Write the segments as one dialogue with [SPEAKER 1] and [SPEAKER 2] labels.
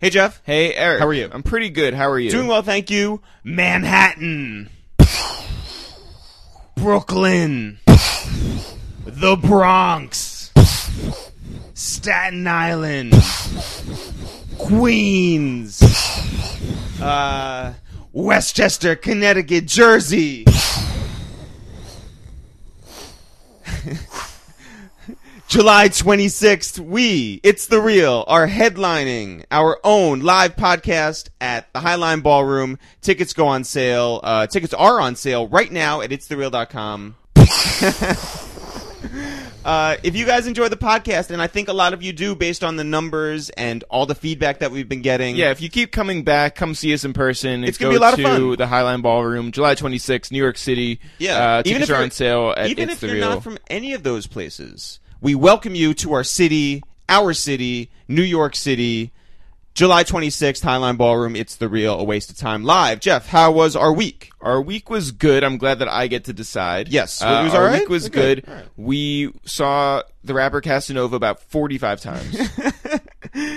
[SPEAKER 1] Hey, Jeff.
[SPEAKER 2] Hey, Eric.
[SPEAKER 1] How are you?
[SPEAKER 2] I'm pretty good. How are you?
[SPEAKER 1] Doing well, thank you. Manhattan. Brooklyn. The Bronx. Staten Island. Queens. Uh, Westchester, Connecticut, Jersey. July 26th, we, It's the Real, are headlining our own live podcast at the Highline Ballroom. Tickets go on sale. Uh, tickets are on sale right now at itsthereal.com. Uh, if you guys enjoy the podcast, and I think a lot of you do based on the numbers and all the feedback that we've been getting.
[SPEAKER 2] Yeah, if you keep coming back, come see us in person.
[SPEAKER 1] It's gonna be a lot of
[SPEAKER 2] To
[SPEAKER 1] fun.
[SPEAKER 2] the Highline Ballroom, July 26th, New York City.
[SPEAKER 1] Yeah,
[SPEAKER 2] uh,
[SPEAKER 1] even
[SPEAKER 2] tickets
[SPEAKER 1] if
[SPEAKER 2] are
[SPEAKER 1] you're-
[SPEAKER 2] on sale at
[SPEAKER 1] even
[SPEAKER 2] It's
[SPEAKER 1] if
[SPEAKER 2] the
[SPEAKER 1] you're
[SPEAKER 2] Real.
[SPEAKER 1] not from any of those places, we welcome you to our city, our city, New York City, July 26th, Highline Ballroom. It's the real, a waste of time live. Jeff, how was our week?
[SPEAKER 2] Our week was good. I'm glad that I get to decide.
[SPEAKER 1] Yes.
[SPEAKER 2] Uh,
[SPEAKER 1] It was
[SPEAKER 2] our
[SPEAKER 1] all right?
[SPEAKER 2] week was
[SPEAKER 1] Okay.
[SPEAKER 2] good. We saw the rapper Casanova about 45 times.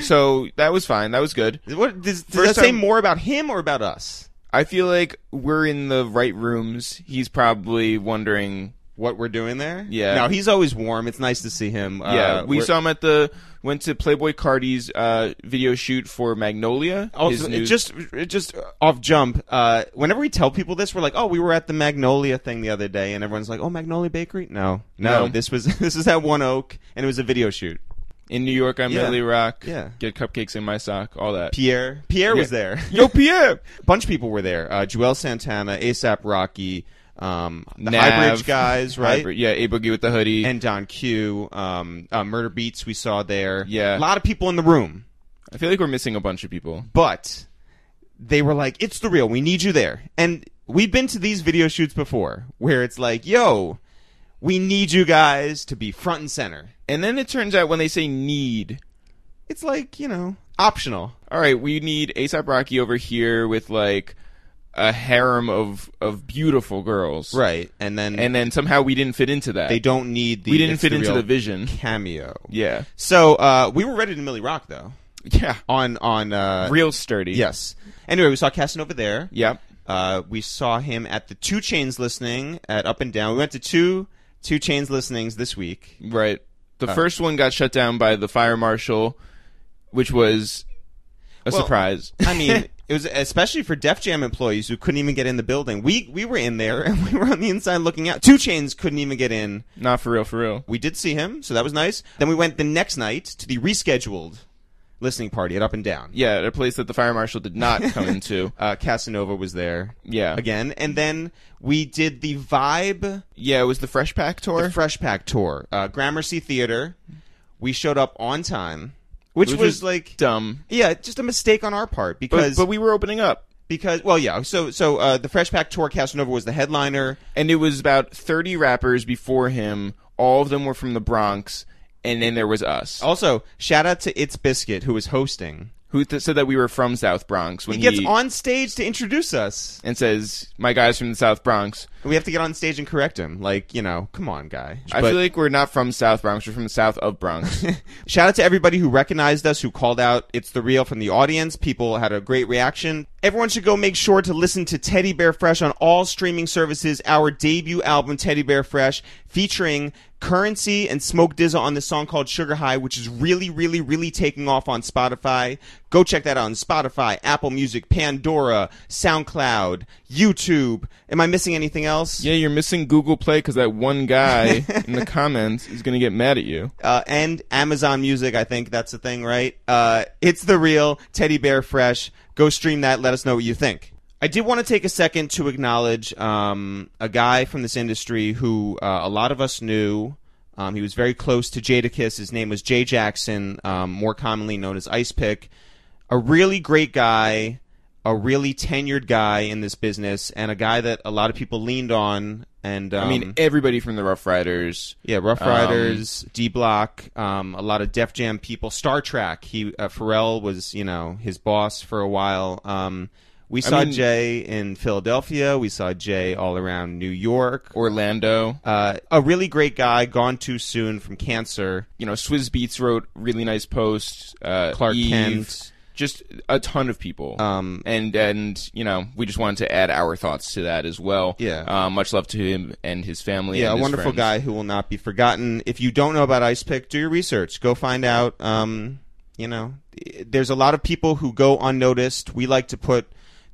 [SPEAKER 2] so that was fine. That was good.
[SPEAKER 1] What does, does
[SPEAKER 2] First
[SPEAKER 1] that say
[SPEAKER 2] time-
[SPEAKER 1] more about him or about us?
[SPEAKER 2] I feel like we're in the right rooms. He's probably wondering
[SPEAKER 1] What we're doing there?
[SPEAKER 2] Yeah.
[SPEAKER 1] No, he's always warm. It's nice to see him.
[SPEAKER 2] Yeah,
[SPEAKER 1] Uh,
[SPEAKER 2] we
[SPEAKER 1] we're-
[SPEAKER 2] saw him at the went to Playboy Cardi's uh, video shoot for Magnolia. his
[SPEAKER 1] Also,
[SPEAKER 2] new-
[SPEAKER 1] it just it just off jump. Uh, whenever we tell people this, we're like, "Oh, we were at the Magnolia thing the other day," and everyone's like, "Oh, Magnolia Bakery." No, no,
[SPEAKER 2] No.
[SPEAKER 1] this was this is at One Oak, and it was a video shoot.
[SPEAKER 2] in New York, I'm
[SPEAKER 1] Yeah.
[SPEAKER 2] Millie Rock.
[SPEAKER 1] Yeah.
[SPEAKER 2] get cupcakes in my sock. All that.
[SPEAKER 1] Pierre, Pierre was
[SPEAKER 2] Yeah.
[SPEAKER 1] there.
[SPEAKER 2] Yo, Pierre.
[SPEAKER 1] bunch of people were there. Uh, Joel Santana, ASAP Rocky, um, the
[SPEAKER 2] Nav.
[SPEAKER 1] High Bridge guys, right?
[SPEAKER 2] Hybrid- Yeah, a boogie with the hoodie.
[SPEAKER 1] And Don Q, um, uh, Murder Beats. We saw there.
[SPEAKER 2] Yeah.
[SPEAKER 1] a lot of people in the room,
[SPEAKER 2] I feel like we're missing a bunch of people.
[SPEAKER 1] but they were like, "It's the real. We need you there." And we've been to these video shoots before, where it's like, "Yo, we need you guys to be front and center."
[SPEAKER 2] And then it turns out when they say need,
[SPEAKER 1] It's like you know, optional.
[SPEAKER 2] all right, we need ASAP Rocky over here with like a harem of of beautiful girls,
[SPEAKER 1] Right, and then
[SPEAKER 2] And then somehow we didn't fit into that.
[SPEAKER 1] they don't need the
[SPEAKER 2] we didn't
[SPEAKER 1] It's
[SPEAKER 2] fit into
[SPEAKER 1] Real
[SPEAKER 2] the vision.
[SPEAKER 1] cameo.
[SPEAKER 2] Yeah,
[SPEAKER 1] So uh, we were ready to Millie Rock though.
[SPEAKER 2] yeah,
[SPEAKER 1] on on uh,
[SPEAKER 2] real sturdy.
[SPEAKER 1] yes. Anyway, we saw Casanova there.
[SPEAKER 2] Yep.
[SPEAKER 1] Uh, we saw him at the Two Chains listening at Up and Down. We went to two Two Chains listenings this week.
[SPEAKER 2] Right. The first one got shut down by the fire marshal, which was a
[SPEAKER 1] Well,
[SPEAKER 2] surprise.
[SPEAKER 1] I mean, it was especially for Def Jam employees who couldn't even get in the building. We we were in there and we were on the inside looking out. Two Chains couldn't even get in.
[SPEAKER 2] not for real, for real.
[SPEAKER 1] We did see him, so that was nice. Then we went the next night to the rescheduled listening party at Up and Down.
[SPEAKER 2] Yeah, at a place that the fire marshal did not come into.
[SPEAKER 1] Uh, Casanova was there
[SPEAKER 2] Yeah.
[SPEAKER 1] again, and then we did the Vibe
[SPEAKER 2] Yeah, it was the Fresh Pack tour.
[SPEAKER 1] the Fresh Pack tour, uh, Gramercy Theater. We showed up on time, which,
[SPEAKER 2] Which
[SPEAKER 1] was,
[SPEAKER 2] was
[SPEAKER 1] like,
[SPEAKER 2] Dumb.
[SPEAKER 1] yeah, just a mistake on our part
[SPEAKER 2] But,
[SPEAKER 1] um, because
[SPEAKER 2] but we were opening up.
[SPEAKER 1] because well, yeah. So so uh, the Fresh Pack tour, Casanova was the headliner.
[SPEAKER 2] And it was about 30 rappers before him. All of them were from the Bronx. And then there was us,
[SPEAKER 1] Also, shout out to It's Biscuit who was hosting.
[SPEAKER 2] who th- said that we were from South Bronx when
[SPEAKER 1] He gets on stage to introduce us.
[SPEAKER 2] and says, "My guys from the South Bronx."
[SPEAKER 1] We have to get on stage and correct him. Like you know, come on, guy.
[SPEAKER 2] I
[SPEAKER 1] But-
[SPEAKER 2] feel like we're not from South Bronx; we're from the South of Bronx.
[SPEAKER 1] Shout out to everybody who recognized us, who called out It's the Real from the audience. People had a great reaction. Everyone should go make sure to listen to Teddy Bear Fresh on all streaming services. Our debut album, Teddy Bear Fresh, featuring Currency and Smoke Dizza on this song called Sugar High, which is really, really, really taking off on Spotify. Go check that out on Spotify, Apple Music, Pandora, SoundCloud, YouTube. Am I missing anything else?
[SPEAKER 2] Yeah, you're missing Google Play because that one guy in the comments is going to get mad at you.
[SPEAKER 1] uh, and Amazon Music. I think that's the thing, right? Uh, it's the real Teddy Bear Fresh. Go stream that. Let us know what you think. I did want to take a second to acknowledge um, a guy from this industry who uh, a lot of us knew. Um, he was very close to Jadakiss. His name was Jay Jackson, um, more commonly known as Ice Pick. A really great guy, a really tenured guy in this business, and a guy that a lot of people leaned on. And um,
[SPEAKER 2] I mean, everybody from the Rough Riders.
[SPEAKER 1] yeah, Rough Riders, D Block, um, a lot of Def Jam people. Star Trek. He uh, Pharrell was you know his boss for a while. Um, we saw
[SPEAKER 2] mean-
[SPEAKER 1] Jay in Philadelphia. We saw Jay all around New York.
[SPEAKER 2] Orlando,
[SPEAKER 1] Uh, a really great guy, gone too soon from cancer.
[SPEAKER 2] you know, Swizz Beats wrote really nice posts. Uh,
[SPEAKER 1] Clark
[SPEAKER 2] Eve,
[SPEAKER 1] Kent.
[SPEAKER 2] just a ton of people.
[SPEAKER 1] Um,
[SPEAKER 2] and and you know we just wanted to add our thoughts to that as well.
[SPEAKER 1] Yeah.
[SPEAKER 2] Uh, much love to him and his family.
[SPEAKER 1] yeah,
[SPEAKER 2] and
[SPEAKER 1] a
[SPEAKER 2] his
[SPEAKER 1] wonderful
[SPEAKER 2] friends.
[SPEAKER 1] guy who will not be forgotten. If you don't know about Ice Pick, do your research. Go find out. Um, you know, there's a lot of people who go unnoticed. We like to put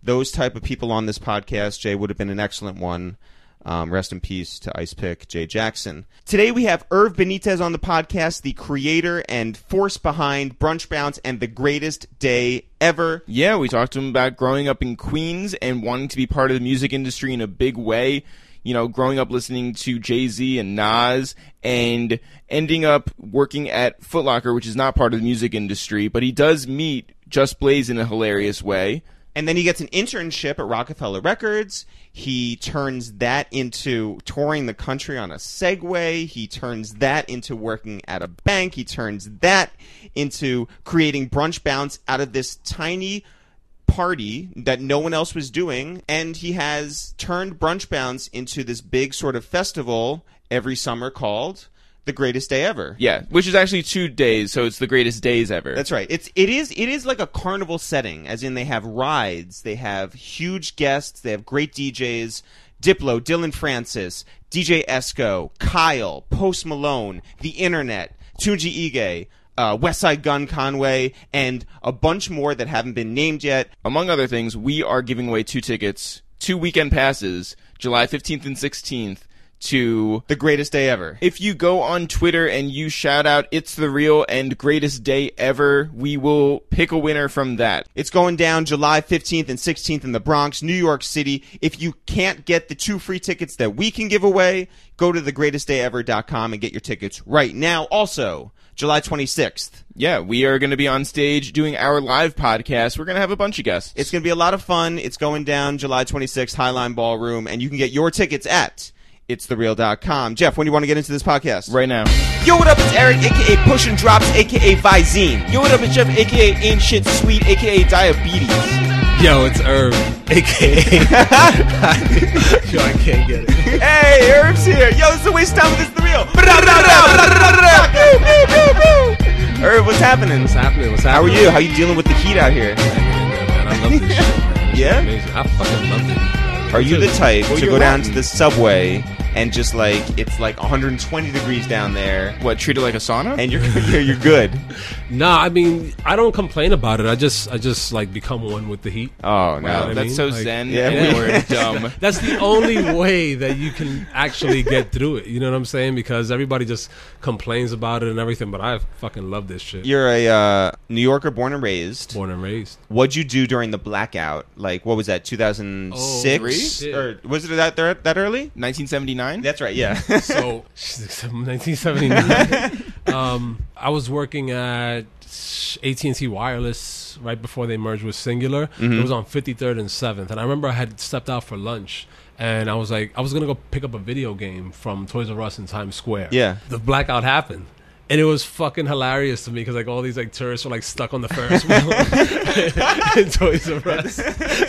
[SPEAKER 1] those type of people on this podcast. Jay would have been an excellent one. Um, rest in peace to Ice Pick Jay Jackson. Today we have Irv Benitez on the podcast, the creator and force behind Brunch Bounce and the greatest day ever.
[SPEAKER 2] Yeah, we talked to him about growing up in Queens and wanting to be part of the music industry in a big way. You know, growing up listening to Jay Z and Nas and ending up working at Foot Locker, which is not part of the music industry, but he does meet Just Blaze in a hilarious way.
[SPEAKER 1] And then he gets an internship at Rockefeller Records. He turns that into touring the country on a Segway. He turns that into working at a bank. He turns that into creating brunch bounce out of this tiny party that no one else was doing. And he has turned brunch bounce into this big sort of festival every summer called the greatest day ever.
[SPEAKER 2] Yeah, which is actually two days, so it's the greatest days ever.
[SPEAKER 1] That's right. It's it is it is like a carnival setting, as in they have rides, they have huge guests, they have great DJs, Diplo, Dylan Francis, DJ Esco, Kyle, Post Malone, The Internet, Tunji Ige, uh, West Side Gun Conway, and a bunch more that haven't been named yet.
[SPEAKER 2] among other things, we are giving away two tickets, two weekend passes, July 15th and 16th to
[SPEAKER 1] The greatest day ever.
[SPEAKER 2] if you go on Twitter and you shout out it's the real and greatest day ever, we will pick a winner from that.
[SPEAKER 1] It's going down July 15th and 16th in the Bronx, New York City. If you can't get the two free tickets that we can give away, go to thegreatestdayever.com and get your tickets right now. Also, July 26th.
[SPEAKER 2] Yeah, we are going to be on stage doing our live podcast. We're going to have a bunch of guests.
[SPEAKER 1] It's going to be a lot of fun. It's going down July 26th, Highline Ballroom, and you can get your tickets at itsthereal.com. Jeff, when do you want to get into this podcast?
[SPEAKER 2] right now.
[SPEAKER 1] Yo, what up? It's Eric, aka Push and Drops, aka Visine.
[SPEAKER 2] Yo, what up? It's Jeff, aka Ancient Sweet, aka Diabetes.
[SPEAKER 3] Yo, it's Irv, aka. Yo, I can't get it.
[SPEAKER 1] Hey, Herb's here. Yo, it's the waste time with It's the Real. Herb, what's happening?
[SPEAKER 3] What's happening? What's
[SPEAKER 1] How are
[SPEAKER 3] happening?
[SPEAKER 1] you? How you dealing with the heat out here?
[SPEAKER 3] Man, I love this shit. Man. This
[SPEAKER 1] Yeah?
[SPEAKER 3] is amazing. I fucking love it.
[SPEAKER 1] Are you the type
[SPEAKER 2] Well,
[SPEAKER 1] to
[SPEAKER 2] you're
[SPEAKER 1] go down to
[SPEAKER 2] Latin.
[SPEAKER 1] the subway and just like it's like 120 degrees down there,
[SPEAKER 2] What, treat it like a sauna?
[SPEAKER 1] and you're you're, you're good?
[SPEAKER 3] Nah, I mean, I don't complain about it. I just, I just like become one with the heat.
[SPEAKER 1] Oh
[SPEAKER 3] You know
[SPEAKER 1] no.
[SPEAKER 3] what I
[SPEAKER 2] that's
[SPEAKER 3] mean?
[SPEAKER 2] so
[SPEAKER 3] Like,
[SPEAKER 2] zen
[SPEAKER 1] Yeah,
[SPEAKER 2] and
[SPEAKER 1] we-
[SPEAKER 2] we're dumb.
[SPEAKER 3] That's the only way that you can actually get through it. You know what I'm saying? Because everybody just complains about it and everything, but I fucking love this shit.
[SPEAKER 1] You're a uh, New Yorker, born and raised.
[SPEAKER 3] Born and raised.
[SPEAKER 1] What'd you do during the blackout? Like, what was that? 2006
[SPEAKER 3] Oh,
[SPEAKER 1] or was it that that that early?
[SPEAKER 2] 1979?
[SPEAKER 1] That's right. Yeah.
[SPEAKER 3] so 1979 um, i was working at at&t wireless right before they merged with singular
[SPEAKER 1] Mm-hmm.
[SPEAKER 3] it was on 53rd and 7th and i remember i had stepped out for lunch and i was like i was gonna go pick up a video game from toys r us in times square
[SPEAKER 1] Yeah.
[SPEAKER 3] the blackout happened and it was fucking hilarious to me because like all these like tourists were like stuck on the Ferris wheel in Toys R Us.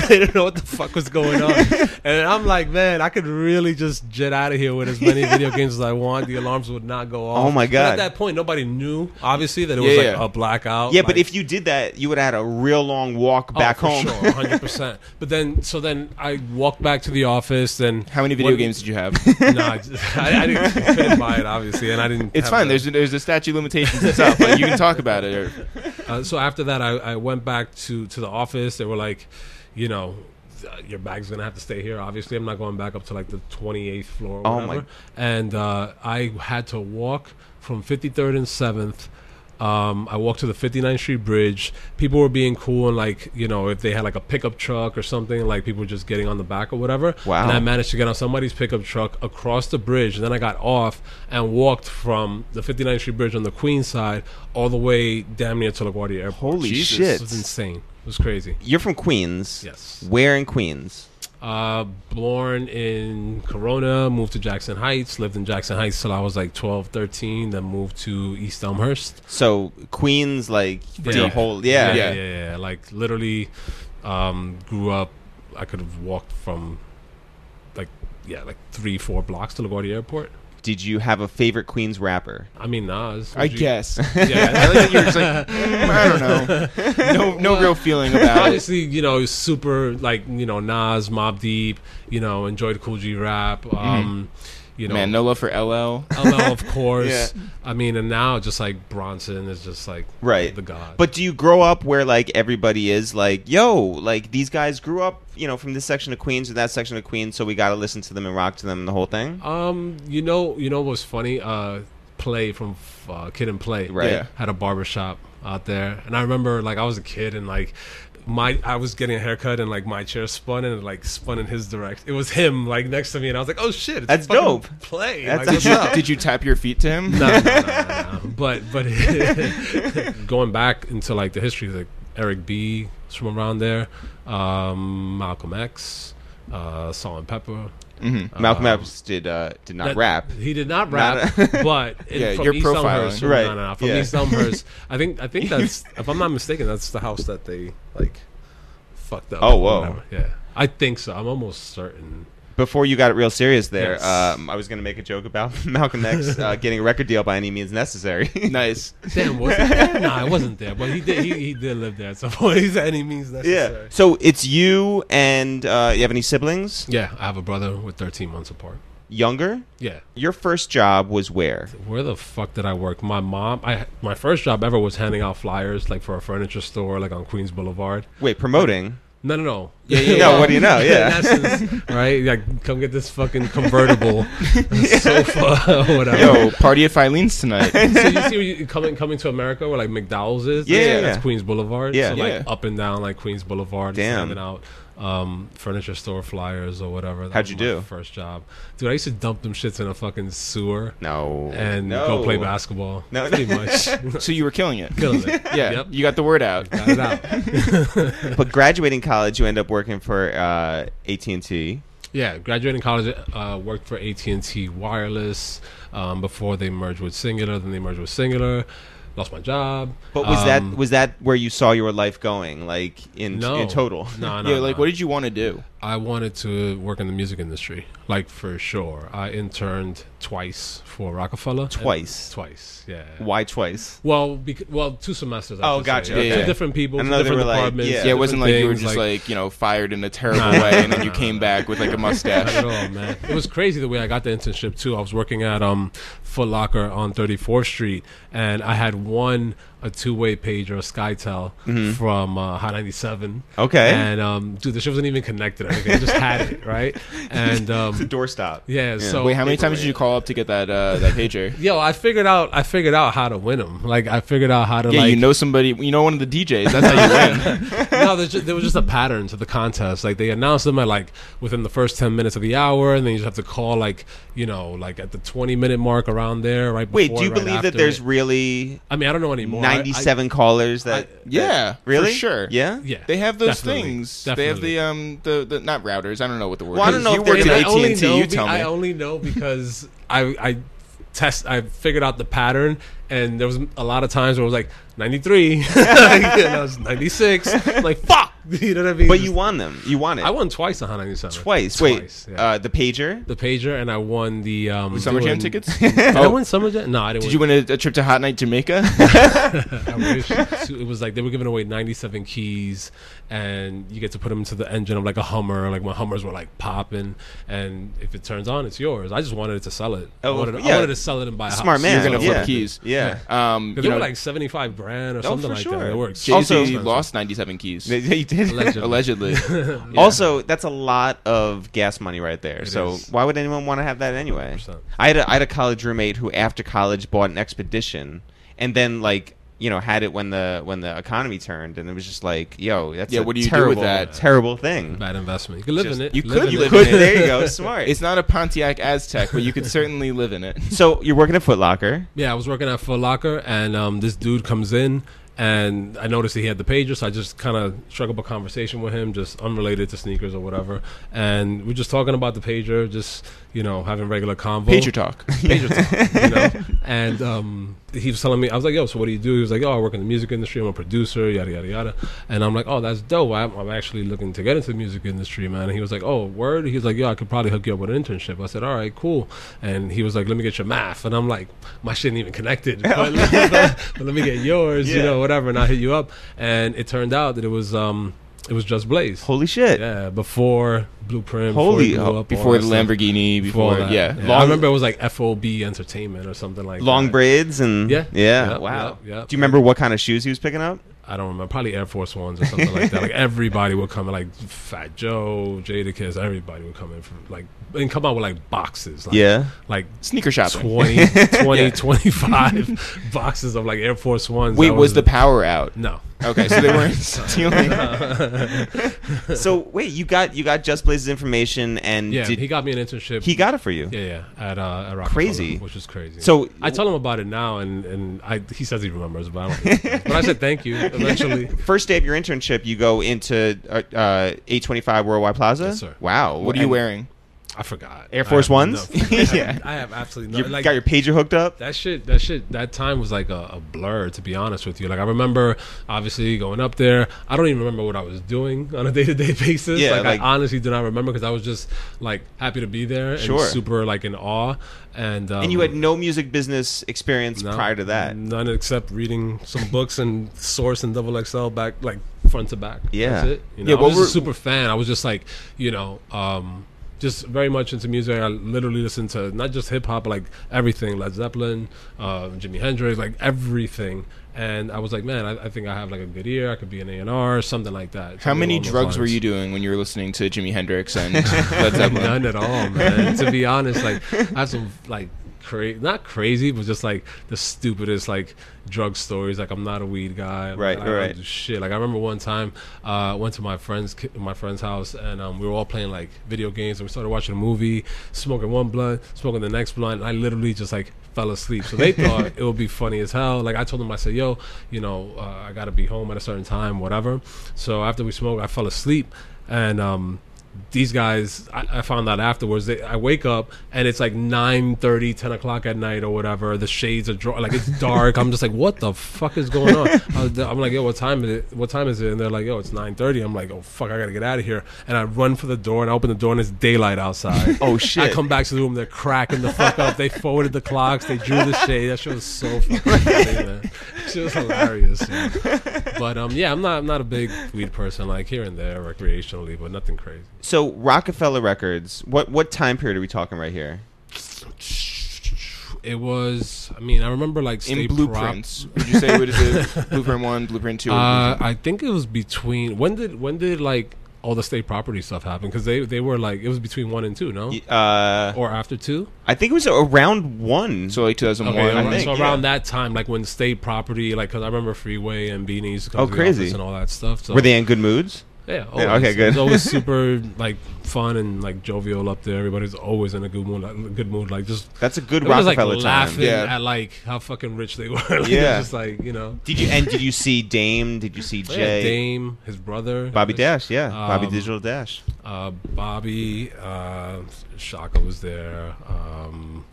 [SPEAKER 3] they didn't know what the fuck was going on, and I'm like, man, I could really just jet out of here with as many video games as I want. The alarms would not go off.
[SPEAKER 1] Oh, my
[SPEAKER 3] But
[SPEAKER 1] God.
[SPEAKER 3] at that point, nobody knew obviously that it
[SPEAKER 2] Yeah,
[SPEAKER 3] was like
[SPEAKER 2] yeah.
[SPEAKER 3] a blackout.
[SPEAKER 1] yeah,
[SPEAKER 3] like- Oh,
[SPEAKER 1] but if you did that, you would have had a real long walk back
[SPEAKER 3] for
[SPEAKER 1] home.
[SPEAKER 3] sure, hundred percent. But then, so then I walked back to the office. Then
[SPEAKER 2] How many video
[SPEAKER 3] What-
[SPEAKER 2] games did you have?
[SPEAKER 3] Nah, I, just- I, I didn't couldn't buy it obviously, and I didn't.
[SPEAKER 2] It's
[SPEAKER 3] have
[SPEAKER 2] fine.
[SPEAKER 3] the-
[SPEAKER 2] There's there's a statute of limitations and stuff, but you can talk about it. Or,
[SPEAKER 3] uh, so after that, I, I went back to, to the office. They were like, you know, uh, your bag's gonna have to stay here. Obviously, I'm not going back up to like the 28th floor. Or
[SPEAKER 1] Oh, my-
[SPEAKER 3] whatever. And uh, I had to walk from 53rd and 7th. Um, I walked to the 59th Street Bridge. People were being cool and like, you know, if they had like a pickup truck or something, like people were just getting on the back or whatever.
[SPEAKER 1] Wow.
[SPEAKER 3] And I managed to get on somebody's pickup truck across the bridge. And then I got off and walked from the 59th Street Bridge on the Queens side all the way damn near to LaGuardia Airport.
[SPEAKER 1] Holy
[SPEAKER 2] Jesus.
[SPEAKER 1] shit!
[SPEAKER 3] It was insane. It was crazy.
[SPEAKER 1] You're from Queens.
[SPEAKER 3] Yes.
[SPEAKER 1] Where in Queens?
[SPEAKER 3] Uh, born in Corona, moved to Jackson Heights, lived in Jackson Heights till I was like 12, 13, then moved to East Elmhurst.
[SPEAKER 1] So Queens, like for
[SPEAKER 3] Yeah.
[SPEAKER 1] the whole yeah.
[SPEAKER 3] yeah, yeah, yeah, yeah. Like literally, um, grew up. I could have walked from, like, yeah, like three, four blocks to LaGuardia Airport.
[SPEAKER 1] did you have a favorite Queens rapper?
[SPEAKER 3] I mean Nas.
[SPEAKER 2] I
[SPEAKER 3] Would you-
[SPEAKER 2] guess.
[SPEAKER 3] Yeah.
[SPEAKER 2] I like that you're just like, mm, I don't know. No, no real feeling about it.
[SPEAKER 3] Obviously, you know, super like you know Nas, Mob Deep. You know, enjoyed Cool G Rap. Um, You know,
[SPEAKER 2] Mm-hmm. Man, no love for LL.
[SPEAKER 3] LL, of course.
[SPEAKER 1] Yeah.
[SPEAKER 3] I mean, and now just like Bronson is just like
[SPEAKER 1] Right.
[SPEAKER 3] the god.
[SPEAKER 1] But do you grow up where like everybody is like, yo, like these guys grew up, you know, from this section of Queens or that section of Queens, so we got to listen to them and rock to them and the whole thing?
[SPEAKER 3] um, you know, you know what's funny? Uh, play from uh, Kid and Play.
[SPEAKER 1] Right.
[SPEAKER 2] Yeah.
[SPEAKER 3] had a barber shop out there and i remember like i was a kid and like my i was getting a haircut and like my chair spun and it, like spun in his direct it was him like next to me and i was like oh shit it's
[SPEAKER 1] That's
[SPEAKER 3] fucking
[SPEAKER 1] dope.
[SPEAKER 3] play
[SPEAKER 1] That's-
[SPEAKER 3] like,
[SPEAKER 2] Did
[SPEAKER 3] what's
[SPEAKER 2] you,
[SPEAKER 3] up?
[SPEAKER 2] did you tap your feet to him?
[SPEAKER 3] no, no, no, no, no. but but going back into like the history like eric b is from around there um malcolm x uh salt and pepper
[SPEAKER 1] Malcolm X did uh, did not
[SPEAKER 3] that-
[SPEAKER 1] rap.
[SPEAKER 3] He did not
[SPEAKER 1] Not
[SPEAKER 3] rap, but in,
[SPEAKER 2] Yeah,
[SPEAKER 3] from
[SPEAKER 2] you're
[SPEAKER 3] East Elmhurst,
[SPEAKER 2] profiling.
[SPEAKER 3] from-
[SPEAKER 1] Right,
[SPEAKER 3] No, no, no, from
[SPEAKER 1] yeah.
[SPEAKER 3] East Elmhurst. I think I think that's if I'm not mistaken, that's the house that they like fucked up.
[SPEAKER 1] Oh,
[SPEAKER 3] or
[SPEAKER 1] whoa.
[SPEAKER 3] whatever. Yeah, I think so. I'm almost certain.
[SPEAKER 1] Before you got real serious there,
[SPEAKER 3] Yes.
[SPEAKER 1] um, I was going to make a joke about Malcolm X uh, getting a record deal by any means necessary.
[SPEAKER 2] Nice.
[SPEAKER 3] Damn, was it there? Nah, it wasn't there, but he did. He, he did live there at some point. He's any means necessary.
[SPEAKER 1] yeah. So it's you and uh, you have any siblings?
[SPEAKER 3] Yeah, I have a brother with 13 months apart.
[SPEAKER 1] Younger?
[SPEAKER 3] Yeah.
[SPEAKER 1] Your first job was where?
[SPEAKER 3] Where the fuck did I work? My mom, I my first job ever was handing out flyers like for a furniture store like on Queens Boulevard.
[SPEAKER 1] Wait, promoting.
[SPEAKER 3] No, no, no.
[SPEAKER 2] Yeah, yeah,
[SPEAKER 1] No, yeah. what do you know? Yeah.
[SPEAKER 3] In essence, right? Like, come get this fucking convertible sofa, or whatever.
[SPEAKER 2] Yo, party at Filene's tonight.
[SPEAKER 3] So you see, where you, coming coming to America, where like McDowell's is,
[SPEAKER 1] Yeah,
[SPEAKER 3] that's-
[SPEAKER 1] yeah,
[SPEAKER 3] that's
[SPEAKER 1] yeah.
[SPEAKER 3] Queens Boulevard.
[SPEAKER 1] Yeah.
[SPEAKER 3] so like
[SPEAKER 2] Yeah.
[SPEAKER 3] up and down like Queens Boulevard, just
[SPEAKER 1] Damn.
[SPEAKER 3] handing out um, furniture store flyers or whatever. That
[SPEAKER 1] How'd
[SPEAKER 3] was
[SPEAKER 1] you
[SPEAKER 3] my
[SPEAKER 1] do?
[SPEAKER 3] First job, dude. I used to dump them shits in a fucking sewer
[SPEAKER 1] No.
[SPEAKER 3] and
[SPEAKER 1] no.
[SPEAKER 3] go play basketball.
[SPEAKER 1] No.
[SPEAKER 3] pretty much.
[SPEAKER 2] So you were killing it.
[SPEAKER 3] Killing it.
[SPEAKER 2] Yeah,
[SPEAKER 3] Yep.
[SPEAKER 2] you got the word out.
[SPEAKER 3] Got it out.
[SPEAKER 1] But graduating college, you end up working for uh, AT and T.
[SPEAKER 3] Yeah, graduating college, uh, worked for AT and T Wireless um, before they merged with Singular. Then they merged with Singular. Lost my job.
[SPEAKER 1] But was
[SPEAKER 3] Um,
[SPEAKER 1] that was that where you saw your life going, like in
[SPEAKER 3] no
[SPEAKER 1] in total?
[SPEAKER 3] No, no.
[SPEAKER 2] Yeah, like
[SPEAKER 3] no.
[SPEAKER 2] what did you want to do?
[SPEAKER 3] I wanted to work in the music industry, like for sure. I interned twice for Rockefeller.
[SPEAKER 1] Twice?
[SPEAKER 3] twice. Yeah.
[SPEAKER 1] Why twice?
[SPEAKER 3] Well, bec- well, two semesters. I
[SPEAKER 1] Oh,
[SPEAKER 3] should say.
[SPEAKER 1] gotcha,
[SPEAKER 3] Yeah,
[SPEAKER 2] okay.
[SPEAKER 3] Two different people,
[SPEAKER 1] I
[SPEAKER 3] two
[SPEAKER 1] know they
[SPEAKER 3] different
[SPEAKER 1] were like-
[SPEAKER 3] departments.
[SPEAKER 1] yeah.
[SPEAKER 2] Yeah, it wasn't like you were
[SPEAKER 3] different
[SPEAKER 2] just
[SPEAKER 3] things,
[SPEAKER 2] like, you know, fired in a terrible
[SPEAKER 3] Nah,
[SPEAKER 2] way
[SPEAKER 3] nah,
[SPEAKER 2] and then you
[SPEAKER 3] nah,
[SPEAKER 2] came back with like a
[SPEAKER 3] Not
[SPEAKER 2] mustache.
[SPEAKER 3] at all, man. It was crazy the way I got the internship too. I was working at um Foot Locker on 34th Street, and I had one a two-way pager, SkyTel
[SPEAKER 2] Mm-hmm.
[SPEAKER 3] from uh, Hot 97.
[SPEAKER 1] Okay.
[SPEAKER 3] and um, dude, the shit wasn't even connected. I, think I just had it right, and um,
[SPEAKER 1] Doorstop.
[SPEAKER 3] yeah, So
[SPEAKER 2] Wait, how many times did you call up to get that uh, that pager?
[SPEAKER 3] Yo, I figured out. I figured out how to win them. Like I figured out how to
[SPEAKER 2] Yeah,
[SPEAKER 3] like
[SPEAKER 2] you know somebody, you know one of the DJs. That's how you win.
[SPEAKER 3] no, there's just, there was just a pattern to the contest. Like they announced them at like within the first ten minutes of the hour, and then you just have to call like you know like at the twenty minute mark around there. Right. Before,
[SPEAKER 1] Wait, do you
[SPEAKER 3] right
[SPEAKER 1] believe that
[SPEAKER 3] after
[SPEAKER 1] there's
[SPEAKER 3] it.
[SPEAKER 1] really
[SPEAKER 3] I mean, I don't know anymore. I- I-
[SPEAKER 1] 97 callers that
[SPEAKER 2] Yeah, for
[SPEAKER 1] really
[SPEAKER 2] sure.
[SPEAKER 1] Yeah,
[SPEAKER 3] yeah,
[SPEAKER 2] They have those
[SPEAKER 3] definitely,
[SPEAKER 2] things. They have
[SPEAKER 3] definitely.
[SPEAKER 2] the um the, the not routers. I don't know what the word.
[SPEAKER 1] Well, I
[SPEAKER 2] is.
[SPEAKER 1] don't know
[SPEAKER 2] You
[SPEAKER 1] if they're
[SPEAKER 2] worked
[SPEAKER 1] in
[SPEAKER 2] at
[SPEAKER 1] the-
[SPEAKER 2] AT
[SPEAKER 3] I only
[SPEAKER 2] and T.
[SPEAKER 3] know
[SPEAKER 2] You
[SPEAKER 3] be-
[SPEAKER 2] tell
[SPEAKER 3] I
[SPEAKER 2] me.
[SPEAKER 3] only know because I I test I figured out the pattern and there was a lot of times where it was like 93 and I was 96 like fuck you know what I mean
[SPEAKER 1] but you won them. You won it
[SPEAKER 3] I won twice on Hot 97
[SPEAKER 1] twice.
[SPEAKER 3] twice
[SPEAKER 1] Wait,
[SPEAKER 3] yeah.
[SPEAKER 1] uh, the pager.
[SPEAKER 3] the pager and I won the um
[SPEAKER 2] Summer jam
[SPEAKER 3] doing-
[SPEAKER 2] tickets.
[SPEAKER 3] Did I
[SPEAKER 2] oh,
[SPEAKER 3] win Summer Jam? No, I didn't.
[SPEAKER 2] did you
[SPEAKER 3] win.
[SPEAKER 2] win a, a trip to Hot Night Jamaica?
[SPEAKER 3] I wish. it was like they were giving away 97 keys, and you get to put them into the engine of like a Hummer. Like my Hummers were like popping, and if it turns on, it's yours. I just wanted to sell it. I
[SPEAKER 1] Oh,
[SPEAKER 3] wanted, I
[SPEAKER 1] yeah.
[SPEAKER 3] wanted to sell it and buy a
[SPEAKER 1] Smart
[SPEAKER 3] house.
[SPEAKER 1] man.
[SPEAKER 2] You're gonna flip
[SPEAKER 1] yeah.
[SPEAKER 2] keys.
[SPEAKER 1] Yeah.
[SPEAKER 2] Um,
[SPEAKER 3] Because
[SPEAKER 2] you
[SPEAKER 3] they
[SPEAKER 2] know, oh,
[SPEAKER 3] were like 75 grand or something
[SPEAKER 1] for
[SPEAKER 3] like
[SPEAKER 1] sure.
[SPEAKER 3] that. They were
[SPEAKER 2] Jay-Z
[SPEAKER 1] also-
[SPEAKER 2] lost 97 keys
[SPEAKER 1] They- they did.
[SPEAKER 3] Allegedly.
[SPEAKER 2] allegedly.
[SPEAKER 1] Also, that's a lot of gas money right there. so
[SPEAKER 3] is.
[SPEAKER 1] why would anyone want to have that anyway?
[SPEAKER 3] 100%.
[SPEAKER 1] I had a, I had a college roommate who, after college, bought an expedition, and then like you know had it when the when the economy turned, and it was just like, yo, that's
[SPEAKER 2] Yeah,
[SPEAKER 1] a
[SPEAKER 2] what do you do
[SPEAKER 1] terrible,
[SPEAKER 2] with that?
[SPEAKER 1] Terrible thing.
[SPEAKER 3] bad investment. You could live
[SPEAKER 1] Just-
[SPEAKER 3] in it.
[SPEAKER 2] you
[SPEAKER 3] Live
[SPEAKER 2] could
[SPEAKER 3] in
[SPEAKER 2] live
[SPEAKER 3] it.
[SPEAKER 2] in it.
[SPEAKER 1] there you go, smart.
[SPEAKER 2] it's not a Pontiac Aztec, but you could certainly live in it.
[SPEAKER 1] so you're working at Foot Locker.
[SPEAKER 3] Yeah, I was working at Foot Locker, and um, this dude comes in, And I noticed he had the pager, so I just kind of struck up a conversation with him, just unrelated to sneakers or whatever. And we're just talking about the pager, just you know, having regular convo.
[SPEAKER 2] Pager talk.
[SPEAKER 3] Pager talk, you know? And um, he was telling me, I was like, yo, so what do you do? He was like, oh, I work in the music industry. I'm a producer, yada, yada, yada. And I'm like, oh, that's dope. I'm, I'm actually looking to get into the music industry, man. And he was like, oh, word? He was like, yo, I could probably hook you up with an internship. I said, all right, cool. And he was like, let me get your math. And I'm like, my shit ain't even connected. But, but let me get yours, you
[SPEAKER 1] Yeah.
[SPEAKER 3] know, whatever. And I hit you up. And it turned out that it was, um, it was just Blaze.
[SPEAKER 1] Holy shit.
[SPEAKER 3] yeah, before Blueprint.
[SPEAKER 1] Holy-
[SPEAKER 3] before, it blew up, all
[SPEAKER 2] before
[SPEAKER 3] that
[SPEAKER 2] the
[SPEAKER 3] stuff.
[SPEAKER 2] Lamborghini,
[SPEAKER 3] Before
[SPEAKER 2] before
[SPEAKER 3] that.
[SPEAKER 2] yeah,
[SPEAKER 3] I
[SPEAKER 2] Long-
[SPEAKER 3] remember it was like FOB Entertainment or something like
[SPEAKER 1] Long
[SPEAKER 3] that.
[SPEAKER 1] braids and
[SPEAKER 3] Yeah.
[SPEAKER 1] yeah.
[SPEAKER 3] Yep,
[SPEAKER 1] wow.
[SPEAKER 3] yep, yep.
[SPEAKER 1] Do you remember what kind of shoes he was picking up?
[SPEAKER 3] I don't remember. Probably Air Force Ones or something like that. Like everybody would come in, like Fat Joe, Jadakiss. Everybody would come in from like and come out with like boxes. Like,
[SPEAKER 1] Yeah.
[SPEAKER 3] Like
[SPEAKER 2] sneaker shopping.
[SPEAKER 3] 20, 20 25 boxes of like Air Force Ones.
[SPEAKER 2] Wait,
[SPEAKER 3] That
[SPEAKER 2] was, the power out?
[SPEAKER 3] no?
[SPEAKER 2] Okay, so they weren't stealing.
[SPEAKER 1] so wait, you got you got Just Blaze's information and
[SPEAKER 3] Yeah,
[SPEAKER 1] did,
[SPEAKER 3] he
[SPEAKER 1] he,
[SPEAKER 3] got me an internship.
[SPEAKER 1] got it for you.
[SPEAKER 3] yeah, yeah, at uh, at Rockefeller,
[SPEAKER 1] Crazy.
[SPEAKER 3] which is crazy.
[SPEAKER 1] So-
[SPEAKER 3] I tell him about it now, and and I he says he remembers, but I don't. think he does. but I said thank you eventually.
[SPEAKER 1] First day of your internship, you go into uh, uh, 825 Worldwide Plaza.
[SPEAKER 3] Yes, sir.
[SPEAKER 1] Wow.
[SPEAKER 2] What are you
[SPEAKER 1] And
[SPEAKER 2] wearing?
[SPEAKER 3] I forgot.
[SPEAKER 1] Air Force
[SPEAKER 3] I have
[SPEAKER 1] Ones?
[SPEAKER 3] no- I have-
[SPEAKER 1] Yeah.
[SPEAKER 3] I have absolutely
[SPEAKER 1] You
[SPEAKER 3] no. like,
[SPEAKER 1] got your pager hooked up.
[SPEAKER 3] that shit, that shit, that time was like a, a blur. To be honest with you, like I remember obviously going up there. I don't even remember what I was doing on a day to day basis.
[SPEAKER 1] Yeah,
[SPEAKER 3] like,
[SPEAKER 1] like-
[SPEAKER 3] I honestly do not remember because I was just like happy to be there and
[SPEAKER 1] Sure.
[SPEAKER 3] super like in awe. And um,
[SPEAKER 1] and you had no music business experience
[SPEAKER 3] no, Mm.
[SPEAKER 1] prior to that.
[SPEAKER 3] none except reading some books and Source and Double XL back like front to back.
[SPEAKER 1] Yeah.
[SPEAKER 3] That's it. You know,
[SPEAKER 2] Yeah,
[SPEAKER 3] I was
[SPEAKER 2] what
[SPEAKER 3] just a super fan. I was just like, you know, um, just very much into music. I literally listened to not just hip hop, but like everything Led Zeppelin, um, Jimi Hendrix, like everything. And I was like, man, I, I think I have like a good ear. I could be an A and R, something like that.
[SPEAKER 2] How
[SPEAKER 3] Something
[SPEAKER 2] many
[SPEAKER 3] along those
[SPEAKER 2] drugs were
[SPEAKER 3] lines.
[SPEAKER 2] you doing when you were listening to Jimi Hendrix and Led Zeppelin?
[SPEAKER 3] None at all, man. to be honest, like I have some like cra- not crazy, but just like the stupidest like drug stories. Like I'm not a weed guy. I'm
[SPEAKER 1] Right,
[SPEAKER 3] not- I don't
[SPEAKER 1] right.
[SPEAKER 3] do Shit. Like I remember one time, uh, I went to my friend's ki- my friend's house, and um, we were all playing like video games, and we started watching a movie, smoking one blunt, smoking the next blunt, and I literally just like fell asleep. So they thought it would be funny as hell. Like I told them, I said, "Yo, you know, uh, I gotta be home at a certain time, whatever." So after we smoked, I fell asleep, and um, these guys I, I found out afterwards they, i wake up and it's like 9 10 o'clock at night or whatever the shades are drawn like it's dark i'm just like what the fuck is going on I was- i'm like yo what time is it what time is it and they're like yo it's nine i'm like oh fuck i gotta get out of here and i run for the door and i open the door and it's daylight outside
[SPEAKER 1] Oh shit!
[SPEAKER 3] I come back to the room, they're cracking the fuck up. They forwarded the clocks, they drew the shade. That shit was so fucking funny, man. Shit was hilarious. man. But um, yeah, I'm not I'm not a big weed person. Like here and there, recreationally, but nothing crazy.
[SPEAKER 1] so Rockefeller Records. What what time period are we talking right here?
[SPEAKER 3] It was. I mean, I remember like
[SPEAKER 2] In
[SPEAKER 3] State Prop-
[SPEAKER 2] blueprints, would you say what is it? Blueprint one, blueprint two. or
[SPEAKER 3] Uh, I think it was between when did when did like all the state property stuff happen? Because they they were like it was between one and two, no,
[SPEAKER 1] Uh,
[SPEAKER 3] or after two.
[SPEAKER 1] I think it was around one.
[SPEAKER 2] So like 2001.
[SPEAKER 3] Okay,
[SPEAKER 1] I
[SPEAKER 3] around-
[SPEAKER 1] think,
[SPEAKER 3] so
[SPEAKER 1] yeah.
[SPEAKER 3] around that time, like when state property, like because I remember Freeway and Beanies,
[SPEAKER 1] Oh, crazy.
[SPEAKER 3] and all that stuff. So
[SPEAKER 1] Were they in good moods?
[SPEAKER 3] Yeah.
[SPEAKER 1] Yeah,
[SPEAKER 3] always.
[SPEAKER 1] okay, good.
[SPEAKER 3] It's always super like fun and like jovial up there. Everybody's always in a good mood, like, good mood, like just.
[SPEAKER 1] That's a good
[SPEAKER 3] It was like
[SPEAKER 1] Rockefeller time.
[SPEAKER 3] laughing
[SPEAKER 2] Yeah.
[SPEAKER 3] at like how fucking rich they were. Like, it was
[SPEAKER 1] Yeah.
[SPEAKER 3] just like you know.
[SPEAKER 1] Did you and did you see Dame? Did you see
[SPEAKER 3] Oh, Yeah,
[SPEAKER 1] Jay?
[SPEAKER 3] Dame, his brother,
[SPEAKER 1] Bobby
[SPEAKER 3] his-
[SPEAKER 1] Dash, yeah, Bobby
[SPEAKER 3] Um,
[SPEAKER 1] Digital Dash.
[SPEAKER 3] uh, Bobby, uh, Shaka was there, um,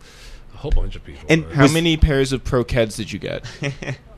[SPEAKER 3] a whole bunch of people.
[SPEAKER 1] And
[SPEAKER 3] man.
[SPEAKER 2] How
[SPEAKER 1] was-
[SPEAKER 2] many pairs of Prokeds did you get?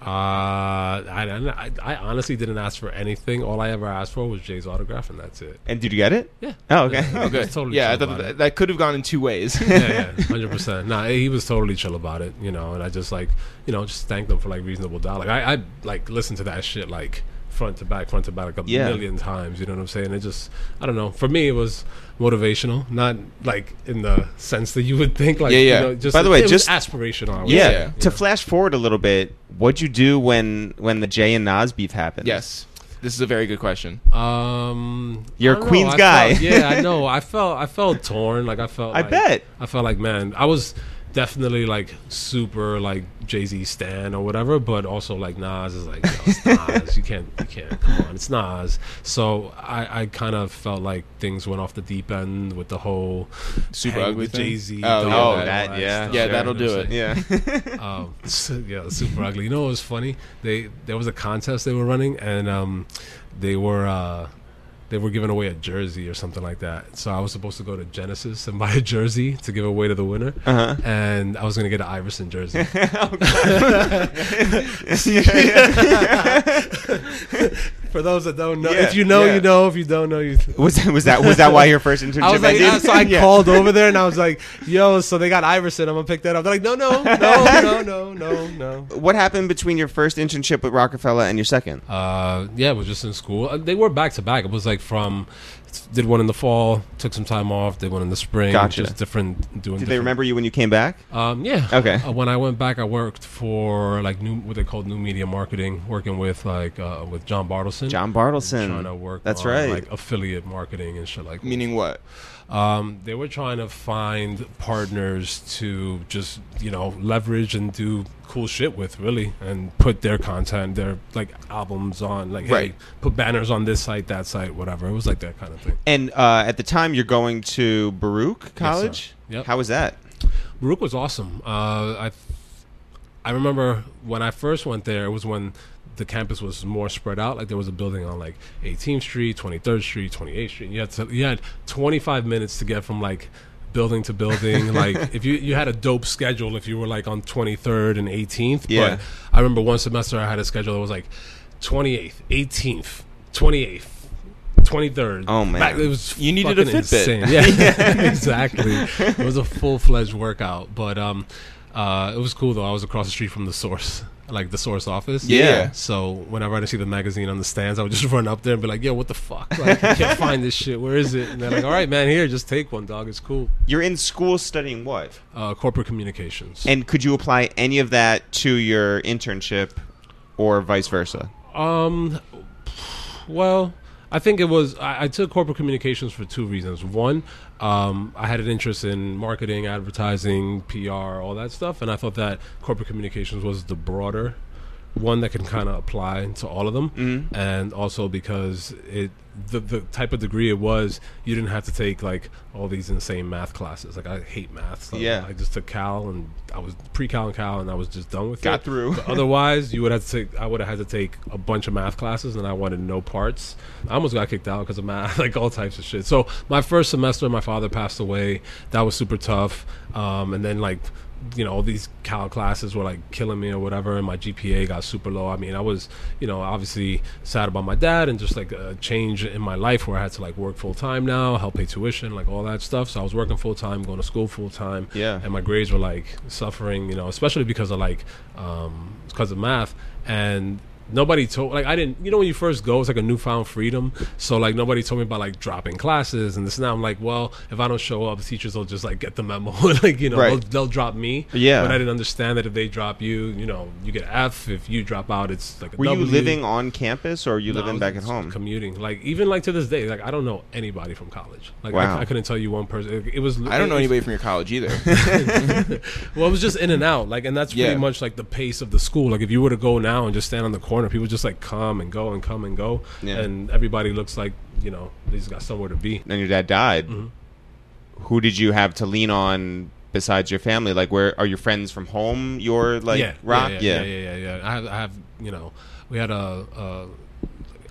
[SPEAKER 3] uh, I, I, I honestly didn't ask for anything. All I ever asked for was Jay's autograph, and that's it.
[SPEAKER 1] And did you get it?
[SPEAKER 3] Yeah.
[SPEAKER 1] Oh, okay.
[SPEAKER 3] Yeah.
[SPEAKER 2] Oh, good.
[SPEAKER 3] It's totally
[SPEAKER 2] yeah, I
[SPEAKER 3] chill
[SPEAKER 2] thought
[SPEAKER 3] about
[SPEAKER 2] that,
[SPEAKER 3] it.
[SPEAKER 2] that could have gone in two ways.
[SPEAKER 3] yeah, yeah, hundred percent. Nah, he was totally chill about it, you know. And I just like, you know, just thanked them for like reasonable doubt. Like I, I like listened to that shit like front to back, front to back, like a
[SPEAKER 1] Yeah.
[SPEAKER 3] million times. You know what I'm saying? It just, I don't know. For me, it was motivational, not like in the sense that you would think. Like,
[SPEAKER 2] Yeah,
[SPEAKER 3] you
[SPEAKER 2] yeah.
[SPEAKER 3] know, just
[SPEAKER 1] By the
[SPEAKER 3] it-
[SPEAKER 1] way,
[SPEAKER 3] it was
[SPEAKER 1] just-
[SPEAKER 3] aspirational. I would
[SPEAKER 1] Yeah.
[SPEAKER 3] say, you
[SPEAKER 1] To
[SPEAKER 3] know.
[SPEAKER 1] flash forward a little bit, what'd you do when when the Jay and Nas beef happened?
[SPEAKER 2] yes, this is a very good question.
[SPEAKER 3] Um,
[SPEAKER 1] You're
[SPEAKER 3] I
[SPEAKER 1] a
[SPEAKER 3] don't
[SPEAKER 1] Queens
[SPEAKER 3] I
[SPEAKER 1] guy.
[SPEAKER 3] felt- yeah, I know. I felt I felt torn. Like I felt.
[SPEAKER 1] I
[SPEAKER 3] like-
[SPEAKER 1] bet.
[SPEAKER 3] I felt like man, I was definitely like super like Jay Z stan or whatever, but also like Nas is like Yo, it's Nas. you can't you can't come on, it's Nas. So I I kind of felt like things went off the deep end with the whole
[SPEAKER 2] Super
[SPEAKER 3] hang
[SPEAKER 2] ugly
[SPEAKER 3] with
[SPEAKER 2] thing?
[SPEAKER 3] Jay Z.
[SPEAKER 2] Oh, yeah, that-
[SPEAKER 1] yeah.
[SPEAKER 2] Yeah, that'll do it.
[SPEAKER 1] Yeah.
[SPEAKER 3] um, so, yeah, super ugly. You know what was funny? They there was a contest they were running, and um, they were uh, they were giving away a jersey or something like that. So I was supposed to go to Genesis and buy a jersey to give away to the winner,
[SPEAKER 1] Uh-huh.
[SPEAKER 3] and I was gonna get an Iverson jersey. For those that don't know,
[SPEAKER 1] Yeah,
[SPEAKER 3] if you know,
[SPEAKER 1] yeah.
[SPEAKER 3] you know. If you don't know, you.
[SPEAKER 1] Was that was that was that why your first internship
[SPEAKER 3] I was like, uh,
[SPEAKER 1] ended?
[SPEAKER 3] so I
[SPEAKER 1] Yeah.
[SPEAKER 3] called over there and I was like, "Yo, so they got Iverson. I'm gonna pick that up." They're like, "No, no, no, no, no, no, no."
[SPEAKER 1] What happened between your first internship with Rockefeller and your second?
[SPEAKER 3] Uh, yeah, it was just in school. Uh, They were back to back. It was like from did one in the fall, took some time off, did one in the spring.
[SPEAKER 1] Gotcha.
[SPEAKER 3] Just different doing.
[SPEAKER 1] Did
[SPEAKER 3] different,
[SPEAKER 1] they remember you when you came back?
[SPEAKER 3] Um, yeah.
[SPEAKER 1] Okay.
[SPEAKER 3] Uh, when I went back, I worked for like new what they called new media marketing, working with like uh, with John Bartleson.
[SPEAKER 1] John
[SPEAKER 3] Trying to
[SPEAKER 1] Bartleson.
[SPEAKER 3] work.
[SPEAKER 1] That's
[SPEAKER 3] on,
[SPEAKER 1] right.
[SPEAKER 3] Like affiliate marketing and shit like. that.
[SPEAKER 2] Meaning what?
[SPEAKER 3] Um, they were trying to find partners to just you know leverage and do cool shit with really and put their content their like albums on like
[SPEAKER 2] Right.
[SPEAKER 3] hey put banners on this site that site whatever it was like that kind of thing
[SPEAKER 1] And uh, at the time, you're going to Baruch College.
[SPEAKER 3] Yep.
[SPEAKER 1] How was that?
[SPEAKER 3] Baruch was awesome uh, I I remember when I first went there it was when the campus was more spread out like there was a building on like 18th Street 23rd Street 28th Street you had to, you had 25 minutes to get from like building to building like if you you had a dope schedule if you were like on 23rd and 18th
[SPEAKER 1] Yeah.
[SPEAKER 3] but I remember one semester I had a schedule that was like 28th 18th 28th 23rd
[SPEAKER 1] Oh, man.
[SPEAKER 3] Back- it was
[SPEAKER 2] You needed a
[SPEAKER 3] fucking
[SPEAKER 2] Fitbit.
[SPEAKER 3] insane. Yeah, exactly. It was a full fledged workout, but um, uh, it was cool though. I was across the street from the source, like the source office.
[SPEAKER 2] Yeah.
[SPEAKER 3] So whenever I see the magazine on the stands, I would just run up there and be like, "Yo, what the fuck? Like, I can't find this shit. Where is it?" And they're like, "All right, man, here, just take one, dog. It's cool."
[SPEAKER 1] You're in school studying what?
[SPEAKER 3] Uh, corporate communications.
[SPEAKER 1] And could you apply any of that to your internship, or vice versa?
[SPEAKER 3] Um, well, I think it was. I, I took corporate communications for two reasons. One, um, I had an interest in marketing, advertising, PR, all that stuff, and I thought that corporate communications was the broader one that can kind of apply to all of them.
[SPEAKER 1] Mm-hmm.
[SPEAKER 3] And also because it the the type of degree it was, you didn't have to take like all these insane math classes. Like I hate math. So
[SPEAKER 1] Yeah.
[SPEAKER 3] I just took Cal and I was pre Cal and Cal, and I was just done with
[SPEAKER 1] Got
[SPEAKER 3] it.
[SPEAKER 1] through.
[SPEAKER 3] But Otherwise, you would have to take. I would have had to take a bunch of math classes, and I wanted no parts. I almost got kicked out because of math, like all types of shit. So my first semester, my father passed away. That was super tough. Um, and then like, you know, all these cal classes were like killing me or whatever, and my GPA got super low. I mean, I was, you know, obviously sad about my dad and just like a change in my life where I had to like work full time now, help pay tuition, like all that stuff. So I was working full time, going to school full time
[SPEAKER 1] Yeah.
[SPEAKER 3] and my grades were like suffering, you know, especially because of like um because of math and nobody told like I didn't you know when you first go it's like a newfound freedom so like nobody told me about like dropping classes and this and that I'm like well if I don't show up teachers will just like get the memo like you know
[SPEAKER 1] Right.
[SPEAKER 3] they'll, they'll drop me
[SPEAKER 1] Yeah.
[SPEAKER 3] but I didn't understand that if they drop you you know you get a F if you drop out it's like a
[SPEAKER 1] Were you
[SPEAKER 3] W.
[SPEAKER 1] living on campus, or were you
[SPEAKER 3] No, I
[SPEAKER 1] living
[SPEAKER 3] was
[SPEAKER 1] back at
[SPEAKER 3] just
[SPEAKER 1] home?
[SPEAKER 3] commuting like even like to this day like I don't know anybody from college like
[SPEAKER 1] Wow.
[SPEAKER 3] I, I couldn't tell you one person it, it was
[SPEAKER 2] I don't know
[SPEAKER 3] it was-
[SPEAKER 2] anybody from your college either.
[SPEAKER 3] well, it was just in and out, like, and that's pretty
[SPEAKER 2] Yeah.
[SPEAKER 3] much like the pace of the school. Like, if you were to go now and just stand on the corner, people just like come and go and come and go,
[SPEAKER 1] Yeah.
[SPEAKER 3] and everybody looks like you know they just got somewhere to be.
[SPEAKER 1] and your dad died,
[SPEAKER 3] Mm-hmm.
[SPEAKER 1] who did you have to lean on besides your family? Like, where are your friends from home? Your like
[SPEAKER 3] yeah,
[SPEAKER 1] rock?
[SPEAKER 3] yeah, yeah, yeah, yeah, yeah, yeah. I have, I have, you know, we had a, a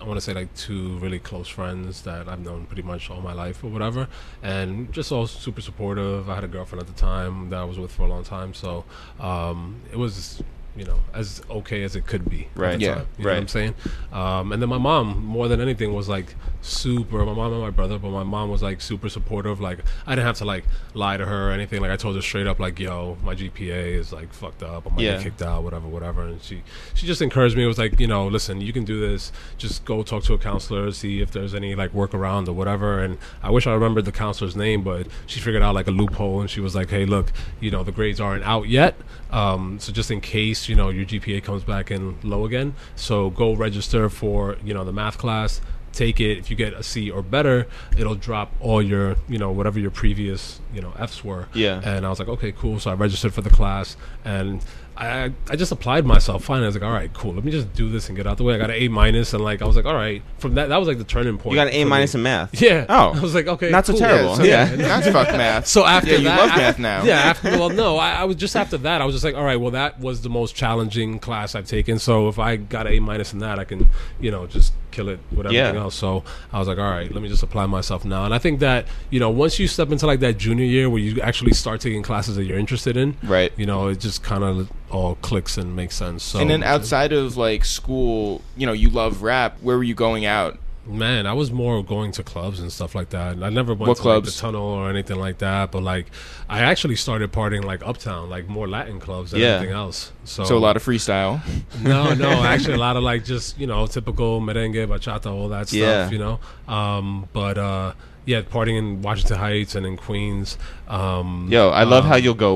[SPEAKER 3] I want to say like two really close friends that I've known pretty much all my life or whatever, and just all super supportive. I had a girlfriend at the time that I was with for a long time, so um, it was. You know, as okay as it could be.
[SPEAKER 1] Right.
[SPEAKER 3] At the
[SPEAKER 1] Yeah.
[SPEAKER 3] Time, you know what
[SPEAKER 1] Right.
[SPEAKER 3] I'm saying? Um, and then my mom, more than anything, was like super. My mom and my brother, but my mom was like super supportive. Like I didn't have to like lie to her or anything. Like I told her straight up, like, "Yo, my GPA is like fucked up. I'm gonna
[SPEAKER 1] Yeah.
[SPEAKER 3] get kicked out, whatever, whatever." And she she just encouraged me. It was like, you know, listen, you can do this. Just go talk to a counselor, see if there's any like workaround or whatever. And I wish I remembered the counselor's name, but she figured out like a loophole, and she was like, "Hey, look, you know, the grades aren't out yet, um, so just in case, you know, your GPA comes back in low again, so go register for you know the math class." take it. If you get a C or better, it'll drop all your, you know, whatever your previous, you know, Fs were.
[SPEAKER 1] Yeah.
[SPEAKER 3] And I was like, okay, cool. So I registered for the class and I, I just applied myself. Finally, I was like, all right, cool. Let me just do this and get out the way. I got an A minus, and like I was like, all right. From that, that was like the turning point.
[SPEAKER 1] You got an
[SPEAKER 3] for
[SPEAKER 1] A
[SPEAKER 3] me.
[SPEAKER 1] minus in math.
[SPEAKER 3] Yeah.
[SPEAKER 1] Oh.
[SPEAKER 3] I was like, okay,
[SPEAKER 1] Not so
[SPEAKER 3] cool.
[SPEAKER 1] terrible.
[SPEAKER 2] so
[SPEAKER 1] Yeah.
[SPEAKER 2] that's fuck math.
[SPEAKER 3] So after
[SPEAKER 2] Yeah, you
[SPEAKER 3] that,
[SPEAKER 2] love
[SPEAKER 3] I-
[SPEAKER 2] math now.
[SPEAKER 3] Yeah, after, well, no, I, I was just after that. I was just like, all right, well, that was the most challenging class I've taken. So if I got an A minus in that, I can, you know, just kill it with everything
[SPEAKER 1] Yeah.
[SPEAKER 3] else. So I was like, all right, let me just apply myself now. And I think that you know, once you step into like that junior year where you actually start taking classes that you're interested in,
[SPEAKER 2] Right.
[SPEAKER 3] You know, it just kind of all clicks and makes sense. So
[SPEAKER 2] And then outside of like school, you know, you love rap. Where were you going out?
[SPEAKER 3] Man, I was more going to clubs and stuff like that. And I never went
[SPEAKER 2] What
[SPEAKER 3] to Like,
[SPEAKER 2] clubs?
[SPEAKER 3] the tunnel or anything like that. But like, I actually started partying like uptown, like more Latin clubs than
[SPEAKER 1] Yeah.
[SPEAKER 3] anything else. So,
[SPEAKER 2] So a lot of freestyle.
[SPEAKER 3] no, no, actually a lot of like just you know typical merengue, bachata, all that stuff.
[SPEAKER 1] Yeah.
[SPEAKER 3] You know, um, but uh, yeah, partying in Washington Heights and in Queens. Um,
[SPEAKER 1] Yo, I love how you'll go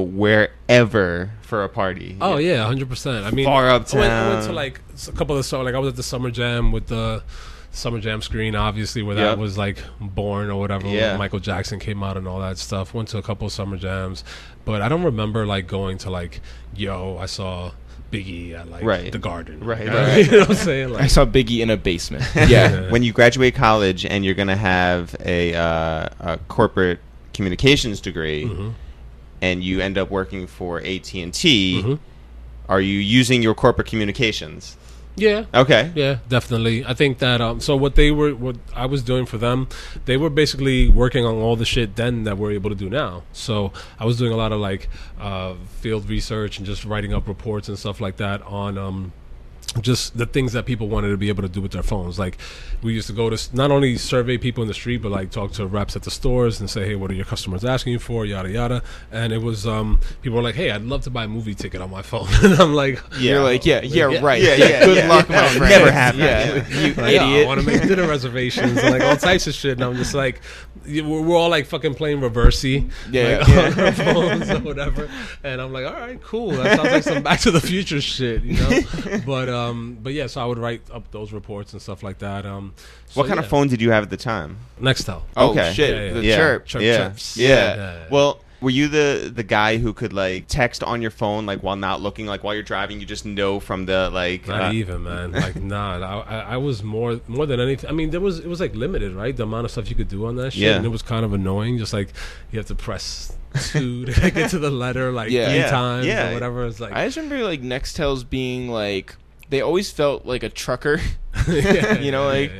[SPEAKER 1] wherever for a party.
[SPEAKER 3] Oh yeah, hundred percent. I mean,
[SPEAKER 1] Far
[SPEAKER 3] I went, I went to
[SPEAKER 1] uptown.
[SPEAKER 3] like s- a couple of the summer. Like I was at the summer jam with the summer jam screen, obviously, where
[SPEAKER 1] Yep.
[SPEAKER 3] that was like born or whatever. when
[SPEAKER 1] Yeah.
[SPEAKER 3] Michael Jackson came out and all that stuff. Went to a couple of summer jams, but I don't remember like going to like, yo, I saw Biggie at like
[SPEAKER 1] Right.
[SPEAKER 3] the Garden.
[SPEAKER 1] Right,
[SPEAKER 3] You
[SPEAKER 1] right.
[SPEAKER 3] know what I'm saying?
[SPEAKER 2] I
[SPEAKER 3] Like,
[SPEAKER 2] saw Biggie in a basement. Yeah.
[SPEAKER 1] Yeah. when you graduate college and you're gonna have a, uh, a corporate communications degree,
[SPEAKER 3] Mm-hmm.
[SPEAKER 1] and you end up working for AT and
[SPEAKER 3] Mm-hmm.
[SPEAKER 1] T, are you using your corporate communications?
[SPEAKER 3] yeah.
[SPEAKER 1] Okay.
[SPEAKER 3] Yeah, definitely. I think that um so what they were what I was doing for them, they were basically working on all the shit then that we're able to do now. So I was doing a lot of like uh field research and just writing up reports and stuff like that on um just the things that people wanted to be able to do with their phones. Like we used to go to s- not only survey people in the street, but like talk to reps at the stores and say, "Hey, what are your customers asking you for?" Yada yada. And it was um, people were like, "Hey, I'd love to buy a movie ticket on my phone," and I'm like,
[SPEAKER 2] You're like, yeah, yeah, right.
[SPEAKER 1] Yeah, yeah,
[SPEAKER 2] Good
[SPEAKER 1] yeah.
[SPEAKER 2] luck, my friend.
[SPEAKER 1] Never happened.
[SPEAKER 2] Yeah, you
[SPEAKER 3] Like, "Oh, I
[SPEAKER 2] idiot.
[SPEAKER 3] want to make dinner reservations and like all types of shit. And I'm just like, y- we're, we're all like fucking playing reversey,
[SPEAKER 2] Yeah,
[SPEAKER 3] like,
[SPEAKER 2] yeah.
[SPEAKER 3] on our phones or whatever. And I'm like, all right, cool. That sounds like some Back to the Future shit, you know. But um, but yeah, so I would write up those reports and stuff like that. Um, so
[SPEAKER 1] What kind
[SPEAKER 3] yeah.
[SPEAKER 1] of phone did you have at the time?
[SPEAKER 3] Nextel.
[SPEAKER 2] Oh
[SPEAKER 1] Okay.
[SPEAKER 2] shit,
[SPEAKER 3] Yeah, yeah.
[SPEAKER 2] the
[SPEAKER 1] yeah.
[SPEAKER 2] chirp.
[SPEAKER 3] Chirp,
[SPEAKER 1] yeah.
[SPEAKER 3] chirp.
[SPEAKER 1] Yeah.
[SPEAKER 2] Yeah.
[SPEAKER 3] Yeah.
[SPEAKER 1] Well, were you the the guy who could like text on your phone like while not looking, like while you're driving, you just know from the like uh,
[SPEAKER 3] Not even, man. Like, nah. I, I- I was more more than anything. I mean, there was it was like limited, right? The amount of stuff you could do on that shit,
[SPEAKER 1] Yeah.
[SPEAKER 3] and it was kind of annoying. Just like you have to press two to get to the letter, like
[SPEAKER 2] Yeah.
[SPEAKER 3] three
[SPEAKER 1] Yeah.
[SPEAKER 3] times
[SPEAKER 1] Yeah.
[SPEAKER 3] or whatever. It's like
[SPEAKER 2] I just remember like Nextels being like they always felt like a trucker. you know, like-
[SPEAKER 1] Yeah.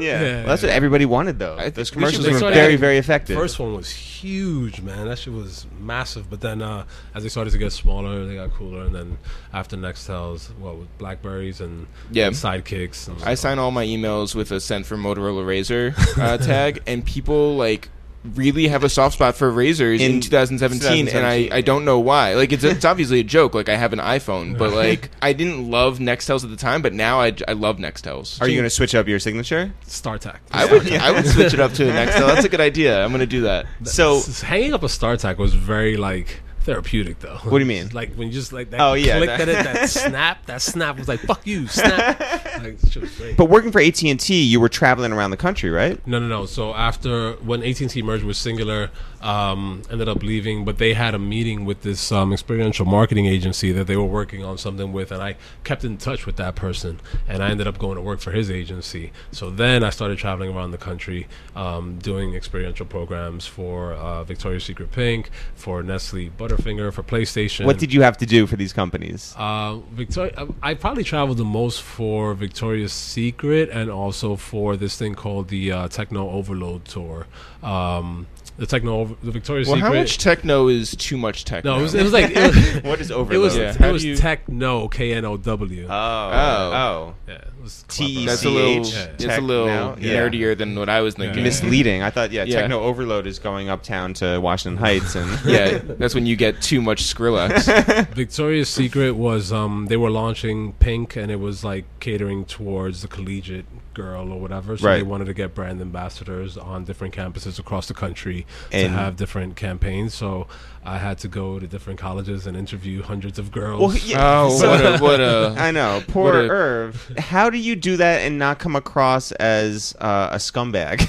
[SPEAKER 3] Yeah.
[SPEAKER 1] Well, that's what everybody wanted though.
[SPEAKER 2] I think
[SPEAKER 1] Those
[SPEAKER 2] we should
[SPEAKER 1] commercials
[SPEAKER 3] make
[SPEAKER 1] were
[SPEAKER 3] sure they
[SPEAKER 1] very,
[SPEAKER 3] had-
[SPEAKER 1] very effective.
[SPEAKER 3] First one was huge, man. That shit was massive. But then uh, as they started to get smaller, they got cooler. And then after Nextels, what with Blackberries and
[SPEAKER 2] Yeah.
[SPEAKER 3] sidekicks. And
[SPEAKER 2] I sign all my emails with a sent from Motorola Razor uh, tag, and people like really have a soft spot for razors in,
[SPEAKER 1] In
[SPEAKER 2] 2017, and I, I don't know why like it's, it's obviously a joke like i have an iphone but like i didn't love nextels at the time but now i, I love nextels
[SPEAKER 1] Are you going to switch up your signature?
[SPEAKER 3] StarTAC.
[SPEAKER 2] i would i would switch it up to a nextel that's a good idea i'm gonna do that
[SPEAKER 1] So
[SPEAKER 3] S- hanging up a StarTAC was very like therapeutic though. What
[SPEAKER 1] do you mean?
[SPEAKER 3] Like when you just like that
[SPEAKER 1] Oh, yeah,
[SPEAKER 3] click
[SPEAKER 1] that-
[SPEAKER 3] that, it, that snap, that snap was like fuck you, snap. like, shit was great.
[SPEAKER 1] But working for AT and T, you were traveling around the country, right?
[SPEAKER 3] No, no, no. So after when AT&T merged with Singular, um, ended up leaving, but they had a meeting with this um, experiential marketing agency that they were working on something with, and I kept in touch with that person, and I ended up going to work for his agency. So then I started traveling around the country, um, doing experiential programs for uh, Victoria's Secret Pink, for Nestle Butterfinger, for PlayStation.
[SPEAKER 1] What did you have to do for these companies?
[SPEAKER 3] Uh, Victoria, I I probably traveled the most for Victoria's Secret and also for this thing called the uh, Techno Overload Tour. Um, the Techno, Over- the Victoria's
[SPEAKER 2] well
[SPEAKER 3] Secret.
[SPEAKER 2] how much techno is too much techno
[SPEAKER 3] no, it was, it was like it was,
[SPEAKER 1] What is
[SPEAKER 3] it
[SPEAKER 1] overload?
[SPEAKER 3] was,
[SPEAKER 2] Yeah.
[SPEAKER 3] it
[SPEAKER 2] How
[SPEAKER 3] was
[SPEAKER 2] do you-
[SPEAKER 3] Techno K N O W.
[SPEAKER 1] Oh,
[SPEAKER 2] Oh.
[SPEAKER 1] oh,
[SPEAKER 3] yeah, it was
[SPEAKER 1] T-
[SPEAKER 3] clever.
[SPEAKER 2] that's a little
[SPEAKER 1] CH,
[SPEAKER 2] it's a
[SPEAKER 1] techno,
[SPEAKER 2] little
[SPEAKER 1] yeah.
[SPEAKER 2] nerdier than what i was thinking
[SPEAKER 1] misleading. I thought, yeah,
[SPEAKER 2] Yeah.
[SPEAKER 1] techno overload is going uptown to Washington Heights, and
[SPEAKER 2] yeah that's when you get too much skrillex
[SPEAKER 3] Victoria's Secret was um, they were launching Pink, and it was like catering towards the collegiate girl or whatever. So
[SPEAKER 1] Right.
[SPEAKER 3] they wanted to get brand ambassadors on different campuses across the country
[SPEAKER 1] And-
[SPEAKER 3] to have different campaigns. So I had to go to different colleges and interview hundreds of girls.
[SPEAKER 1] Well, yeah,
[SPEAKER 2] Oh,
[SPEAKER 1] so-
[SPEAKER 2] what a what a
[SPEAKER 1] I know. Poor
[SPEAKER 2] What a-
[SPEAKER 1] Irv. How do you do that and not come across as uh, a scumbag?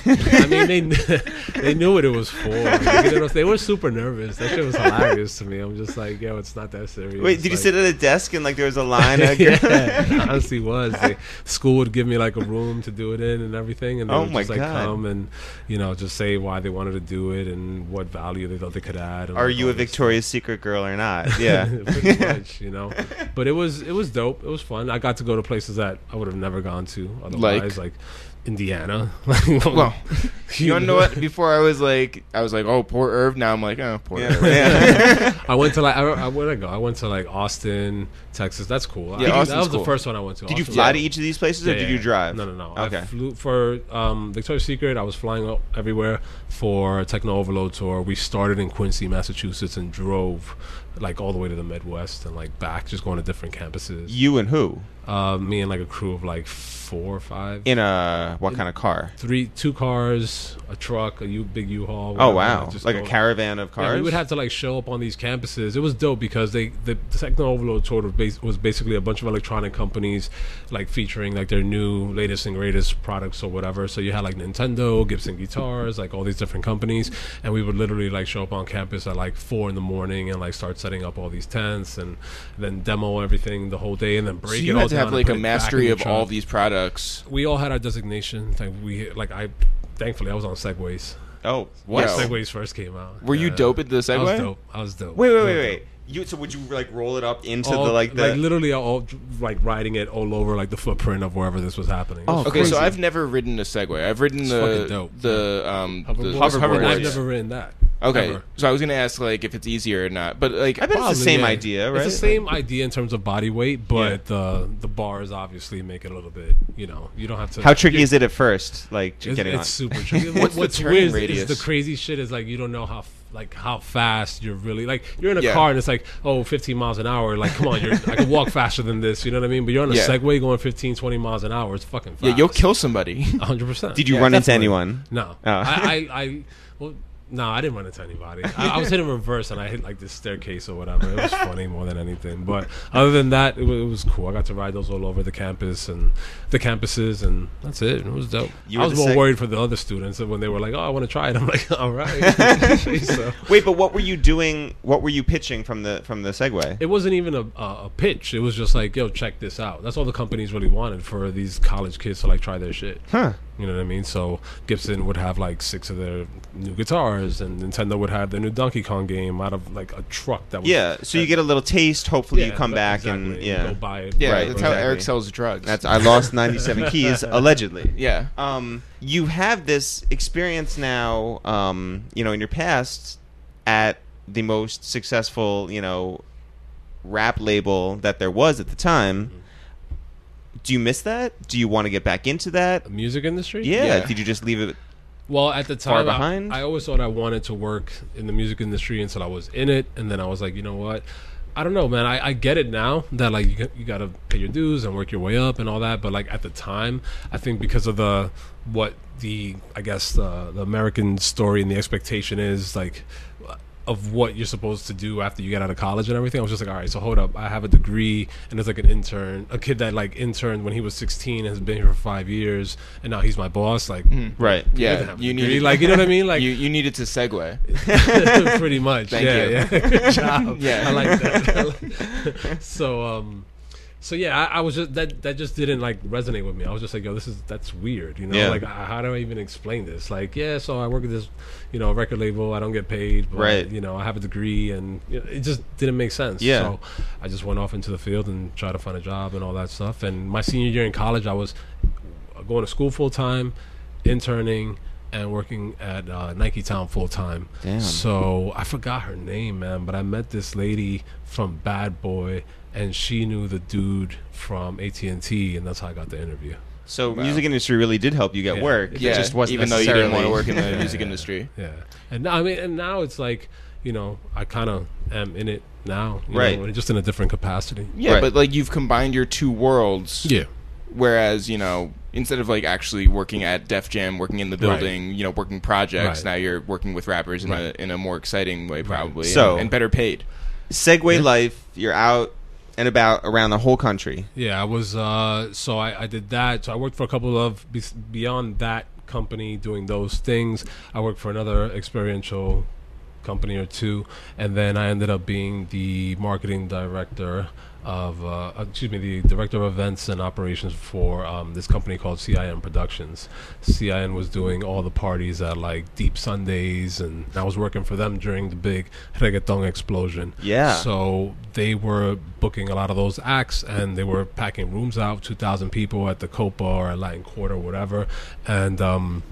[SPEAKER 3] I mean, they kn- they knew what it was for. Like, you know, they were super nervous. That shit was hilarious to me. I'm just like, yo, it's not that serious.
[SPEAKER 1] Wait, did you
[SPEAKER 3] Like-
[SPEAKER 1] sit at a desk and like there was a line? of girls?
[SPEAKER 3] yeah, it honestly was. They, school would give me like a room to do it in and everything, and they
[SPEAKER 1] Oh
[SPEAKER 3] would
[SPEAKER 1] my
[SPEAKER 3] just like
[SPEAKER 1] God.
[SPEAKER 3] come and you know just say why they wanted to do it and what value they thought they could add. and,
[SPEAKER 1] Are
[SPEAKER 3] like,
[SPEAKER 1] you
[SPEAKER 3] all
[SPEAKER 1] a
[SPEAKER 3] this
[SPEAKER 1] Victoria's Secret girl or not?
[SPEAKER 3] yeah,
[SPEAKER 1] Yeah.
[SPEAKER 3] pretty much, you know. But it was it was dope. It was fun. I got to go to places that I would have never gone to otherwise, like, Indiana.
[SPEAKER 2] well. You know what? Before I was like, I was like, oh, poor Irv. Now I'm like, oh, poor
[SPEAKER 1] Yeah.
[SPEAKER 2] Irv.
[SPEAKER 1] Yeah.
[SPEAKER 3] I went to like I, I where did I go? I went to like Austin, Texas. That's cool.
[SPEAKER 2] Yeah,
[SPEAKER 3] I, that
[SPEAKER 2] Austin's
[SPEAKER 3] was
[SPEAKER 2] cool.
[SPEAKER 3] the first one I went to.
[SPEAKER 1] Did you
[SPEAKER 3] Austin was
[SPEAKER 1] fly
[SPEAKER 3] dope.
[SPEAKER 1] to each of these places or
[SPEAKER 3] Yeah,
[SPEAKER 1] did
[SPEAKER 3] yeah,
[SPEAKER 1] you
[SPEAKER 3] yeah.
[SPEAKER 1] drive?
[SPEAKER 3] No, no, no.
[SPEAKER 1] Okay.
[SPEAKER 3] I flew for um, Victoria's Secret. I was flying o- everywhere for Techno Overload tour. We started in Quincy, Massachusetts, and drove like all the way to the Midwest and like back, just going to different campuses.
[SPEAKER 1] You and who?
[SPEAKER 3] Uh, me and like a crew of like four or five,
[SPEAKER 1] In a what kind of car?
[SPEAKER 3] three, two cars, a truck, a U, big U-Haul.
[SPEAKER 1] Oh
[SPEAKER 3] whatever,
[SPEAKER 1] wow,
[SPEAKER 3] just
[SPEAKER 1] like a
[SPEAKER 3] go-
[SPEAKER 1] caravan of
[SPEAKER 3] yeah,
[SPEAKER 1] cars.
[SPEAKER 3] we would have to like show up on these campuses. It was dope because they the Techno Overload tour was, bas- was basically a bunch of electronic companies like featuring like their new latest and greatest products or whatever. So you had like Nintendo, Gibson guitars, like all these different companies, and we would literally like show up on campus at like four in the morning and like start setting up all these tents and then demo everything the whole day and then break
[SPEAKER 2] So
[SPEAKER 3] it
[SPEAKER 2] you
[SPEAKER 3] all
[SPEAKER 2] had to
[SPEAKER 3] down
[SPEAKER 2] have
[SPEAKER 3] and
[SPEAKER 2] like a
[SPEAKER 3] put it back in
[SPEAKER 2] mastery
[SPEAKER 3] the
[SPEAKER 2] of all
[SPEAKER 3] truck.
[SPEAKER 2] these products.
[SPEAKER 3] We all had our designation. Like we like I, thankfully I was on Segways.
[SPEAKER 1] oh,
[SPEAKER 2] What?
[SPEAKER 1] yes.
[SPEAKER 2] Yo.
[SPEAKER 3] Segways first came out.
[SPEAKER 2] Were you
[SPEAKER 3] Yeah.
[SPEAKER 2] dope at the
[SPEAKER 3] I was
[SPEAKER 2] Segway?
[SPEAKER 3] dope. I was dope.
[SPEAKER 1] Wait, wait,
[SPEAKER 3] Real
[SPEAKER 1] wait,
[SPEAKER 3] dope.
[SPEAKER 1] wait. You so would you like roll it up into
[SPEAKER 3] all-
[SPEAKER 1] the like the
[SPEAKER 3] literally all like riding it all over like the footprint of wherever this was happening.
[SPEAKER 1] Oh,
[SPEAKER 2] Okay,
[SPEAKER 1] Crazy.
[SPEAKER 2] so I've never ridden a Segway. I've ridden
[SPEAKER 3] fucking
[SPEAKER 2] the
[SPEAKER 3] dope.
[SPEAKER 2] the um the
[SPEAKER 3] hoverboard.
[SPEAKER 1] hoverboard.
[SPEAKER 3] I've
[SPEAKER 2] hoverboards.
[SPEAKER 3] never ridden that.
[SPEAKER 2] Okay,
[SPEAKER 3] ever.
[SPEAKER 2] so I was gonna ask like if it's easier or not, but like
[SPEAKER 1] I bet it's
[SPEAKER 3] Probably,
[SPEAKER 1] the same
[SPEAKER 3] yeah.
[SPEAKER 1] idea, right?
[SPEAKER 3] It's the same idea in terms of body weight, but the the bars obviously make it a little bit. You know, you don't have to.
[SPEAKER 1] How tricky is it at first? Like just
[SPEAKER 3] It's,
[SPEAKER 1] getting
[SPEAKER 3] it's
[SPEAKER 1] on.
[SPEAKER 3] super tricky.
[SPEAKER 2] What's
[SPEAKER 3] What's,
[SPEAKER 2] the turning
[SPEAKER 3] weird is-
[SPEAKER 2] radius?
[SPEAKER 3] is the crazy shit is like you don't know how f- like how fast you're really like you're in a
[SPEAKER 2] Yeah.
[SPEAKER 3] car and it's like oh 15 miles an hour like come on you're I can walk faster than this you know what I mean but you're on a
[SPEAKER 2] Yeah.
[SPEAKER 3] Segway going 15 20 miles an hour it's fucking fast
[SPEAKER 2] yeah, you'll kill somebody.
[SPEAKER 3] 100 percent
[SPEAKER 1] Did you
[SPEAKER 2] Yeah,
[SPEAKER 1] run into
[SPEAKER 2] definitely.
[SPEAKER 1] anyone?
[SPEAKER 3] No,
[SPEAKER 1] Oh.
[SPEAKER 3] I, I, I, well, no, I didn't run into anybody. I, I was hitting reverse and I hit like this staircase or whatever. It was funny more than anything. But other than that, it, wa- it was cool. I got to ride those all over the campus and the campuses, and that's it. It was dope.
[SPEAKER 1] You
[SPEAKER 3] I
[SPEAKER 1] were
[SPEAKER 3] was
[SPEAKER 1] the
[SPEAKER 3] more
[SPEAKER 1] sec-
[SPEAKER 3] worried for the other students when they were like, "Oh, I want to try it." I'm like, "All right." so.
[SPEAKER 1] Wait, but what were you doing? What were you pitching from the from the Segway?
[SPEAKER 3] It wasn't even a, a, a pitch. It was just like, yo, check this out. That's all the companies really wanted for these college kids to like try their shit.
[SPEAKER 1] Huh.
[SPEAKER 3] You know what I mean? So Gibson would have like six of their new guitars, and Nintendo would have their new Donkey Kong game out of like a truck that was
[SPEAKER 1] Yeah, so you get a little taste. Hopefully, you
[SPEAKER 3] Yeah,
[SPEAKER 1] come
[SPEAKER 3] but-
[SPEAKER 1] back and
[SPEAKER 3] exactly,
[SPEAKER 1] yeah.
[SPEAKER 3] go buy it.
[SPEAKER 2] Yeah,
[SPEAKER 1] Right,
[SPEAKER 2] that's how
[SPEAKER 1] exactly.
[SPEAKER 2] Eric sells drugs.
[SPEAKER 1] That's I lost ninety seven keys allegedly.
[SPEAKER 2] yeah.
[SPEAKER 1] um, you have this experience now, um, you know, in your past at the most successful, you know, rap label that there was at the time. Do you miss that? Do you want to get back into that?
[SPEAKER 3] The music industry.
[SPEAKER 1] Yeah.
[SPEAKER 2] Yeah.
[SPEAKER 1] Did you just leave it?
[SPEAKER 3] Well, at the
[SPEAKER 1] Far
[SPEAKER 3] time, I-
[SPEAKER 1] behind?
[SPEAKER 3] I, always thought I wanted to work in the music industry until I was in it, and then I was like, you know what? I don't know, man. I, I get it now that like you, got- you gotta pay your dues and work your way up and all that, but like at the time, I think because of the what the I guess the the American story and the expectation is like of what you're supposed to do after you get out of college and everything. I was just like, all right, so hold up, I have a degree, and it's like an intern, a kid that like interned when he was 16 and has been here for five years, and now he's my boss. Like,
[SPEAKER 1] Right.
[SPEAKER 3] doesn't
[SPEAKER 2] Yeah,
[SPEAKER 3] have a
[SPEAKER 2] you
[SPEAKER 3] degree.
[SPEAKER 2] needed
[SPEAKER 3] like you know what I mean, like
[SPEAKER 2] you you needed to segue.
[SPEAKER 3] pretty much.
[SPEAKER 2] Thank
[SPEAKER 3] yeah,
[SPEAKER 2] you.
[SPEAKER 3] yeah. Good job.
[SPEAKER 2] Yeah.
[SPEAKER 3] I like that. I like- so, um, so yeah, I, I was just that that just didn't like resonate with me. I was just like, yo, this is that's weird. You know,
[SPEAKER 1] Yeah.
[SPEAKER 3] like h- how do I even explain this? Like, yeah, so I work at this, you know, record label. I don't get paid. But,
[SPEAKER 1] Right.
[SPEAKER 3] You know, I have a degree, and you know, it just didn't make sense.
[SPEAKER 1] Yeah.
[SPEAKER 3] So I just went off into the field and tried to find a job and all that stuff. And my senior year in college, I was going to school full time, interning, and working at uh, Nike Town full time.
[SPEAKER 1] Damn.
[SPEAKER 3] So I forgot her name, man, but I met this lady from Bad Boy, and she knew the dude from AT and T, and that's how I got the interview.
[SPEAKER 1] So music industry really did help you get
[SPEAKER 3] Yeah.
[SPEAKER 1] work.
[SPEAKER 2] Yeah,
[SPEAKER 1] It just wasn't
[SPEAKER 2] even though you didn't want to
[SPEAKER 1] necessarily-
[SPEAKER 2] work in the
[SPEAKER 3] Yeah,
[SPEAKER 2] music
[SPEAKER 3] yeah,
[SPEAKER 2] industry.
[SPEAKER 3] Yeah, and now I mean, and now it's like, you know, I kind of am in it now, you
[SPEAKER 1] Right.
[SPEAKER 3] know, just in a different capacity.
[SPEAKER 2] Yeah,
[SPEAKER 1] Right.
[SPEAKER 2] but like you've combined your two worlds,
[SPEAKER 3] Yeah.
[SPEAKER 2] whereas you know instead of like actually working at Def Jam, working in the building, you know, working projects.
[SPEAKER 3] Right.
[SPEAKER 2] Now you're working with rappers in a in a more exciting way, probably,
[SPEAKER 1] So-
[SPEAKER 2] and, and better paid.
[SPEAKER 1] Segway life. You're out and about around the whole country.
[SPEAKER 3] Yeah, I was. Uh, so I, I did that. So I worked for a couple of be- beyond that company doing those things. I worked for another experiential company or two, and then I ended up being the marketing director of, uh, excuse me, the director of events and operations for um, this company called CIN Productions. CIN was doing all the parties at like Deep Sundays, and I was working for them during the big reggaeton explosion.
[SPEAKER 1] Yeah.
[SPEAKER 3] So they were booking a lot of those acts, and they were packing rooms out, two thousand people at the Copa or at Latin Quarter or whatever, and. Um,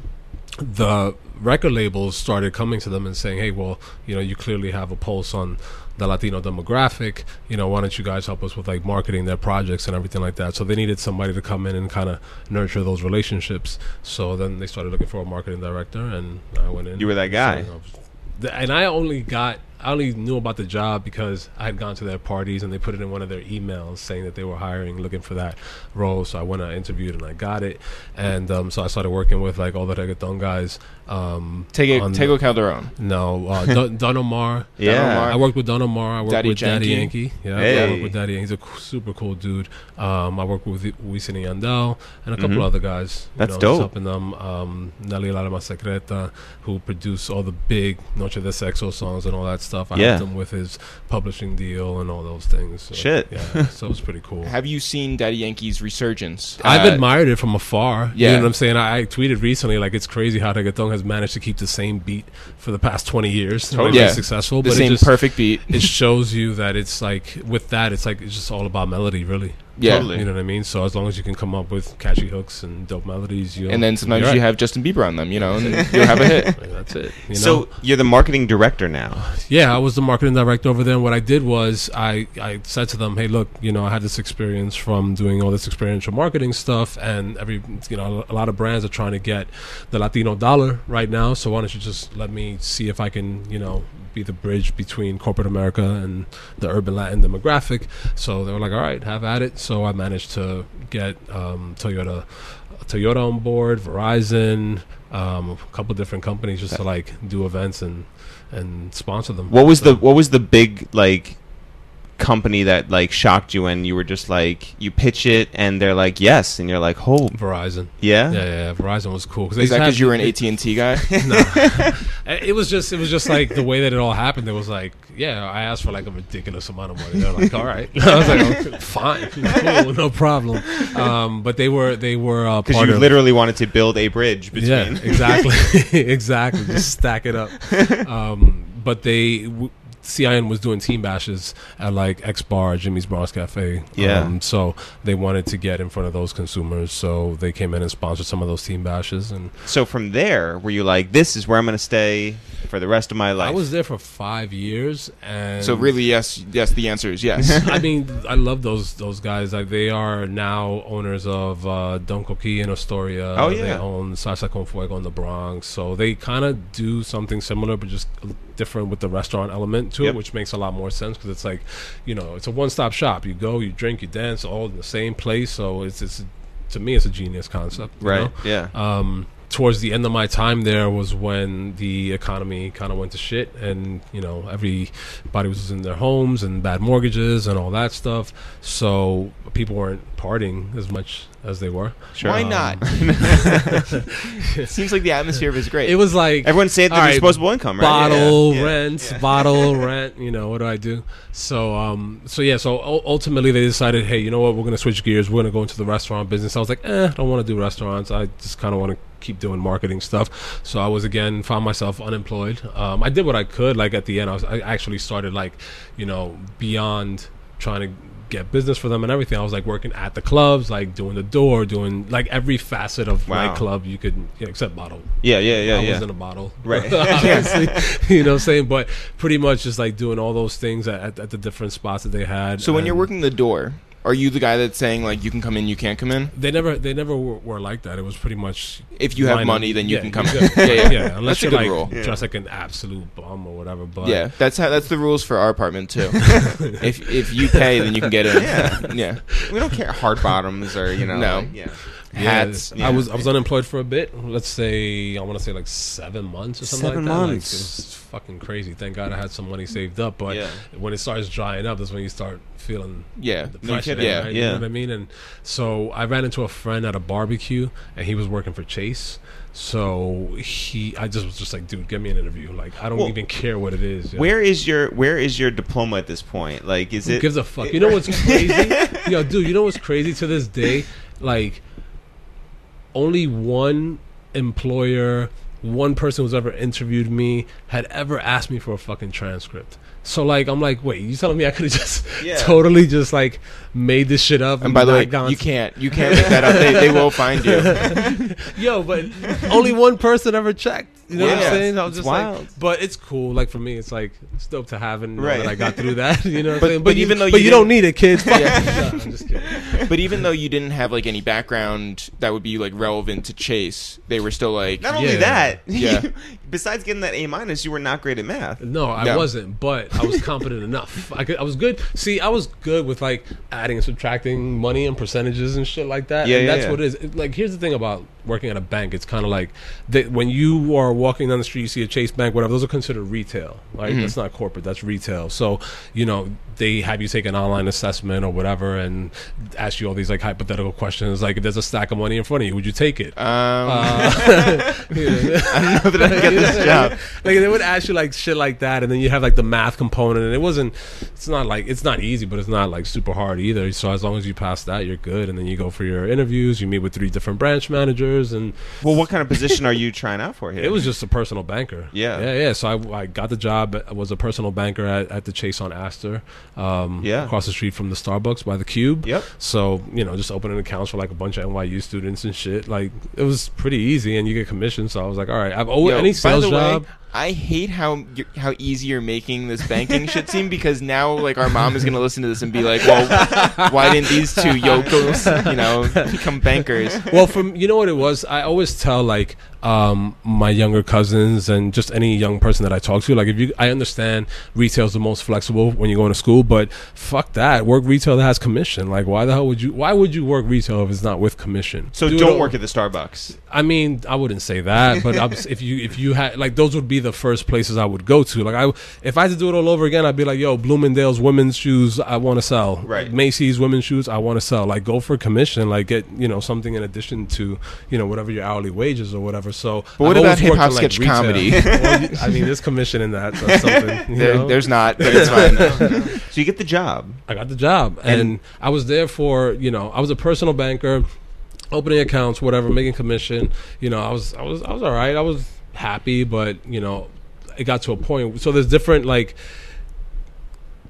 [SPEAKER 3] the record labels started coming to them and saying, "Hey, well, you know, you clearly have a pulse on the Latino demographic. You know, why don't you guys help us with like marketing their projects and everything like that?" So they needed somebody to come in and kind of nurture those relationships. So then they started looking for a marketing director, and I went in.
[SPEAKER 1] You were that guy.
[SPEAKER 3] So, you know, And I only got. I only knew about the job because I had gone to their parties and they put it in one of their emails saying that they were hiring, looking for that role. So I went, I interviewed, and I got it. And um, so I started working with like all the reggaeton guys. Um,
[SPEAKER 2] Tego,
[SPEAKER 3] on-
[SPEAKER 2] Tego Calderon.
[SPEAKER 3] no, uh, Don, Don Omar.
[SPEAKER 1] Yeah.
[SPEAKER 2] Omar.
[SPEAKER 3] I worked with Don Omar. I worked
[SPEAKER 2] Daddy
[SPEAKER 3] with Daddy
[SPEAKER 2] Yankee.
[SPEAKER 3] Yankee. Yeah, I
[SPEAKER 1] Hey.
[SPEAKER 3] worked with Daddy. Yankee. He's a c- super cool dude. Um, I worked with Wisin and Yandel and a couple
[SPEAKER 2] Mm-hmm.
[SPEAKER 3] other guys. you
[SPEAKER 1] That's
[SPEAKER 3] know, just
[SPEAKER 1] dope.
[SPEAKER 3] Helping them. Um, Nelly La Lama Secreta, who produced all the big Noche de Sexo songs and all that stuff. I
[SPEAKER 1] Yeah.
[SPEAKER 3] helped him with his publishing deal and all those things. So,
[SPEAKER 1] Shit.
[SPEAKER 3] Yeah, so it was pretty cool.
[SPEAKER 2] Have you seen Daddy Yankee's resurgence?
[SPEAKER 3] I've
[SPEAKER 2] Uh,
[SPEAKER 3] admired it from afar. You
[SPEAKER 2] yeah.
[SPEAKER 3] know what I'm saying? I, I tweeted recently, like, it's crazy how reggaeton has managed to keep the same beat for the past 20 years. Totally.
[SPEAKER 2] Yeah.
[SPEAKER 3] successful,
[SPEAKER 2] the
[SPEAKER 3] but
[SPEAKER 2] same
[SPEAKER 3] it just,
[SPEAKER 2] perfect beat.
[SPEAKER 3] it shows you that it's like, with that, it's like, it's just all about melody, really.
[SPEAKER 2] Yeah.
[SPEAKER 1] Totally.
[SPEAKER 3] You know what I mean? So as long as you can come up with catchy hooks and dope melodies, you'll.
[SPEAKER 2] And then sometimes
[SPEAKER 3] you're
[SPEAKER 2] you
[SPEAKER 3] right.
[SPEAKER 2] have Justin Bieber on them, you know, and you'll have a hit.
[SPEAKER 3] That's it. you know?
[SPEAKER 1] So you're the marketing director now.
[SPEAKER 3] Yeah, I was the marketing director over there. And what I did was I, I said to them, hey, look, you know, I had this experience from doing all this experiential marketing stuff, and every, you know, a lot of brands are trying to get the Latino dollar right now. So why don't you just let me see if I can, you know, be the bridge between corporate America and the urban Latin demographic. So they were like, all right, have at it. So I managed to get um, Toyota. Toyota on board, Verizon, um, a couple different companies just to like do events and and sponsor them.
[SPEAKER 1] What was
[SPEAKER 3] So-
[SPEAKER 1] the what was the big like company that like shocked you when you were just like you pitch it and they're like yes and you're like oh
[SPEAKER 3] Verizon?
[SPEAKER 1] yeah
[SPEAKER 3] Yeah, yeah, yeah, Verizon was cool
[SPEAKER 2] Is
[SPEAKER 3] they
[SPEAKER 2] that
[SPEAKER 3] had-
[SPEAKER 2] because you were an AT and T guy?
[SPEAKER 3] It it was just it was just like the way that it all happened. It was like, yeah, I asked for like a ridiculous amount of money. They're like, all right, I was like, okay, fine, cool, no problem. Um, but they were they were uh,
[SPEAKER 1] because
[SPEAKER 3] part
[SPEAKER 1] you
[SPEAKER 3] of-
[SPEAKER 1] literally wanted to build a bridge between
[SPEAKER 3] Yeah, exactly, exactly. Just stack it up. Um, but they, w- CIN was doing team bashes at like X Bar, Jimmy's Bronx Cafe.
[SPEAKER 1] Yeah.
[SPEAKER 3] Um, so they wanted to get in front of those consumers, so they came in and sponsored some of those team bashes, and
[SPEAKER 1] so from there were you like this is where I'm gonna stay for the rest of my life
[SPEAKER 3] I was there for five years, and
[SPEAKER 2] so really, yes, yes. The answer is yes.
[SPEAKER 3] I mean, I love those those guys. Like they are now owners of uh, Don Coqui in Astoria.
[SPEAKER 1] Oh,
[SPEAKER 3] they
[SPEAKER 1] yeah.
[SPEAKER 3] own Salsa Con Fuego in the Bronx. So they kind of do something similar, but just different with the restaurant element to
[SPEAKER 1] Yep.
[SPEAKER 3] it, which makes a lot more sense because it's like, you know, it's a one stop shop. You go, you drink, you dance, all in the same place. So it's it's to me, it's a genius concept. you
[SPEAKER 1] right
[SPEAKER 3] know?
[SPEAKER 1] yeah
[SPEAKER 3] um, towards the end of my time there was when the economy kind of went to shit and you know everybody was in their homes and bad mortgages and all that stuff so people weren't partying as much as they were
[SPEAKER 1] sure
[SPEAKER 2] Why
[SPEAKER 3] Um,
[SPEAKER 2] not? Seems like the atmosphere was great.
[SPEAKER 3] it was like
[SPEAKER 1] everyone saved their
[SPEAKER 3] all right,
[SPEAKER 1] disposable income right
[SPEAKER 3] bottle
[SPEAKER 1] Yeah. Yeah.
[SPEAKER 3] rent bottle rent you know what do i do so um so yeah so u- ultimately they decided hey you know what we're gonna switch gears we're gonna go into the restaurant business i was like eh, i don't want to do restaurants i just kind of want to keep doing marketing stuff so i was again found myself unemployed um i did what i could like at the end i was i actually started like you know beyond trying to get business for them and everything i was like working at the clubs like doing the door doing like every facet of
[SPEAKER 1] Wow.
[SPEAKER 3] nightclub you could you know, except bottle
[SPEAKER 1] yeah yeah yeah
[SPEAKER 3] I
[SPEAKER 1] yeah
[SPEAKER 3] was in a bottle.
[SPEAKER 1] Right.
[SPEAKER 3] Obviously. you know what I'm saying? But pretty much just like doing all those things at, at, at the different spots that they had.
[SPEAKER 2] so when you're
[SPEAKER 3] and
[SPEAKER 2] working the door, are you the guy that's saying like you can come in, you can't come in?
[SPEAKER 3] They never, they never were, were like that. It was pretty much
[SPEAKER 2] If you have
[SPEAKER 3] line up.
[SPEAKER 2] money, then you
[SPEAKER 3] Yeah,
[SPEAKER 2] can come
[SPEAKER 3] good.
[SPEAKER 2] in. Yeah, yeah.
[SPEAKER 3] unless
[SPEAKER 2] That's a
[SPEAKER 3] you're
[SPEAKER 2] good
[SPEAKER 3] like
[SPEAKER 2] rule.
[SPEAKER 3] dressed like an absolute bum or whatever. But
[SPEAKER 2] Yeah, that's how that's the rules for our apartment too. if if you pay, then you can get in.
[SPEAKER 1] Yeah.
[SPEAKER 2] yeah.
[SPEAKER 1] we don't care hard bottoms or you know
[SPEAKER 2] No.
[SPEAKER 1] like, yeah hats.
[SPEAKER 3] I was I was unemployed for a bit. Let's say I want to say like seven months or something
[SPEAKER 1] Seven
[SPEAKER 3] like that. Like,
[SPEAKER 1] months.
[SPEAKER 3] it's fucking crazy. Thank God I had some money saved up. But
[SPEAKER 1] Yeah.
[SPEAKER 3] when it starts drying up, that's when you start feeling
[SPEAKER 2] Yeah.
[SPEAKER 3] the
[SPEAKER 1] No
[SPEAKER 3] pressure.
[SPEAKER 1] kidding.
[SPEAKER 3] Yeah,
[SPEAKER 1] Yeah,
[SPEAKER 3] You
[SPEAKER 1] yeah.
[SPEAKER 3] know what I mean? And so I ran into a friend at a barbecue, and he was working for Chase. So he, I just was just like, dude, get me an interview. Like I don't
[SPEAKER 1] Well,
[SPEAKER 3] even care what it is. you know?
[SPEAKER 1] Where is your Where is your diploma at this point? Like, is it
[SPEAKER 3] Who gives a fuck? You know what's crazy? Yo, dude, you know what's crazy to this day? Like, only one employer, one person who's ever interviewed me had ever asked me for a fucking transcript. So like I'm like, wait, you telling me I could have just
[SPEAKER 1] Yeah.
[SPEAKER 3] totally just like made this shit up?
[SPEAKER 2] And by the way,
[SPEAKER 3] not gone-
[SPEAKER 2] you can't you can't make that up. They, they will find you.
[SPEAKER 3] yo, but only one person ever checked. You know what
[SPEAKER 1] Yeah.
[SPEAKER 3] I'm saying? I
[SPEAKER 1] It's
[SPEAKER 3] was just
[SPEAKER 1] wild.
[SPEAKER 3] like, but it's cool. Like for me, it's like it's dope to have and know
[SPEAKER 1] Right.
[SPEAKER 3] that I got through that. You know, what
[SPEAKER 2] But-
[SPEAKER 3] I'm saying?
[SPEAKER 2] but even though
[SPEAKER 3] but
[SPEAKER 2] you
[SPEAKER 3] you, don't need it, kids. Fuck.
[SPEAKER 2] Yeah.
[SPEAKER 3] No, I'm just kidding.
[SPEAKER 2] But even though you didn't have like any background that would be like relevant to Chase, they were still like,
[SPEAKER 1] Not only
[SPEAKER 3] Yeah.
[SPEAKER 1] that,
[SPEAKER 2] Yeah.
[SPEAKER 1] you- besides getting that A minus, you were not great at math.
[SPEAKER 3] No, I
[SPEAKER 2] No.
[SPEAKER 3] wasn't, but I was competent enough. I could, I was good. See, I was good with like adding and subtracting money and percentages and shit like that.
[SPEAKER 1] Yeah,
[SPEAKER 3] and
[SPEAKER 1] yeah,
[SPEAKER 3] that's
[SPEAKER 1] yeah.
[SPEAKER 3] what it is. It- like, here's the thing about working at a bank. It's kind of like that when you are walking down the street, you see a Chase Bank, whatever. Those are considered retail, right?
[SPEAKER 1] Mm-hmm.
[SPEAKER 3] That's not corporate. That's retail. So you know they have you take an online assessment or whatever and ask you all these like hypothetical questions. Like, if there's a stack of money in front of you, would you take it?
[SPEAKER 2] um,
[SPEAKER 3] Uh,
[SPEAKER 1] I don't know that I get this job.
[SPEAKER 3] like they would ask you like shit like that, and then you have like the math component, and it wasn't. It's not like it's not easy, but it's not like super hard either. So as long as you pass that, you're good, and then you go for your interviews. You meet with three different branch managers, and
[SPEAKER 1] Well, what kind of position are you trying out for here?
[SPEAKER 3] it was just a personal banker.
[SPEAKER 1] Yeah.
[SPEAKER 3] yeah, yeah. So I, I got the job. I was a personal banker at, at the Chase on Astor, um,
[SPEAKER 1] Yeah.
[SPEAKER 3] across the street from the Starbucks by the Cube.
[SPEAKER 1] Yep.
[SPEAKER 3] So you know, just opening accounts for like a bunch of NYU students and shit. Like it was pretty easy, and you get commission. So I was like, all right, I've always
[SPEAKER 2] yo,
[SPEAKER 3] any sales
[SPEAKER 2] by the
[SPEAKER 3] job.
[SPEAKER 2] way, I hate how y- how easy you're making this banking shit seem because now like our mom is gonna listen to this and be like, well, why didn't these two yokels, you know, become bankers?
[SPEAKER 3] well, from you know what it was, I always tell like um, my younger cousins and just any young person that I talk to, like if you, I understand retail's the most flexible when you're going to school, but fuck that, work retail that has commission. Like, why the hell would you? Why would you work retail if it's not with commission?
[SPEAKER 1] so
[SPEAKER 3] Do it
[SPEAKER 1] don't
[SPEAKER 3] all-
[SPEAKER 1] work at the Starbucks.
[SPEAKER 3] I mean, I wouldn't say that, but I'm, if you if you had like those would be the first places I would go to. Like I, if I had to do it all over again, I'd be like, yo, Bloomingdale's women's shoes, I want to sell.
[SPEAKER 1] Right.
[SPEAKER 3] Macy's women's shoes, I want to sell. Like go for commission, like get you know something in addition to you know whatever your hourly wages or whatever. So,
[SPEAKER 2] But what
[SPEAKER 3] I've
[SPEAKER 2] about
[SPEAKER 3] always worked
[SPEAKER 2] hip-hop
[SPEAKER 3] in,
[SPEAKER 2] sketch
[SPEAKER 3] retail.
[SPEAKER 2] comedy?
[SPEAKER 3] Well, you- I mean, there's commission in that. So that's something. you
[SPEAKER 2] There,
[SPEAKER 3] know?
[SPEAKER 2] there's not, but it's fine.
[SPEAKER 1] So you get the job.
[SPEAKER 3] I got the job, and, I was there for you know I was a personal banker, opening accounts, whatever, making commission. You know, I was I was I was all right. I was happy, but you know, it got to a point. So there's different like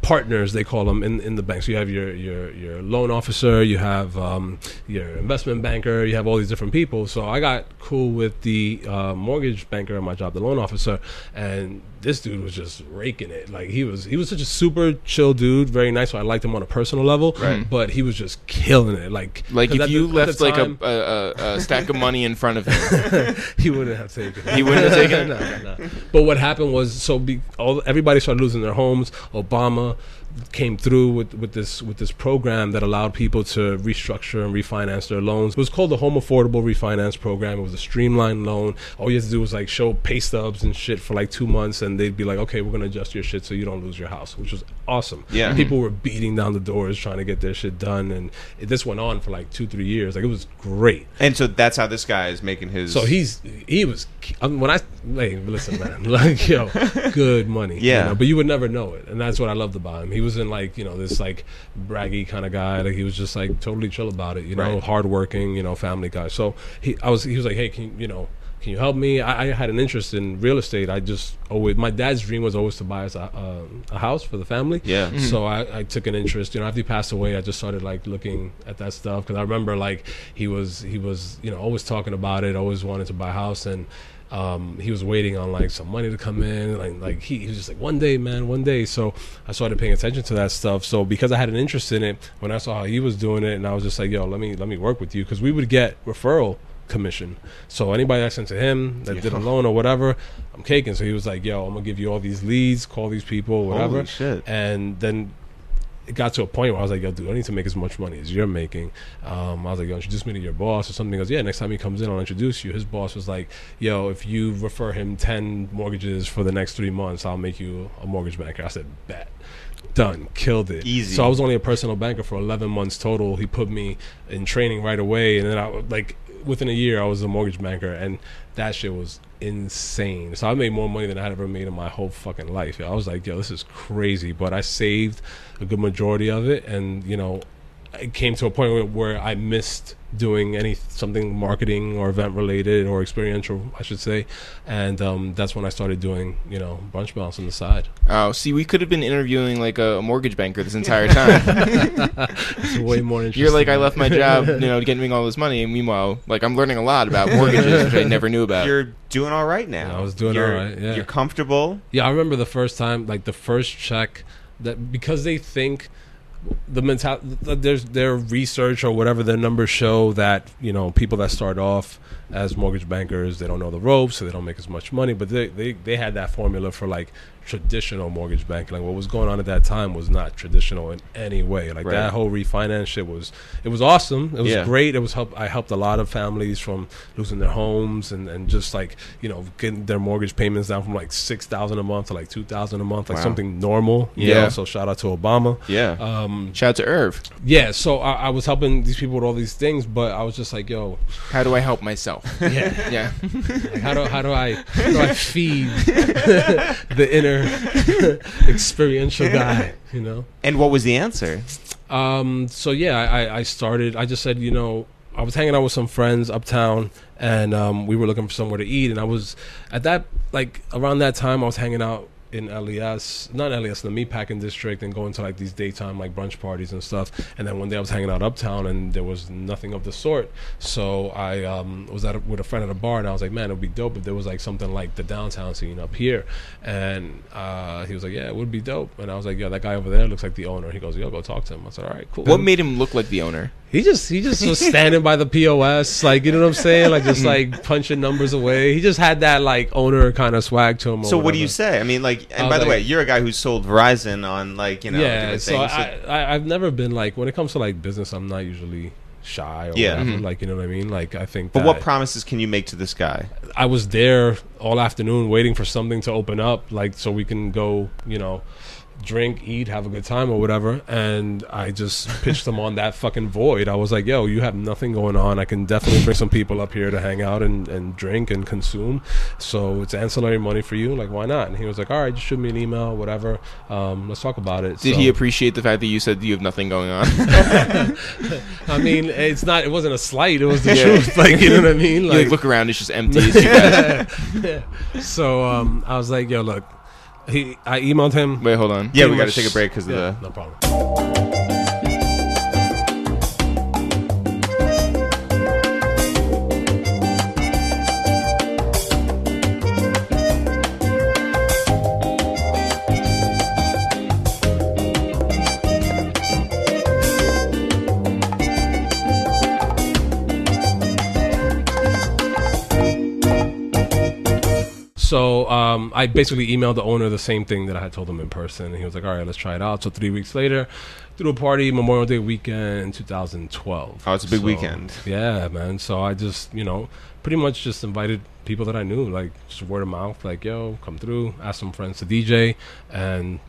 [SPEAKER 3] partners they call them in, in the bank so you have your your your loan officer you have um, your investment banker you have all these different people so i got cool with the uh, mortgage banker at my job the loan officer and this dude was just raking it like he was he was such a super chill dude very nice so i liked him on a personal level
[SPEAKER 2] Right.
[SPEAKER 3] but he was just killing it like
[SPEAKER 2] Like
[SPEAKER 3] 'cause
[SPEAKER 2] if
[SPEAKER 3] at
[SPEAKER 2] you
[SPEAKER 3] the- at
[SPEAKER 2] left
[SPEAKER 3] the
[SPEAKER 2] like a,
[SPEAKER 3] time,
[SPEAKER 2] a, a, a stack of money in front of him,
[SPEAKER 3] he wouldn't have taken it.
[SPEAKER 2] He wouldn't have taken it?
[SPEAKER 3] no, no, no. But what happened was, so be, all everybody started losing their homes. Obama came through with, with this with this program that allowed people to restructure and refinance their loans. It was called the Home Affordable Refinance Program. It was a streamlined loan. All you had to do was like show pay stubs and shit for like two months, and they'd be like, "Okay, we're gonna adjust your shit so you don't lose your house," which was awesome.
[SPEAKER 1] Yeah.
[SPEAKER 3] people were beating down the doors trying to get their shit done, and it, this went on for like two three years. Like it was great.
[SPEAKER 1] And so that's how this guy is making his.
[SPEAKER 3] So he's he was I mean, when I hey, listen, man, like yo, good money, you
[SPEAKER 1] Yeah.
[SPEAKER 3] know, but you would never know it, and that's what I loved about him. He was in like you know this like braggy kind of guy. Like he was just like totally chill about it, you know,
[SPEAKER 1] Right.
[SPEAKER 3] hardworking, you know, family guy. So he I was he was like, hey, can you, you know. Can you help me? I, I had an interest in real estate. I just always my dad's dream was always to buy us a, um a house for the family.
[SPEAKER 1] Yeah.
[SPEAKER 3] So I, I took an interest. You know, after he passed away, I just started like looking at that stuff because I remember like he was he was you know always talking about it, always wanted to buy a house, and um, he was waiting on like some money to come in. Like like he, he was just like one day, man, one day. So I started paying attention to that stuff. So because I had an interest in it, when I saw how he was doing it, and I was just like, yo, let me let me work with you because we would get referral commission. So anybody that sent to him that did a loan or whatever, I'm caking. So he was like, yo, I'm gonna give you all these leads, call these people, whatever
[SPEAKER 1] Holy shit.
[SPEAKER 3] and then it got to a point where I was like, yo, dude, I need to make as much money as you're making. Um, I was like, yo, introduce me to your boss or something. He goes, yeah, next time he comes in, I'll introduce you. His boss was like, yo, if you refer him 10 mortgages for the next three months, I'll make you a mortgage banker. I said, bet. Done. Killed it.
[SPEAKER 1] Easy.
[SPEAKER 3] So I was only a personal banker for 11 months total. He put me in training right away. And then I, like, within a year, I was a mortgage banker. And that shit was insane. So I made more money than I had ever made in my whole fucking life. I was like, yo, this is crazy. But I saved a good majority of it, and you know, it came to a point where, where I missed doing any something marketing or event related or experiential, I should say. And um, that's when I started doing you know bunch bounce on the side.
[SPEAKER 2] Oh, see, we could have been interviewing like a mortgage banker this entire time.
[SPEAKER 3] It's way more interesting.
[SPEAKER 2] You're like, I left my job, you know, getting all this money, and meanwhile, like, I'm learning a lot about mortgages, which I never knew about.
[SPEAKER 1] You're doing all right now.
[SPEAKER 3] Yeah, I was doing
[SPEAKER 1] You're-
[SPEAKER 3] all right, yeah.
[SPEAKER 1] You're comfortable.
[SPEAKER 3] Yeah, I remember the first time, like the first check that because they think the mental there's their research or whatever their numbers show that you know people that start off as mortgage bankers they don't know the ropes so they don't make as much money but they they, they had that formula for like traditional mortgage banking like what was going on at that time was not traditional in any way like
[SPEAKER 2] Right.
[SPEAKER 3] that whole refinance shit was it was awesome it was
[SPEAKER 2] Yeah.
[SPEAKER 3] great it was help i helped a lot of families from losing their homes and and just like you know getting their mortgage payments down from like 6000 a month to like 2000 a month like
[SPEAKER 1] Wow.
[SPEAKER 3] something normal you
[SPEAKER 2] Yeah.
[SPEAKER 3] know? so shout out to obama
[SPEAKER 1] Yeah.
[SPEAKER 3] um,
[SPEAKER 2] Shout out to Irv.
[SPEAKER 3] yeah, so I, I was helping these people with all these things, but I was just like, yo,
[SPEAKER 2] How do I help myself?
[SPEAKER 3] yeah,
[SPEAKER 2] Yeah.
[SPEAKER 3] like, how do how do I how do I feed the inner experiential guy, you know?
[SPEAKER 1] and what was the answer?
[SPEAKER 3] Um, so yeah, I, I- I started. I just said, you know, I was hanging out with some friends uptown, and um, we were looking for somewhere to eat. And I was at that like around that time, I was hanging out in LES, not LES, the Meatpacking District, and going to like these daytime like brunch parties and stuff. And then one day I was hanging out uptown, and there was nothing of the sort. So I um, was at a, with a friend at a bar, and I was like, man, it would be dope if there was like something like the downtown scene up here. And uh, he was like, yeah, it would be dope. And I was like, yeah, that guy over there looks like the owner. He goes, yo, go talk to him. I said, all right, cool.
[SPEAKER 2] What made him look like the owner?
[SPEAKER 3] He just he just was standing by the POS, like you know what I'm saying, like just like punching numbers away. He just had that like owner kind of swag to him. Or
[SPEAKER 1] So what do
[SPEAKER 3] whatever.
[SPEAKER 1] you say? I mean, like, and by
[SPEAKER 3] I was
[SPEAKER 1] the
[SPEAKER 3] like-
[SPEAKER 1] way, you're a guy who sold Verizon on like you know
[SPEAKER 3] yeah,
[SPEAKER 1] different
[SPEAKER 3] so
[SPEAKER 1] things.
[SPEAKER 3] I, I I've never been like when it comes to like business, I'm not usually shy or
[SPEAKER 1] Yeah. Mm-hmm.
[SPEAKER 3] whatever. Like you know what I mean. Like I think.
[SPEAKER 1] but
[SPEAKER 3] that
[SPEAKER 1] what promises can you make to this guy?
[SPEAKER 3] I was there all afternoon waiting for something to open up, like so we can go, you know, drink, eat, have a good time or whatever. And I just pitched them on that fucking void. I was like, yo, you have nothing going on. I can definitely bring some people up here to hang out and, and drink and consume. So it's ancillary money for you. Like, why not? And he was like, all right, just shoot me an email, whatever. Um, let's talk about it.
[SPEAKER 2] Did
[SPEAKER 3] So-
[SPEAKER 2] he appreciate the fact that you said you have nothing going on?
[SPEAKER 3] I mean, it's not, it wasn't a slight. It was the
[SPEAKER 2] Yeah.
[SPEAKER 3] truth. Like, you know what I mean?
[SPEAKER 2] you like look around, it's just empty. It's you guys.
[SPEAKER 3] so um, I was like, yo, look. He, I emailed him.
[SPEAKER 2] Wait, hold on.
[SPEAKER 1] Yeah, we got
[SPEAKER 3] Pretty
[SPEAKER 1] to
[SPEAKER 3] much-
[SPEAKER 1] take a break because of the.
[SPEAKER 3] Yeah, no problem. So um, I basically emailed the owner the same thing that I had told him in person, and he was like, "All right, let's try it out." So three weeks later, through a party Memorial Day weekend in 2012.
[SPEAKER 1] Oh, it's a big
[SPEAKER 3] So-
[SPEAKER 1] weekend.
[SPEAKER 3] Yeah, man. So I just, you know, pretty much just invited people that I knew, like just word of mouth, like, "Yo, come through." Asked some friends to DJ, and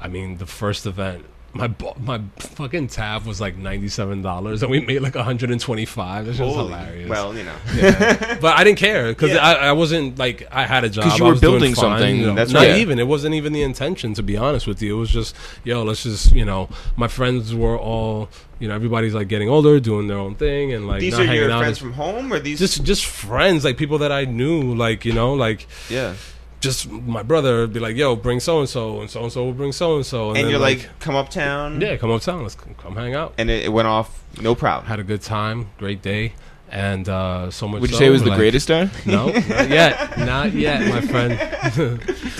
[SPEAKER 3] I mean, the first event, my bo- my fucking tab was like ninety seven dollars, and we made like one hundred and twenty five. This was
[SPEAKER 1] Holy-
[SPEAKER 3] hilarious.
[SPEAKER 1] Well, you know,
[SPEAKER 3] But I didn't care because I, I wasn't like I had a job.
[SPEAKER 2] 'Cause you
[SPEAKER 3] I
[SPEAKER 2] were
[SPEAKER 3] was doing
[SPEAKER 2] building
[SPEAKER 3] fine,
[SPEAKER 2] something,
[SPEAKER 3] you know.
[SPEAKER 2] that's
[SPEAKER 3] not
[SPEAKER 2] right.
[SPEAKER 3] even. It wasn't even the intention to be honest with you. It was just yo, let's just you know. My friends were all you know. Everybody's like getting older, doing their own thing, and like
[SPEAKER 1] these
[SPEAKER 3] not
[SPEAKER 1] are
[SPEAKER 3] hanging
[SPEAKER 1] your
[SPEAKER 3] out.
[SPEAKER 1] friends
[SPEAKER 3] It's
[SPEAKER 1] from home, or these?
[SPEAKER 3] just just friends, like people that I knew, like you know, like
[SPEAKER 1] yeah.
[SPEAKER 3] just my brother would be like, yo, bring so and so, and so and so will bring so and so,
[SPEAKER 1] And you're like, come uptown.
[SPEAKER 3] yeah, come uptown, let's c- come hang out.
[SPEAKER 1] And it, it went off no problem.
[SPEAKER 3] Had a good time, great day. and uh, so much.
[SPEAKER 2] Would you
[SPEAKER 3] so,
[SPEAKER 2] say it was the
[SPEAKER 3] like-
[SPEAKER 2] greatest day?
[SPEAKER 3] No, not yet, not yet, my friend.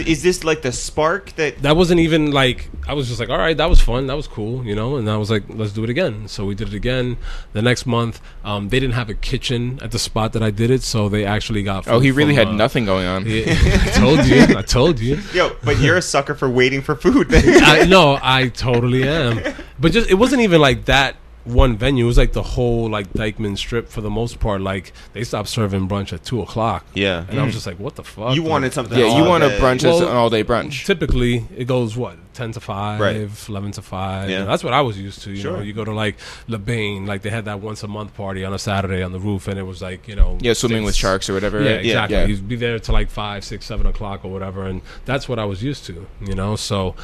[SPEAKER 1] Is this like the spark that
[SPEAKER 3] that wasn't even like I was just like, all right, that was fun, that was cool, you know. And I was like, let's do it again. So we did it again the next month. Um, they didn't have a kitchen at the spot that I did it, so they actually got.
[SPEAKER 2] Oh,
[SPEAKER 3] food
[SPEAKER 2] he really
[SPEAKER 3] from,
[SPEAKER 2] had
[SPEAKER 3] uh,
[SPEAKER 2] nothing going on.
[SPEAKER 3] yeah, I told you. I told you.
[SPEAKER 1] Yo, but you're a sucker for waiting for food.
[SPEAKER 3] I, no, I totally am. But just it wasn't even like that one venue. It was like the whole like Dykeman Strip for the most part. Like they stopped serving brunch at two o'clock.
[SPEAKER 1] Yeah.
[SPEAKER 3] and I
[SPEAKER 2] Mm.
[SPEAKER 3] was just like, what the fuck?
[SPEAKER 1] you
[SPEAKER 3] Like,
[SPEAKER 1] wanted something.
[SPEAKER 2] Yeah, you
[SPEAKER 1] all
[SPEAKER 2] want a
[SPEAKER 1] day.
[SPEAKER 2] brunch as
[SPEAKER 3] Well,
[SPEAKER 2] an all day brunch.
[SPEAKER 3] Typically, it goes what ten to five,
[SPEAKER 1] Right.
[SPEAKER 3] eleven to five.
[SPEAKER 1] Yeah.
[SPEAKER 3] Yeah. That's what I was used to. You
[SPEAKER 1] Sure.
[SPEAKER 3] know, you go to like LeBain, like they had that once a month party on a Saturday on the roof, and it was like you know,
[SPEAKER 2] Yeah, swimming with
[SPEAKER 3] six-
[SPEAKER 2] sharks or whatever.
[SPEAKER 3] Yeah,
[SPEAKER 2] right?
[SPEAKER 3] exactly.
[SPEAKER 2] Yeah.
[SPEAKER 3] You'd be there till like five, six, seven o'clock or whatever, and that's what I was used to, you know. So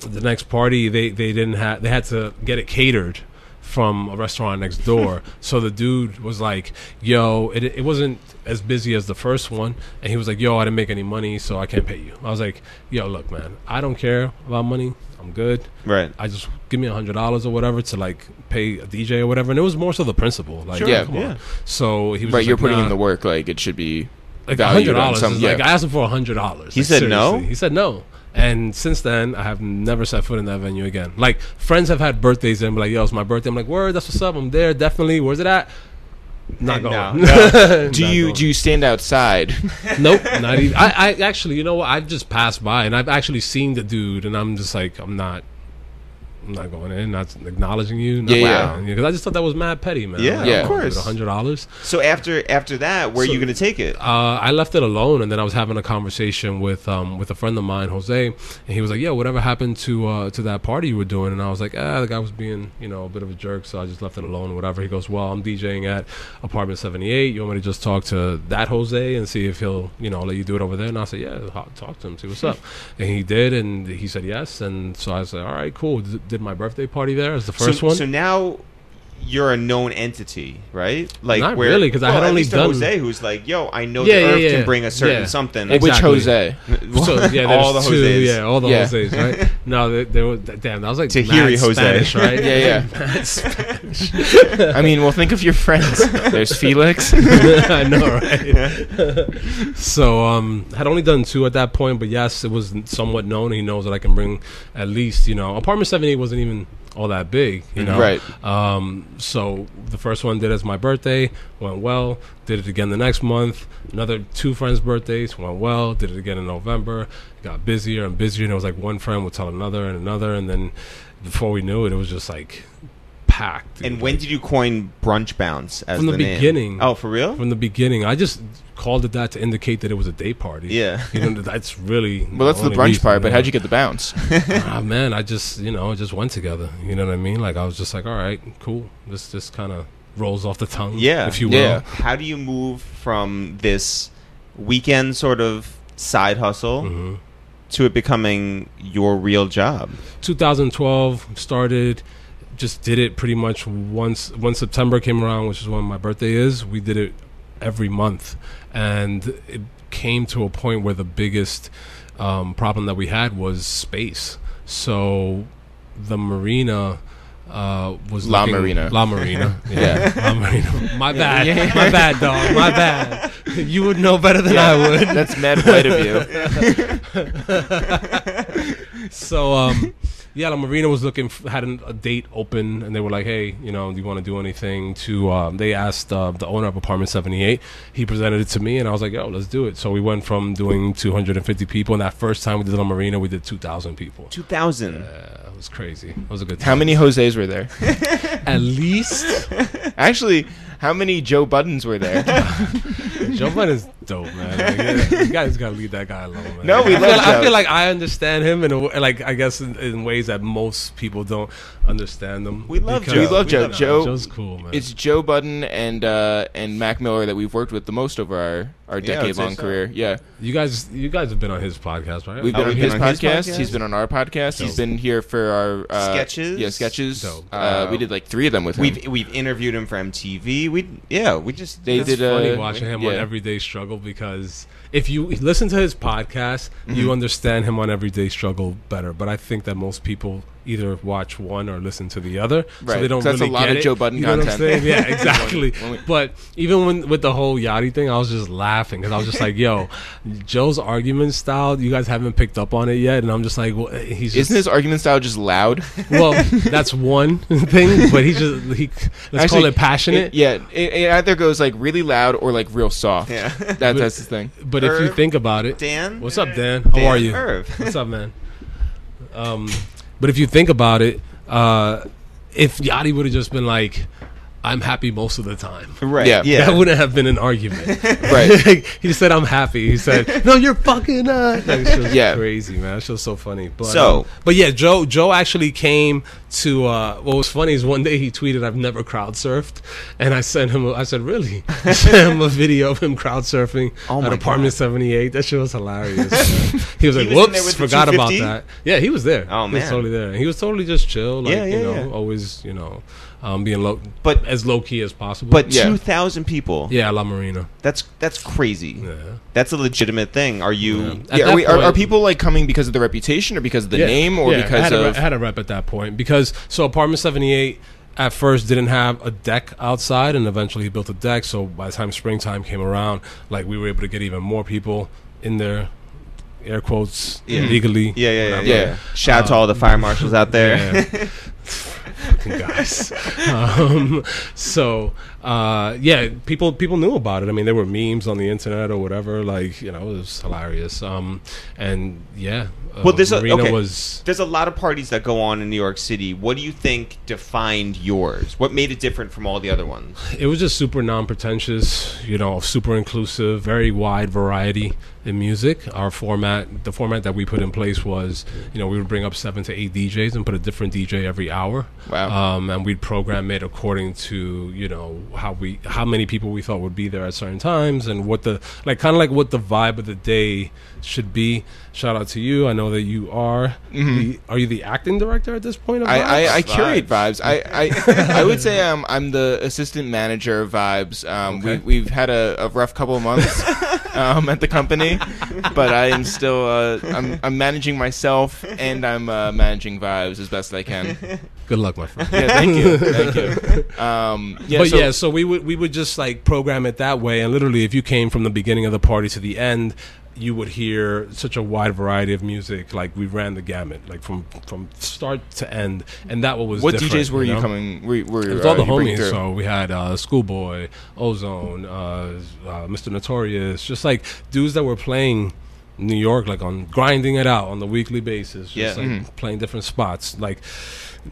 [SPEAKER 3] the next party, they they didn't have they had to get it catered from a restaurant next door. so the dude was like, "Yo, it it wasn't as busy as the first one," and he was like, "Yo, I didn't make any money, so I can't pay you." I was like, "Yo, look, man, I don't care about money. I'm good."
[SPEAKER 1] Right.
[SPEAKER 3] I just give me a hundred dollars or whatever to like pay a DJ or whatever, and it was more so the principle. Like,
[SPEAKER 1] Sure,
[SPEAKER 2] Yeah.
[SPEAKER 3] come
[SPEAKER 1] yeah.
[SPEAKER 3] on. So he was
[SPEAKER 2] Right,
[SPEAKER 3] just
[SPEAKER 2] you're
[SPEAKER 3] like,
[SPEAKER 2] putting
[SPEAKER 3] "Nah."
[SPEAKER 2] in the work. Like it should be
[SPEAKER 3] like a hundred
[SPEAKER 2] valued on
[SPEAKER 3] dollars.
[SPEAKER 2] some.
[SPEAKER 3] It's Like
[SPEAKER 2] Yeah.
[SPEAKER 3] I asked him for a hundred dollars.
[SPEAKER 1] He
[SPEAKER 3] Like,
[SPEAKER 1] said no?
[SPEAKER 3] seriously. He said no. And since then, I have never set foot in that venue again. Like friends have had birthdays and be like, "Yo, it's my birthday." I'm like, "Word, that's what's up. I'm there, definitely. Where's it at?" Not
[SPEAKER 1] And
[SPEAKER 3] going.
[SPEAKER 1] no,
[SPEAKER 2] Do you do you stand outside?
[SPEAKER 3] Nope. Not even. I, I actually, you know what? I've just passed by and I've actually seen the dude, and I'm just like, I'm not. I'm not going in, not acknowledging you. Not
[SPEAKER 2] Yeah, yeah.
[SPEAKER 3] Because I just thought that was mad petty, man.
[SPEAKER 1] Yeah,
[SPEAKER 3] Like,
[SPEAKER 2] Yeah.
[SPEAKER 3] I'm
[SPEAKER 2] of
[SPEAKER 3] gonna give it
[SPEAKER 1] course.
[SPEAKER 3] A hundred dollars.
[SPEAKER 1] So after after that, where are you
[SPEAKER 3] So-
[SPEAKER 1] going to take it?
[SPEAKER 3] uh, I left it alone, and then I was having a conversation with um, with a friend of mine, Jose, and he was like, "Yo, whatever happened to uh, to that party you were doing?" And I was like, "Ah, the guy was being you know a bit of a jerk, so I just left it alone, or whatever." He goes, "Well, I'm DJing at apartment 78. You want me to just talk to that Jose and see if he'll you know let you do it over there?" And I said, "Yeah, ho- talk to him, see what's up." and he did, and he said yes, and so I said, "All right, cool." D- did my birthday party there as the first
[SPEAKER 1] so,
[SPEAKER 3] one?
[SPEAKER 1] So now you're a known entity, right? Like
[SPEAKER 3] Not really, 'cause I had
[SPEAKER 1] at
[SPEAKER 3] only
[SPEAKER 1] least to
[SPEAKER 3] done-
[SPEAKER 1] Jose, who's like, yo, I know
[SPEAKER 3] Yeah,
[SPEAKER 1] the
[SPEAKER 3] yeah,
[SPEAKER 1] Earth
[SPEAKER 3] yeah,
[SPEAKER 1] can
[SPEAKER 3] yeah.
[SPEAKER 1] bring a certain
[SPEAKER 3] Yeah.
[SPEAKER 1] something.
[SPEAKER 3] Ex-
[SPEAKER 2] Which
[SPEAKER 3] Exactly.
[SPEAKER 2] Jose?
[SPEAKER 3] So yeah,
[SPEAKER 1] All
[SPEAKER 3] there's
[SPEAKER 1] the
[SPEAKER 3] two,
[SPEAKER 1] Jose's.
[SPEAKER 3] Yeah, all the
[SPEAKER 2] Yeah.
[SPEAKER 3] Jose's, right? No, they, they were damn. That was like
[SPEAKER 1] Tahiri
[SPEAKER 3] mad
[SPEAKER 1] Jose.
[SPEAKER 3] Spanish, right?
[SPEAKER 2] Yeah, yeah.
[SPEAKER 3] Mad Spanish.
[SPEAKER 2] I mean, well, think of your friends. There's Felix.
[SPEAKER 3] I know, right? so, um, had only done two at that point, but yes, it was somewhat known. He knows that I can bring at least, you know, apartment seventy eight wasn't even all that big, you know.
[SPEAKER 2] Right.
[SPEAKER 3] Um, so the first one did as my birthday, went well. Did it again the next month. Another two friends' birthdays went well. Did it again in November. Got busier and busier, and it was like one friend would tell another and another, and then before we knew it, it was just like packed. dude.
[SPEAKER 1] and when did you coin brunch bounce as
[SPEAKER 3] From the
[SPEAKER 1] name?
[SPEAKER 3] beginning.
[SPEAKER 1] Oh, for real?
[SPEAKER 3] from the beginning. I just called it that to indicate that it was a day party.
[SPEAKER 1] Yeah.
[SPEAKER 3] you know that's really
[SPEAKER 2] Well, that's the
[SPEAKER 3] only
[SPEAKER 2] brunch
[SPEAKER 3] reason,
[SPEAKER 2] part. But
[SPEAKER 3] yeah.
[SPEAKER 2] how'd you get the bounce?
[SPEAKER 3] Ah, man, I just you know it just went together. You know what I mean? Like I was just like, all right, cool. This this kind of rolls off the tongue,
[SPEAKER 1] Yeah.
[SPEAKER 3] if you will.
[SPEAKER 2] Yeah.
[SPEAKER 1] How do you move from this weekend sort of side hustle
[SPEAKER 3] Mm-hmm.
[SPEAKER 1] to it becoming your real job?
[SPEAKER 3] 2012 started. Just did it pretty much once. When September came around, which is when my birthday is, we did it every month, and it came to a point where the biggest um, problem that we had was space. So the marina uh, was
[SPEAKER 2] La
[SPEAKER 3] looking-
[SPEAKER 2] Marina.
[SPEAKER 3] La Marina,
[SPEAKER 2] Yeah.
[SPEAKER 3] yeah, La Marina. My bad, my bad, dog, my bad. You would know better than I would.
[SPEAKER 2] That's mad white of you.
[SPEAKER 3] So, um, yeah, La Marina was looking f- had an, a date open, and they were like, "Hey, you know, do you want to do anything?" To um, they asked uh, the owner of Apartment Seventy Eight. He presented it to me, and I was like, "Yo, let's do it." So we went from doing two hundred and fifty people, and that first time we did La Marina, we did two thousand people.
[SPEAKER 1] 2000.
[SPEAKER 3] Uh, it was crazy. It was a good time.
[SPEAKER 2] How many Jose's were there?
[SPEAKER 3] At least
[SPEAKER 2] Actually, how many Joe Buttons were there?
[SPEAKER 3] Joe Budden's dope, man. Like, yeah, you guys gotta leave that guy alone, man.
[SPEAKER 2] No, we
[SPEAKER 3] I
[SPEAKER 2] love
[SPEAKER 3] feel,
[SPEAKER 2] Joe.
[SPEAKER 3] I feel like I understand him, and like I guess in, in ways that most people don't understand him.
[SPEAKER 1] We love
[SPEAKER 3] because-
[SPEAKER 1] Joe.
[SPEAKER 2] We love Joe. Joe.
[SPEAKER 3] Joe's cool, man.
[SPEAKER 2] It's Joe Budden and uh, and Mac Miller that we've worked with the most over our, our
[SPEAKER 1] Yeah, I would
[SPEAKER 2] decade
[SPEAKER 1] say
[SPEAKER 2] long
[SPEAKER 1] so.
[SPEAKER 2] career. Yeah,
[SPEAKER 3] You guys, you guys have been on his podcast, right?
[SPEAKER 2] we've
[SPEAKER 1] Oh,
[SPEAKER 2] been on,
[SPEAKER 1] we've
[SPEAKER 2] his,
[SPEAKER 1] been on his
[SPEAKER 2] podcast.
[SPEAKER 1] podcast?
[SPEAKER 2] He's been on our podcast. He's
[SPEAKER 3] Dope.
[SPEAKER 2] been here for our uh,
[SPEAKER 1] Sketches?
[SPEAKER 2] Yeah, sketches.
[SPEAKER 3] Dope.
[SPEAKER 2] Uh, we did like three of them with him.
[SPEAKER 1] We've we've interviewed him for MTV. We yeah, we just
[SPEAKER 2] They
[SPEAKER 1] that's
[SPEAKER 2] did, uh,
[SPEAKER 3] funny
[SPEAKER 2] Yeah.
[SPEAKER 3] watching him on
[SPEAKER 2] Yeah.
[SPEAKER 3] Everyday Struggle because if you
[SPEAKER 2] Mm-hmm.
[SPEAKER 3] listen to his podcast, you understand him on Everyday Struggle better. But I think that most people either watch one or listen to the other.
[SPEAKER 2] Right,
[SPEAKER 3] So they don't
[SPEAKER 2] 'cause that's a
[SPEAKER 3] really
[SPEAKER 2] lot
[SPEAKER 3] get
[SPEAKER 2] of
[SPEAKER 3] it.
[SPEAKER 2] Joe Budden
[SPEAKER 3] you know What I'm
[SPEAKER 2] content.
[SPEAKER 3] saying? Yeah, exactly.
[SPEAKER 2] When we-
[SPEAKER 3] but even when with the whole Yachty thing, I was just laughing because I was just like, "Yo, Joe's argument style, you guys haven't picked up on it yet," and I'm just like, well, "He's just,
[SPEAKER 2] Isn't his argument style just loud?
[SPEAKER 3] well, that's one thing, but he just he let's call
[SPEAKER 2] Actually,
[SPEAKER 3] it passionate."
[SPEAKER 2] It- yeah, it, it either goes like really loud or like real soft.
[SPEAKER 1] Yeah.
[SPEAKER 2] that, that's the thing.
[SPEAKER 3] But if you
[SPEAKER 1] Irv,
[SPEAKER 3] think about it,
[SPEAKER 1] Dan?
[SPEAKER 3] what's up, Dan? How
[SPEAKER 1] Dan
[SPEAKER 3] are you?
[SPEAKER 1] Irv.
[SPEAKER 3] What's up, man? Um, but if you think about it, uh, if Yachty would have just been like, "I'm happy most of the time,"
[SPEAKER 1] Right.
[SPEAKER 2] Yeah.
[SPEAKER 1] Yeah.
[SPEAKER 3] that wouldn't have been an argument.
[SPEAKER 2] Right.
[SPEAKER 3] he said, "I'm happy." He said, "No, you're fucking up." Like, it's just
[SPEAKER 2] Yeah.
[SPEAKER 3] crazy, man. It's just so funny. But,
[SPEAKER 1] So-
[SPEAKER 3] um, but yeah, Joe. Joe actually came to. Uh, what was funny is one day he tweeted, "I've never crowd surfed," and I sent him. A, I said, "Really?" I sent him a video of him crowd surfing
[SPEAKER 1] Oh
[SPEAKER 3] at
[SPEAKER 1] my
[SPEAKER 3] Apartment Seventy Eight. That shit was hilarious. man. he was like,
[SPEAKER 1] was in there
[SPEAKER 3] "Whoops,
[SPEAKER 1] with the
[SPEAKER 3] forgot about
[SPEAKER 1] 250?
[SPEAKER 3] that." Yeah, he was there.
[SPEAKER 1] Oh,
[SPEAKER 3] he was
[SPEAKER 1] man.
[SPEAKER 3] totally there. And he was totally just chill. Like
[SPEAKER 1] Yeah, yeah,
[SPEAKER 3] you know,
[SPEAKER 1] yeah.
[SPEAKER 3] always you know, um, being low,
[SPEAKER 1] But-
[SPEAKER 3] as low key as possible.
[SPEAKER 1] But
[SPEAKER 2] Yeah.
[SPEAKER 1] two thousand people.
[SPEAKER 3] yeah, La Marina.
[SPEAKER 1] That's that's crazy.
[SPEAKER 3] Yeah.
[SPEAKER 1] That's a legitimate thing. Are you?
[SPEAKER 3] At
[SPEAKER 2] yeah,
[SPEAKER 3] that
[SPEAKER 2] are, we, are, are
[SPEAKER 3] point-
[SPEAKER 2] people like coming because of the reputation or because of the
[SPEAKER 3] Yeah,
[SPEAKER 2] name or
[SPEAKER 3] yeah, I
[SPEAKER 2] because
[SPEAKER 3] had, a,
[SPEAKER 2] of
[SPEAKER 3] re- I had a rep at that point because so apartment 78 at first didn't have a deck outside and eventually he built a deck so by the time springtime came around like we were able to get even more people in there air quotes
[SPEAKER 1] Yeah.
[SPEAKER 3] legally
[SPEAKER 1] Yeah, yeah, yeah.
[SPEAKER 3] whatever.
[SPEAKER 1] yeah. Shout out to all the fire marshals out there.
[SPEAKER 3] um, Yeah. Fucking guys. Um, so uh, yeah, people people knew about it. I mean, there were memes on the internet or whatever. Like you know, it was hilarious. Um, and yeah, uh,
[SPEAKER 1] Well, there's a-
[SPEAKER 3] Marina
[SPEAKER 1] okay.
[SPEAKER 3] was
[SPEAKER 1] There's a lot of parties that go on in New York City. What do you think defined yours? What made it different from all the other ones?
[SPEAKER 3] it was just super non-pretentious you know super inclusive very wide variety in music our format the format that we put in place was you know we would bring up seven to eight djs and put a different dj every hour
[SPEAKER 2] Wow.
[SPEAKER 3] um, and we'd program it according to you know how we how many people we thought would be there at certain times and what the like kind of like what the vibe of the day should be shout out to you i know that you are the, are you the acting director at this point of Vibes?
[SPEAKER 2] Mm-hmm. I, I, I
[SPEAKER 1] Vibes.
[SPEAKER 2] curate vibes. I, I, I would say um, I'm the assistant manager of vibes. Um,
[SPEAKER 3] Okay.
[SPEAKER 2] we, we've had a, a rough couple of months um, at the company, but I am still uh, I'm, I'm managing myself and I'm uh, managing vibes as best I can.
[SPEAKER 3] good luck my friend
[SPEAKER 2] Yeah, thank you, thank you. Um, yeah,
[SPEAKER 3] but
[SPEAKER 2] so-
[SPEAKER 3] yeah, so we would we would just like program it that way, and literally, if you came from the beginning of the party to the end, you would hear such a wide variety of music. Like we ran the gamut, like from from start to end, and that what was
[SPEAKER 2] What
[SPEAKER 3] different,
[SPEAKER 2] DJs were you
[SPEAKER 3] know?
[SPEAKER 2] coming? Were, were
[SPEAKER 3] It was all
[SPEAKER 2] uh,
[SPEAKER 3] the
[SPEAKER 2] you bringing
[SPEAKER 3] homies.
[SPEAKER 2] through?
[SPEAKER 3] So we had uh, Schoolboy, Ozone, uh, uh, Mr. Notorious, just like dudes that were playing New York, like on grinding it out on the weekly basis, just
[SPEAKER 1] Yeah.
[SPEAKER 2] mm-hmm.
[SPEAKER 3] like playing different spots. Like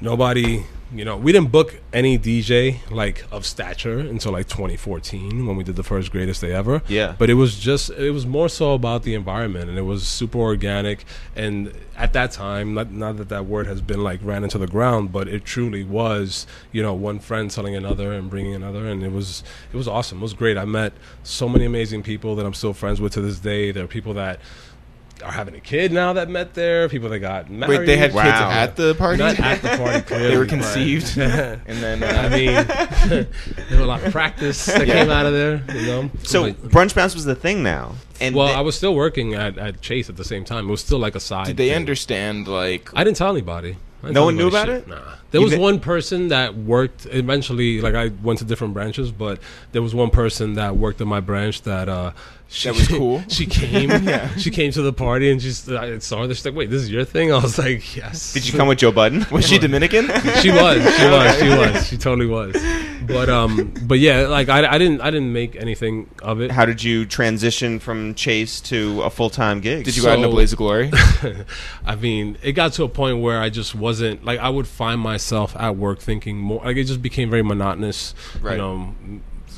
[SPEAKER 3] nobody, you know, we didn't book any DJ like of stature until like 2014 when we did the first greatest day ever.
[SPEAKER 1] Yeah.
[SPEAKER 3] but it was just it was more so about the environment, and it was super organic. And at that time, not not that that word has been like ran into the ground, but it truly was, you know, one friend telling another and bringing another, and it was it was awesome. It was great. I met so many amazing people that I'm still friends with to this day. There are people that are having a kid now that met there. People that got married.
[SPEAKER 2] Wait, they had kids
[SPEAKER 1] Wow.
[SPEAKER 2] at the party.
[SPEAKER 3] Not at the party. Clearly,
[SPEAKER 2] they were
[SPEAKER 3] but-
[SPEAKER 2] conceived, and then
[SPEAKER 3] I
[SPEAKER 2] uh,
[SPEAKER 3] mean, there was a lot of practice that
[SPEAKER 2] Yeah.
[SPEAKER 3] came out of there. You know,
[SPEAKER 1] So
[SPEAKER 3] Like,
[SPEAKER 1] brunch bounce was the thing now. And
[SPEAKER 3] well,
[SPEAKER 1] the-
[SPEAKER 3] I was still working at, at Chase at the same time. It was still like a side.
[SPEAKER 2] did they
[SPEAKER 3] thing.
[SPEAKER 2] understand like
[SPEAKER 3] I didn't tell anybody. I
[SPEAKER 1] No
[SPEAKER 3] didn't tell
[SPEAKER 1] one knew
[SPEAKER 3] anybody
[SPEAKER 1] about
[SPEAKER 3] shit.
[SPEAKER 1] it?
[SPEAKER 3] Nah. There was
[SPEAKER 1] Even-
[SPEAKER 3] one person that worked eventually. Like I went to different branches, but there was one person that worked at my branch that uh, she
[SPEAKER 2] That was cool?
[SPEAKER 3] she came, she came to the party and she s- I saw this. She's like, wait, this is your thing. I was like, yes.
[SPEAKER 1] did you come with Joe Budden?
[SPEAKER 2] was she Dominican?
[SPEAKER 3] she was she was she was she totally was but um but yeah like I, I didn't i didn't make anything of it
[SPEAKER 1] How did you transition from Chase to a full time gig?
[SPEAKER 2] Did you go out in a
[SPEAKER 3] So-
[SPEAKER 2] blaze of glory?
[SPEAKER 3] i mean it got to a point where i just wasn't like i would find myself at work thinking more like it just became very monotonous
[SPEAKER 2] Right.
[SPEAKER 3] you know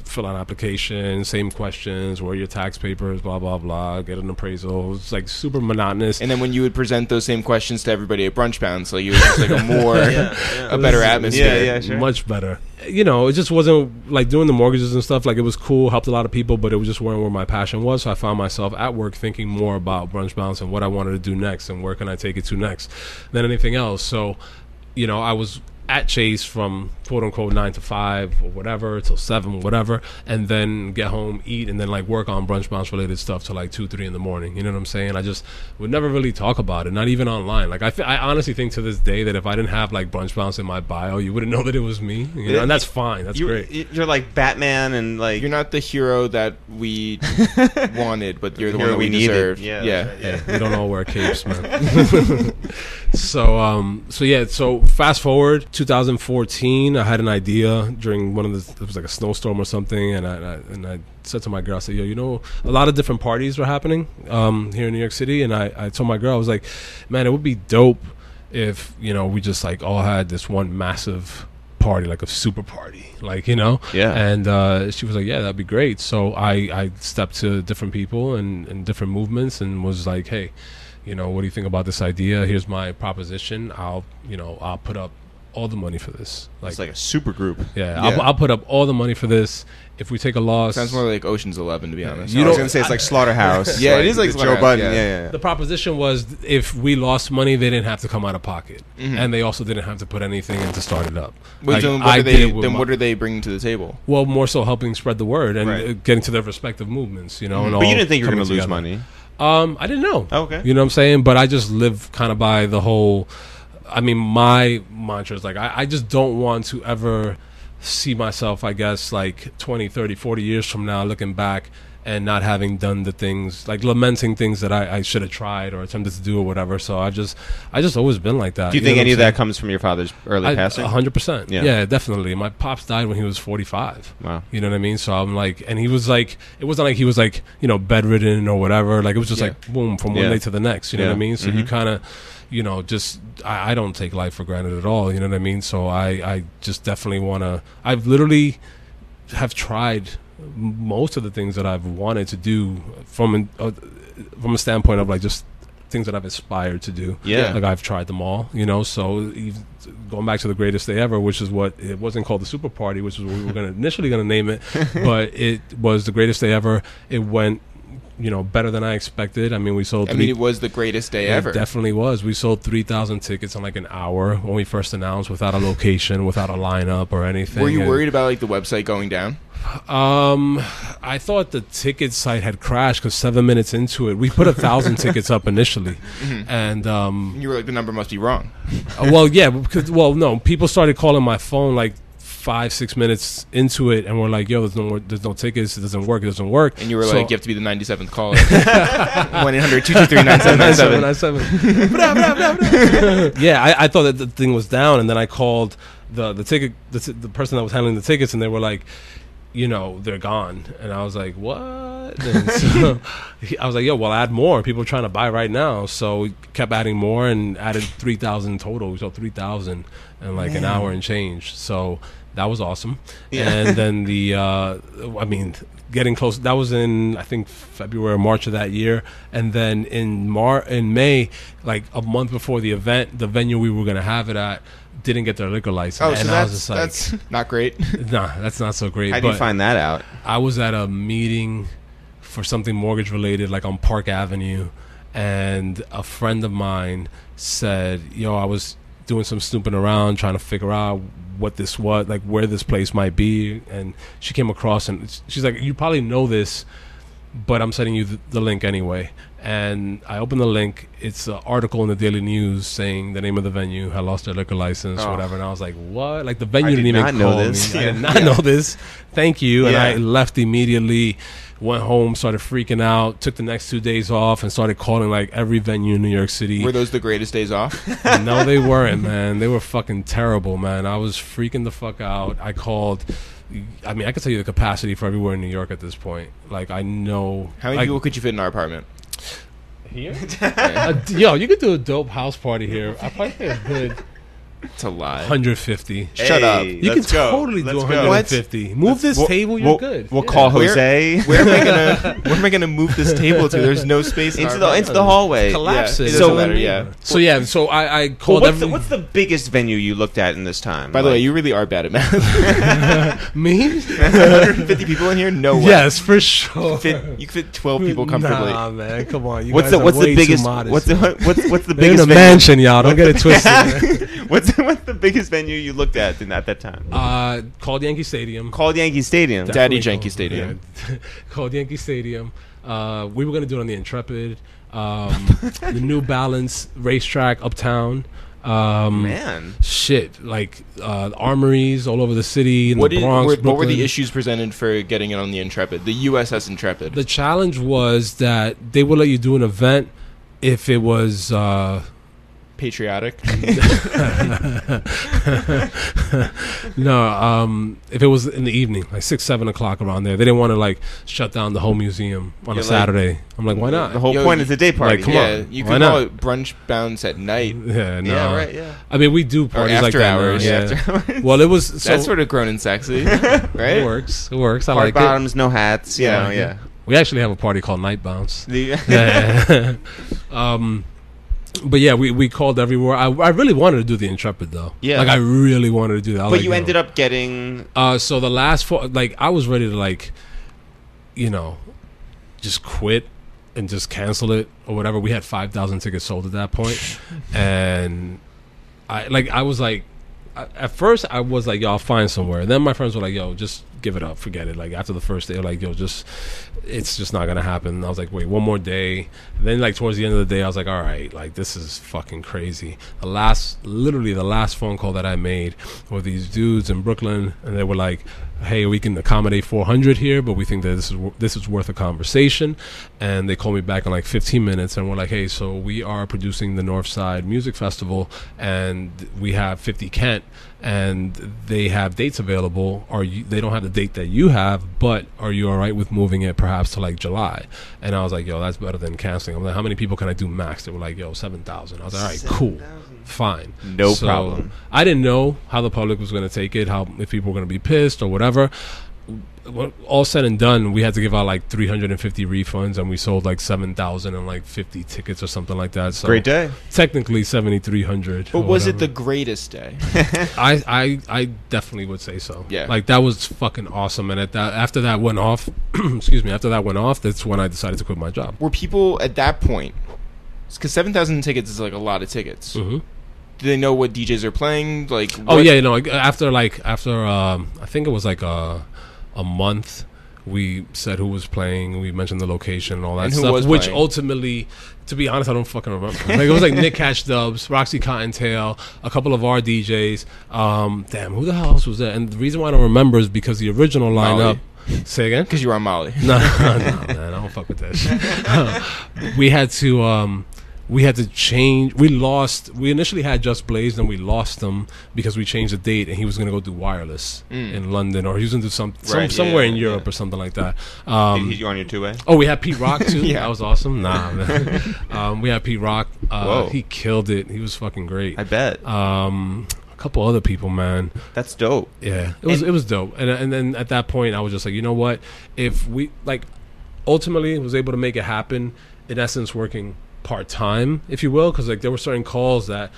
[SPEAKER 3] fill out an application same questions where are your tax papers blah blah blah get an appraisal it's like super monotonous
[SPEAKER 2] And then when you would present those same questions to everybody at brunch pounds, like you was just like a more, a better atmosphere.
[SPEAKER 1] Yeah, yeah, sure.
[SPEAKER 3] much better. You know, it just wasn't like doing the mortgages and stuff. Like it was cool, helped a lot of people, but it was just weren't where my passion was. So I found myself at work thinking more about brunch balance and what I wanted to do next and where can I take it to next than anything else. So, you know, I was at Chase from quote unquote nine to five or whatever till seven, whatever, and then get home, eat, and then like work on brunch bounce related stuff till like two, three in the morning. You know what I'm saying? I just would never really talk about it, not even online. Like I, fe- I honestly think to this day that if I didn't have like brunch bounce in my bio, you wouldn't know that it was me. You know, and that's fine. That's
[SPEAKER 1] you,
[SPEAKER 3] great.
[SPEAKER 1] You're like Batman and like
[SPEAKER 2] You're not the hero that we wanted, but you're the
[SPEAKER 1] Hero
[SPEAKER 2] one that we,
[SPEAKER 1] we needed.
[SPEAKER 2] deserve.
[SPEAKER 1] Yeah,
[SPEAKER 2] yeah.
[SPEAKER 1] that's
[SPEAKER 3] yeah, we don't all wear capes, man. so, um, so yeah, so fast forward 2014, I had an idea during one of the it was like a snowstorm or something, and I, and I and I said to my girl, I said, yo, you know, a lot of different parties were happening um, here in New York City, and I, I told my girl, I was like, man, it would be dope if you know we just like all had this one massive party like a super party like you know
[SPEAKER 2] Yeah.
[SPEAKER 3] and uh, she was like yeah that'd be great so i i stepped to different people and, and different movements and was like hey you know what do you think about this idea here's my proposition i'll you know i'll put up all the money for this like,
[SPEAKER 1] it's like a super group.
[SPEAKER 3] yeah,
[SPEAKER 2] Yeah.
[SPEAKER 3] I'll, I'll put up all the money for this if we take a loss
[SPEAKER 2] Sounds more like Ocean's Eleven, to be honest.
[SPEAKER 3] You
[SPEAKER 1] I was
[SPEAKER 3] don't-
[SPEAKER 1] gonna say it's like Slaughterhouse.
[SPEAKER 2] Yeah, it is like
[SPEAKER 1] the Joe
[SPEAKER 2] Slaughterhouse,
[SPEAKER 1] Budden.
[SPEAKER 2] yeah.
[SPEAKER 1] Yeah, yeah. yeah.
[SPEAKER 3] the proposition was if we lost money they didn't have to come out of pocket and they also didn't have to put anything in to start it up
[SPEAKER 2] Wait,
[SPEAKER 3] Like,
[SPEAKER 2] then what,
[SPEAKER 3] I
[SPEAKER 2] are
[SPEAKER 3] did
[SPEAKER 2] they,
[SPEAKER 3] it with
[SPEAKER 2] then
[SPEAKER 3] my-
[SPEAKER 2] what are they bringing to the table?
[SPEAKER 3] well, more so helping spread the word and
[SPEAKER 1] Right.
[SPEAKER 3] uh getting to their respective movements, you know. And all
[SPEAKER 1] But you didn't think you were
[SPEAKER 3] coming
[SPEAKER 1] gonna lose
[SPEAKER 3] together.
[SPEAKER 1] money.
[SPEAKER 3] Um, I didn't know.
[SPEAKER 1] Oh, okay.
[SPEAKER 3] You know what I'm saying? But I just live kind of by the whole. I mean, my mantra is like, I, I just don't want to ever see myself, I guess, like 20, 30, 40 years from now looking back and not having done the things, like lamenting things that I, I should have tried or attempted to do or whatever. So I just, I just always been like that.
[SPEAKER 1] Do you
[SPEAKER 3] know
[SPEAKER 1] think
[SPEAKER 3] what
[SPEAKER 1] any
[SPEAKER 3] I'm
[SPEAKER 1] of that comes from your father's early
[SPEAKER 3] saying?
[SPEAKER 1] passing?
[SPEAKER 3] I- 100%.
[SPEAKER 1] Yeah.
[SPEAKER 3] Yeah. definitely. My pops died when he was 45.
[SPEAKER 1] Wow.
[SPEAKER 3] You know what I mean? So I'm like, and he was like, it wasn't like he was like, you know, bedridden or whatever. Like it was just
[SPEAKER 2] Yeah.
[SPEAKER 3] like, boom, from one
[SPEAKER 1] Yeah.
[SPEAKER 3] day to the next. You know
[SPEAKER 1] Yeah. Mm-hmm.
[SPEAKER 3] what I mean? So you kind of, you know, just I, I don't take life for granted at all. You know what I mean? So I, I just definitely want to. I've literally have tried m- most of the things that I've wanted to do from an, uh, from a standpoint of like just things that I've aspired to do.
[SPEAKER 1] Yeah.
[SPEAKER 3] like I've tried them all. You know, so even going back to the greatest day ever, which is what it wasn't called the Super Party, which is what we were gonna initially going to name it, but it was the greatest day ever. It went. You know, better than I expected. I mean, we sold.
[SPEAKER 2] I
[SPEAKER 3] three-
[SPEAKER 2] mean, it was the greatest day
[SPEAKER 3] it
[SPEAKER 2] ever.
[SPEAKER 3] definitely was. We sold 3,000 tickets in like an hour when we first announced without a location, without a lineup or anything.
[SPEAKER 2] Were you
[SPEAKER 3] And,
[SPEAKER 2] worried about like the website going down?
[SPEAKER 3] Um, I thought the ticket site had crashed because seven minutes into it, we put a thousand tickets up initially.
[SPEAKER 2] Mm-hmm.
[SPEAKER 3] And, um,
[SPEAKER 2] You were like, the number must be wrong.
[SPEAKER 3] uh, well, yeah, because, well, no, people started calling my phone like five, six minutes into it and were like, yo, there's no more, there's no tickets. It doesn't work. It doesn't work.
[SPEAKER 2] And you were
[SPEAKER 3] So-
[SPEAKER 2] like, you have to be the 97th caller. 1 800 223 9797.
[SPEAKER 3] 97. Blah, blah, blah, blah. yeah, I, I thought that the thing was down, and then I called the the ticket the, t- the person that was handling the tickets, and they were like, you know, they're gone, and I was like, what? And so he- I was like, yo, well, add more. People are trying to buy right now, so we kept adding more and added three thousand total. We sold three thousand in like an hour and change. So. That was awesome, and then the uh, I mean, getting close. That was in I think February, or March of that year, and then in Mar in May, like a month before the event, the venue we were gonna have it at didn't get their liquor license,
[SPEAKER 2] Oh,
[SPEAKER 3] and
[SPEAKER 2] so
[SPEAKER 3] I was
[SPEAKER 2] that's,
[SPEAKER 3] just like,
[SPEAKER 2] that's not great.
[SPEAKER 3] nah, that's not so great.
[SPEAKER 1] How do
[SPEAKER 3] but
[SPEAKER 1] you find that out?
[SPEAKER 3] I was at a meeting for something mortgage related, like on Park Avenue, and a friend of mine said, "Yo, I was doing some snooping around, trying to figure out what this was, like where this place might be." And she came across, and she's like, "You probably know this." but I'm sending you th- the link anyway. And I open the link. It's an article in the Daily News saying the name of the venue had lost their liquor license
[SPEAKER 1] Oh.
[SPEAKER 3] or whatever. And I was like, what? Like the venue
[SPEAKER 1] I
[SPEAKER 3] didn't
[SPEAKER 1] did
[SPEAKER 3] even
[SPEAKER 1] not know
[SPEAKER 3] call
[SPEAKER 1] this.
[SPEAKER 3] me. I
[SPEAKER 1] Yeah.
[SPEAKER 3] did not know this. Thank you. And I
[SPEAKER 1] Yeah.
[SPEAKER 3] left immediately. Went home, started freaking out. Took the next two days off and started calling like every venue in New York City.
[SPEAKER 2] Were those the greatest days off?
[SPEAKER 3] no, they weren't, man. They were fucking terrible, man. I was freaking the fuck out. I called. I mean, I can tell you the capacity for everywhere in New York at this point. Like, I know
[SPEAKER 2] How many
[SPEAKER 3] like,
[SPEAKER 2] people could you fit in our apartment?
[SPEAKER 3] Here? Uh, d- yo, you could do a dope house party here. I probably think a good
[SPEAKER 2] It's a lie.
[SPEAKER 3] 150.
[SPEAKER 1] Shut
[SPEAKER 2] Hey,
[SPEAKER 1] up.
[SPEAKER 3] You
[SPEAKER 1] Let's
[SPEAKER 3] can
[SPEAKER 1] go.
[SPEAKER 3] totally
[SPEAKER 1] Let's
[SPEAKER 3] do
[SPEAKER 1] go.
[SPEAKER 3] 150. Move this
[SPEAKER 1] We'll-
[SPEAKER 3] table, you're
[SPEAKER 1] we'll-
[SPEAKER 3] good.
[SPEAKER 1] We'll
[SPEAKER 3] Yeah.
[SPEAKER 1] call
[SPEAKER 2] Where-
[SPEAKER 1] Jose.
[SPEAKER 2] Where am I gonna Where am I gonna move this table to? There's no space in
[SPEAKER 1] into
[SPEAKER 2] our
[SPEAKER 1] the
[SPEAKER 2] apartment.
[SPEAKER 1] into the hallway.
[SPEAKER 3] collapse
[SPEAKER 2] yeah,
[SPEAKER 3] it.
[SPEAKER 2] it doesn't matter, yeah.
[SPEAKER 3] So yeah, so I, I
[SPEAKER 1] Well,
[SPEAKER 3] called
[SPEAKER 1] what's, the,
[SPEAKER 3] every-
[SPEAKER 1] what's the biggest venue you looked at in this time?
[SPEAKER 2] By the way,
[SPEAKER 1] Like,
[SPEAKER 2] you really are bad at math.
[SPEAKER 3] me.
[SPEAKER 2] 150 people in here? No way.
[SPEAKER 3] yes, for sure.
[SPEAKER 2] Fit, you could fit 12 people comfortably.
[SPEAKER 3] Nah, man, come on. You
[SPEAKER 1] what's
[SPEAKER 3] guys
[SPEAKER 1] the
[SPEAKER 3] are
[SPEAKER 1] what's
[SPEAKER 3] way
[SPEAKER 1] the
[SPEAKER 3] too
[SPEAKER 1] biggest
[SPEAKER 3] modest.
[SPEAKER 1] what's the what's what's the
[SPEAKER 3] They're in
[SPEAKER 1] biggest
[SPEAKER 3] a
[SPEAKER 1] venue?
[SPEAKER 3] mansion, y'all. Don't get it twisted. man.
[SPEAKER 1] what's what's the biggest venue you looked at in, at that time?
[SPEAKER 3] Uh, called Yankee Stadium.
[SPEAKER 1] Called Yankee Stadium.
[SPEAKER 2] Daddy
[SPEAKER 3] Definitely
[SPEAKER 2] Yankee
[SPEAKER 3] called-
[SPEAKER 2] Stadium.
[SPEAKER 3] yeah. called Yankee Stadium. Uh, we were gonna do it on the Intrepid, um, the New Balance racetrack uptown. Um,
[SPEAKER 1] Man,
[SPEAKER 3] Shit, like uh, armories all over the city in
[SPEAKER 2] What,
[SPEAKER 3] the
[SPEAKER 2] did,
[SPEAKER 3] Bronx.
[SPEAKER 2] were, what were the
[SPEAKER 3] Brooklyn.
[SPEAKER 2] issues presented for getting it on the Intrepid, the USS Intrepid?
[SPEAKER 3] The challenge was that they would let you do an event if it was. Uh,
[SPEAKER 2] Patriotic.
[SPEAKER 3] No, um, if it was in the evening, like six, seven o'clock around there, they didn't want to like shut down the whole museum
[SPEAKER 1] You're
[SPEAKER 3] on a
[SPEAKER 1] like-
[SPEAKER 3] Saturday. I'm like, why not?
[SPEAKER 1] the whole
[SPEAKER 2] Yo,
[SPEAKER 1] point
[SPEAKER 2] you-
[SPEAKER 1] is a day party.
[SPEAKER 3] like, come
[SPEAKER 2] yeah,
[SPEAKER 3] on,
[SPEAKER 2] you
[SPEAKER 3] why
[SPEAKER 2] could call
[SPEAKER 3] not?
[SPEAKER 2] it brunch bounce at night
[SPEAKER 3] yeah, no.
[SPEAKER 1] Yeah, right. Yeah.
[SPEAKER 3] I mean, we do parties like
[SPEAKER 2] after
[SPEAKER 3] that now,
[SPEAKER 2] hours,
[SPEAKER 3] yeah.
[SPEAKER 1] After hours.
[SPEAKER 3] Well, it was so
[SPEAKER 2] That's sort of grown and sexy, right?
[SPEAKER 3] it works. It works. I
[SPEAKER 1] Hard
[SPEAKER 3] like it.
[SPEAKER 1] bottoms, no hats. You
[SPEAKER 2] Yeah,
[SPEAKER 1] know,
[SPEAKER 2] yeah.
[SPEAKER 1] yeah.
[SPEAKER 3] We actually have a party called Night Bounce.
[SPEAKER 1] The-
[SPEAKER 3] Yeah. um, but yeah, we, we called everywhere. I, I really wanted to do the Intrepid though.
[SPEAKER 1] Yeah.
[SPEAKER 3] like I really wanted to do that. I
[SPEAKER 1] but
[SPEAKER 3] like,
[SPEAKER 1] you
[SPEAKER 3] know,
[SPEAKER 1] ended up getting
[SPEAKER 3] Uh, so the last four, like I was ready to like, you know, just quit and just cancel it or whatever. We had five thousand tickets sold at that point, and I like I was like, I, at first I was like, "Yo, I'll find somewhere." then my friends were like, "Yo, just give it up, forget it." Like after the first day, they're like, "Yo, just it's just not gonna happen." And I was like, "Wait, one more day." Then like towards the end of the day, I was like, "All right, like this is fucking crazy." The last, literally the last phone call that I made were these dudes in Brooklyn, and they were like, "Hey, we can accommodate 400 here, but we think that this is wor- this is worth a conversation." And they called me back in like 15 minutes, and were like, "Hey, so we are producing the North Side Music Festival, and we have 50 Kent, and they have dates available. Are you? They don't have the date that you have, but are you all right with moving it perhaps to like July?" And I was like, "Yo, that's better than canceling." I'm like, "How many people can I do max?" They were like, "Yo, 7,000." I was like, "All right, cool, fine,
[SPEAKER 1] No problem.
[SPEAKER 3] I didn't know how the public was going to take it, how if people were going to be pissed or whatever. When all said and done, we had to give out like 350 refunds, and we sold like 7,000 and like 50 tickets or something like that. So
[SPEAKER 1] great day.
[SPEAKER 3] Technically 7,300.
[SPEAKER 2] But
[SPEAKER 3] or
[SPEAKER 2] was it the
[SPEAKER 3] whatever.
[SPEAKER 2] greatest day?
[SPEAKER 3] I, I I definitely would say so.
[SPEAKER 2] Yeah.
[SPEAKER 3] Like that was fucking awesome, and at that after that went off, excuse me, after that went off, that's when I decided to quit my job.
[SPEAKER 2] Were people at that point? Because seven thousand tickets is like a lot of tickets.
[SPEAKER 3] hmm
[SPEAKER 2] Do they know what DJs are playing? Like,
[SPEAKER 3] Oh
[SPEAKER 2] what-
[SPEAKER 3] yeah, you know, like, after like after um, I think it was like a a month. We said who was playing. We mentioned the location and all that
[SPEAKER 2] And who
[SPEAKER 3] stuff,
[SPEAKER 2] was
[SPEAKER 3] which
[SPEAKER 2] playing.
[SPEAKER 3] ultimately, to be honest, I don't fucking remember. Like it was like Nick Cash Dubs, Roxy Cottontail, a couple of our DJs. Um, damn, who the hell else was there? And the reason why I don't remember is because the original lineup.
[SPEAKER 2] Molly.
[SPEAKER 3] Say again.
[SPEAKER 2] because you were on Molly.
[SPEAKER 3] No, no, man, I don't fuck with that shit. we had to, um, we had to change. We lost. We initially had Just Blaze, then we lost him because we changed the date, and he was gonna go do wireless in London, or he was gonna do some, some
[SPEAKER 2] Mm. Right,
[SPEAKER 3] somewhere
[SPEAKER 2] yeah,
[SPEAKER 3] in Europe or something like that. Um,
[SPEAKER 1] you on your two way?
[SPEAKER 3] Oh, we had Pete Rock too.
[SPEAKER 2] Yeah.
[SPEAKER 3] That was awesome. Nah, man. um, we had Pete Rock. Uh,
[SPEAKER 1] Whoa.
[SPEAKER 3] he killed it. He was fucking great.
[SPEAKER 1] I bet
[SPEAKER 3] Um, a couple other people, man.
[SPEAKER 1] that's dope.
[SPEAKER 3] Yeah, it was it was dope. And and then at that point, I was just like, you know what? If we like, ultimately, was able to make it happen. In essence, working part time, if you will, because like there were certain calls that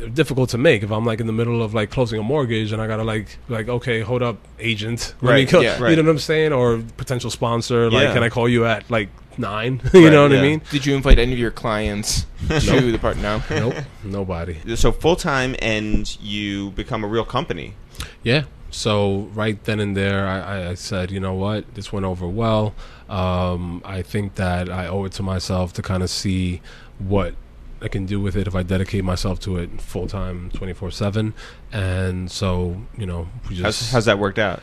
[SPEAKER 3] are difficult to make. If I'm like in the middle of like closing a mortgage and I gotta like like okay, hold up, agent, let me
[SPEAKER 1] Right,
[SPEAKER 3] go-
[SPEAKER 2] yeah,
[SPEAKER 3] You
[SPEAKER 1] right.
[SPEAKER 3] know what I'm saying? Or potential sponsor, like
[SPEAKER 1] Yeah.
[SPEAKER 3] can I call you at like nine? you
[SPEAKER 1] Right,
[SPEAKER 3] know what I
[SPEAKER 1] yeah.
[SPEAKER 3] mean?
[SPEAKER 2] Did you invite any of your clients to the part? No.
[SPEAKER 3] Nope, nobody.
[SPEAKER 1] So full time, and you become a real company.
[SPEAKER 3] Yeah. So right then and there, I, I- I said, you know what, this went over well. Um, I think that I owe it to myself to kind of see what I can do with it if I dedicate myself to it full time, twenty four seven. And so, you know, we
[SPEAKER 1] How's,
[SPEAKER 3] just
[SPEAKER 1] how's that worked out?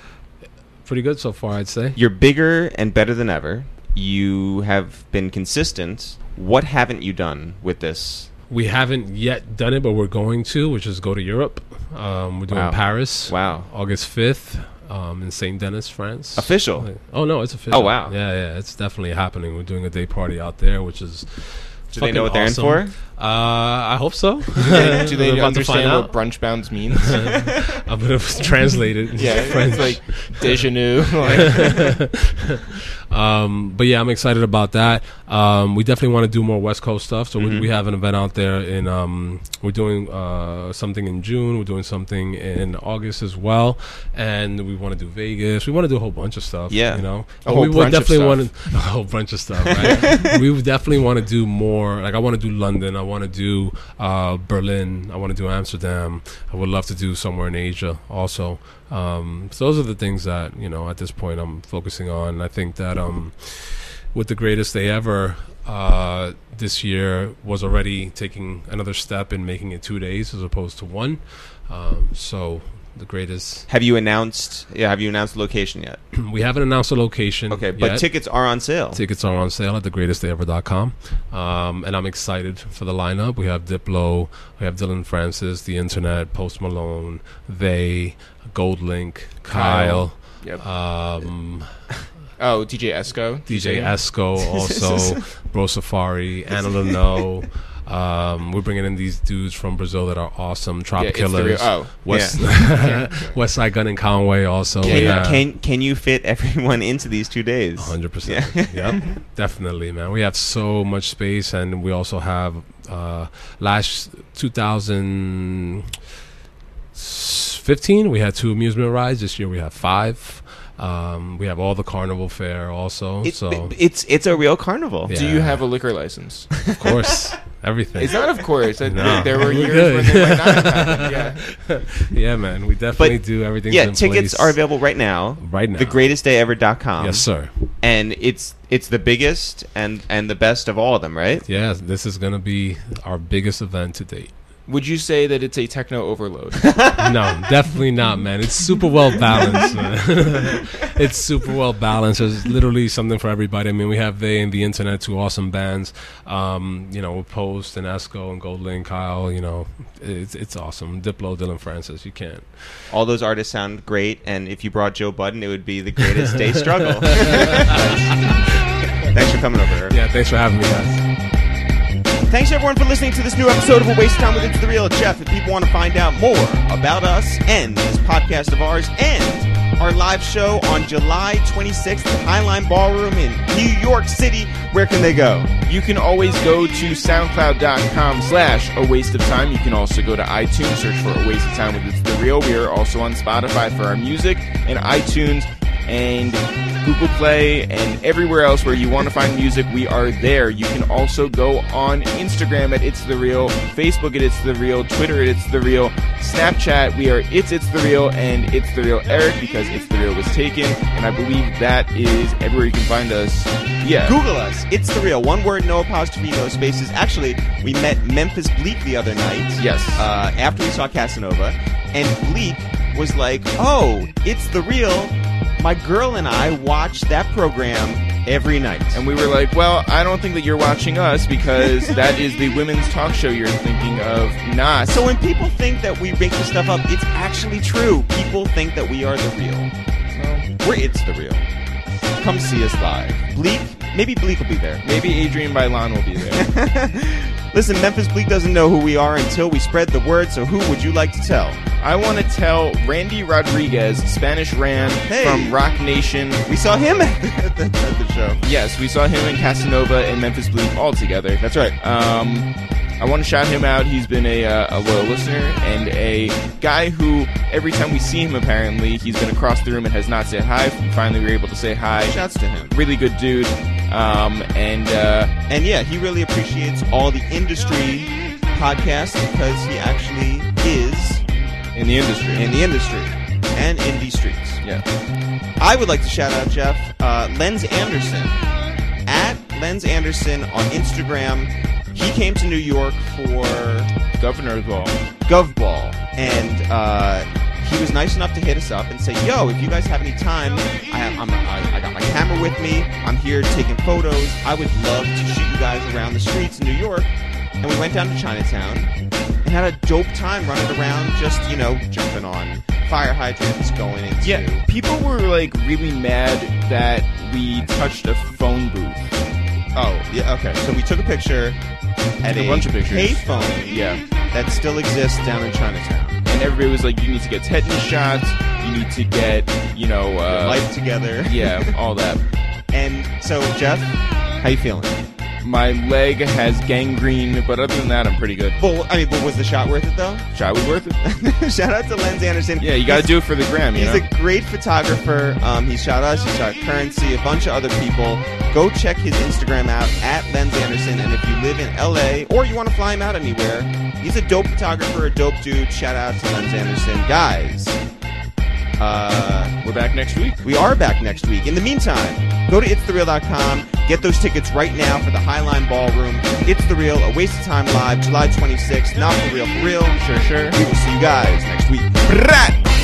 [SPEAKER 3] pretty good so far, I'd say.
[SPEAKER 1] You're bigger and better than ever. You have been consistent. What haven't you done with this?
[SPEAKER 3] We haven't yet done it, but we're going to, which is go to Europe. Um, we're doing
[SPEAKER 1] Wow.
[SPEAKER 3] Paris,
[SPEAKER 1] Wow,
[SPEAKER 3] August fifth, um, in Saint Denis, France.
[SPEAKER 1] official.
[SPEAKER 3] Like- Oh no, it's official.
[SPEAKER 1] Oh, wow.
[SPEAKER 3] Yeah, yeah, it's definitely happening. We're doing a day party out there, which is.
[SPEAKER 1] Do they know what they're in for?
[SPEAKER 3] Uh, I hope so.
[SPEAKER 2] Do they
[SPEAKER 3] I'm about to find
[SPEAKER 2] understand what
[SPEAKER 3] out.
[SPEAKER 2] brunch bounds means?
[SPEAKER 3] I'm gonna translate it. into
[SPEAKER 2] yeah,
[SPEAKER 3] French.
[SPEAKER 2] it's like deja vu. Like,
[SPEAKER 3] Um, but yeah, I'm excited about that. Um, we definitely want to do more West Coast stuff. So we, we have an event out there in. Um, we're doing uh, something in June. We're doing something in August as well, and we want to do Vegas. We want to do a whole bunch of stuff.
[SPEAKER 1] Yeah.
[SPEAKER 3] you know,
[SPEAKER 2] A
[SPEAKER 3] But
[SPEAKER 2] whole
[SPEAKER 3] Oh, we would
[SPEAKER 2] bunch of
[SPEAKER 3] definitely
[SPEAKER 2] stuff.
[SPEAKER 3] want a whole bunch of stuff. Right? we would definitely want to do more. Like I want to do London. I want to do uh, Berlin. I want to do Amsterdam. I would love to do somewhere in Asia also. Um, so those are the things that you know at this point I'm focusing on. I think that um, with the greatest day ever uh, this year was already taking another step in making it two days as opposed to one. Um, so the greatest
[SPEAKER 1] Have you announced? Yeah, have you announced the location yet?
[SPEAKER 3] we haven't announced a location.
[SPEAKER 1] Okay, but
[SPEAKER 3] yet.
[SPEAKER 1] tickets are on sale.
[SPEAKER 3] Tickets are on sale at thegreatestdayever.com. Um, and I'm excited for the lineup. We have Diplo, we have Dylan Francis, The Internet, Post Malone, They, Gold Link, Kyle,
[SPEAKER 2] Yep.
[SPEAKER 3] um,
[SPEAKER 2] oh, DJ Esco.
[SPEAKER 3] DJ Esco, also Bro Safari, Anna Leno. Um, we're bringing in these dudes from Brazil that are awesome. Trop
[SPEAKER 2] Yeah, it's the real-
[SPEAKER 3] Killers.
[SPEAKER 2] oh,
[SPEAKER 3] West, West Side Gun and Conway also.
[SPEAKER 1] Can,
[SPEAKER 3] we have-
[SPEAKER 1] can can you fit everyone into these two days?
[SPEAKER 3] Hundred percent. Yep, definitely, man. We have so much space, and we also have uh, last 2015. We had two amusement rides. This year we have five. Um, we have all the carnival fair also.
[SPEAKER 1] It-
[SPEAKER 3] so
[SPEAKER 1] it's it's a real carnival.
[SPEAKER 3] Yeah.
[SPEAKER 2] Do you have a liquor license?
[SPEAKER 3] of course everything.
[SPEAKER 2] It's not, of course. I-
[SPEAKER 3] No.
[SPEAKER 2] There were
[SPEAKER 3] We're
[SPEAKER 2] years
[SPEAKER 3] good.
[SPEAKER 2] when they might not have. Yeah.
[SPEAKER 3] yeah, man. We definitely do everything.
[SPEAKER 1] Yeah, tickets are available right now.
[SPEAKER 3] Right now.
[SPEAKER 1] Thegreatestdayever.com.
[SPEAKER 3] Yes, sir.
[SPEAKER 1] And it's it's the biggest and and the best of all of them, right?
[SPEAKER 3] Yeah, this is gonna be our biggest event to date.
[SPEAKER 2] Would you say that it's a techno overload?
[SPEAKER 3] no, definitely not, man. It's super well balanced, man. it's super well balanced. There's literally something for everybody. I mean, we have they and the internet, two awesome bands. Um, you know, with Post and Esco and Gold Link, Kyle. You know, it's it's awesome. Diplo, Dylan Francis. You can't.
[SPEAKER 1] All those artists sound great, and if you brought Joe Budden, it would be the greatest day struggle. Thanks for coming over. Eric.
[SPEAKER 3] Yeah, thanks for having me, guys.
[SPEAKER 1] Thanks everyone for listening to this new episode of A Waste of Time with Into the Real. Jeff, if people want to find out more about us and this podcast of ours and our live show on July 26th at Highline Ballroom in New York City, where can they go?
[SPEAKER 2] You can always go to soundcloud.com slash a waste of time. You can also go to iTunes, search for a waste of time with It's the real. We are also on Spotify for our music and iTunes and Google Play and everywhere else where you want to find music, we are there. You can also go on Instagram at It's The Real, Facebook at It's The Real, Twitter at It's The Real, Snapchat, we are It's It's The Real and It's The Real Eric because It's The Real was taken. And I believe that is everywhere you can find us. Yeah.
[SPEAKER 1] Google us. It's the real. One word, no apostrophe, no spaces. Actually, we met Memphis Bleak the other night.
[SPEAKER 2] Yes.
[SPEAKER 1] Uh, after we saw Casanova, and Bleak was like, "Oh, it's the real." My girl and I watch that program every night.
[SPEAKER 2] And we were like, well, I don't think that you're watching us because that is the women's talk show you're thinking of, not.
[SPEAKER 1] so when people think that we make this stuff up, it's actually true. People think that we are the real. We're it's the real. Come see us live. Bleak, maybe Bleak will be there.
[SPEAKER 2] maybe Adrian Bailon will be there.
[SPEAKER 1] Listen, Memphis Bleak doesn't know who we are until we spread the word. So who would you like to tell?
[SPEAKER 2] I want to tell Randy Rodriguez, Spanish Ram
[SPEAKER 1] Hey.
[SPEAKER 2] from Rock Nation.
[SPEAKER 1] We saw him at the, at the show.
[SPEAKER 2] Yes, we saw him in Casanova and Memphis Bleak all together.
[SPEAKER 1] That's right.
[SPEAKER 2] Um, I want to shout him out. He's been a, uh, a loyal listener and a guy who, every time we see him, apparently, he's been across the room and has not said hi. Finally, we were able to say hi.
[SPEAKER 1] Shouts to him.
[SPEAKER 2] Really good dude. Um, and uh,
[SPEAKER 1] And yeah, he really appreciates all the industry podcasts because he actually is
[SPEAKER 2] in the industry.
[SPEAKER 1] in the industry and in these streets.
[SPEAKER 2] yeah.
[SPEAKER 1] I would like to shout out Jeff uh, Lenz Anderson at Lenz Anderson on Instagram. He came to New York for
[SPEAKER 2] Governor's Ball.
[SPEAKER 1] GovBall, and uh, he was nice enough to hit us up and say, "Yo, if you guys have any time, I, have, I'm, I, I got my camera with me. I'm here taking photos. I would love to shoot you guys around the streets in New York." And we went down to Chinatown and had a dope time running around, just you know, jumping on fire hydrants, going into
[SPEAKER 2] Yeah, people were like really mad that we touched a phone booth.
[SPEAKER 1] Oh, yeah. Okay. So we took a picture at
[SPEAKER 2] A bunch of pictures.
[SPEAKER 1] payphone
[SPEAKER 2] Yeah.
[SPEAKER 1] that still exists down in Chinatown.
[SPEAKER 2] And everybody was like, you need to get tetanus shots, you need to get, you know, uh,
[SPEAKER 1] Life together.
[SPEAKER 2] Yeah, all that.
[SPEAKER 1] And so, Jeff, how you feeling?
[SPEAKER 2] My leg has gangrene, but other than that, I'm pretty good.
[SPEAKER 1] Well, I mean, but was the shot worth it though?
[SPEAKER 2] Shot was worth it.
[SPEAKER 1] Shout out to Lenz Anderson.
[SPEAKER 2] Yeah, you got to
[SPEAKER 1] He's-
[SPEAKER 2] do it for the gram. You
[SPEAKER 1] He's
[SPEAKER 2] know?
[SPEAKER 1] a great photographer. Um, he shot us, he shot Currency, a bunch of other people. Go check his Instagram out at Lens Anderson. And if you live in LA or you want to fly him out anywhere, he's a dope photographer, a dope dude. Shout out to Lens Anderson. Guys, uh,
[SPEAKER 2] We're back next week.
[SPEAKER 1] we are back next week. In the meantime, go to itsthereal.com. Get those tickets right now for the Highline Ballroom. It's The Real, A Waste of Time Live, July 26th. Not for real, for real.
[SPEAKER 2] Sure, sure.
[SPEAKER 1] We will see you guys next week. Brat!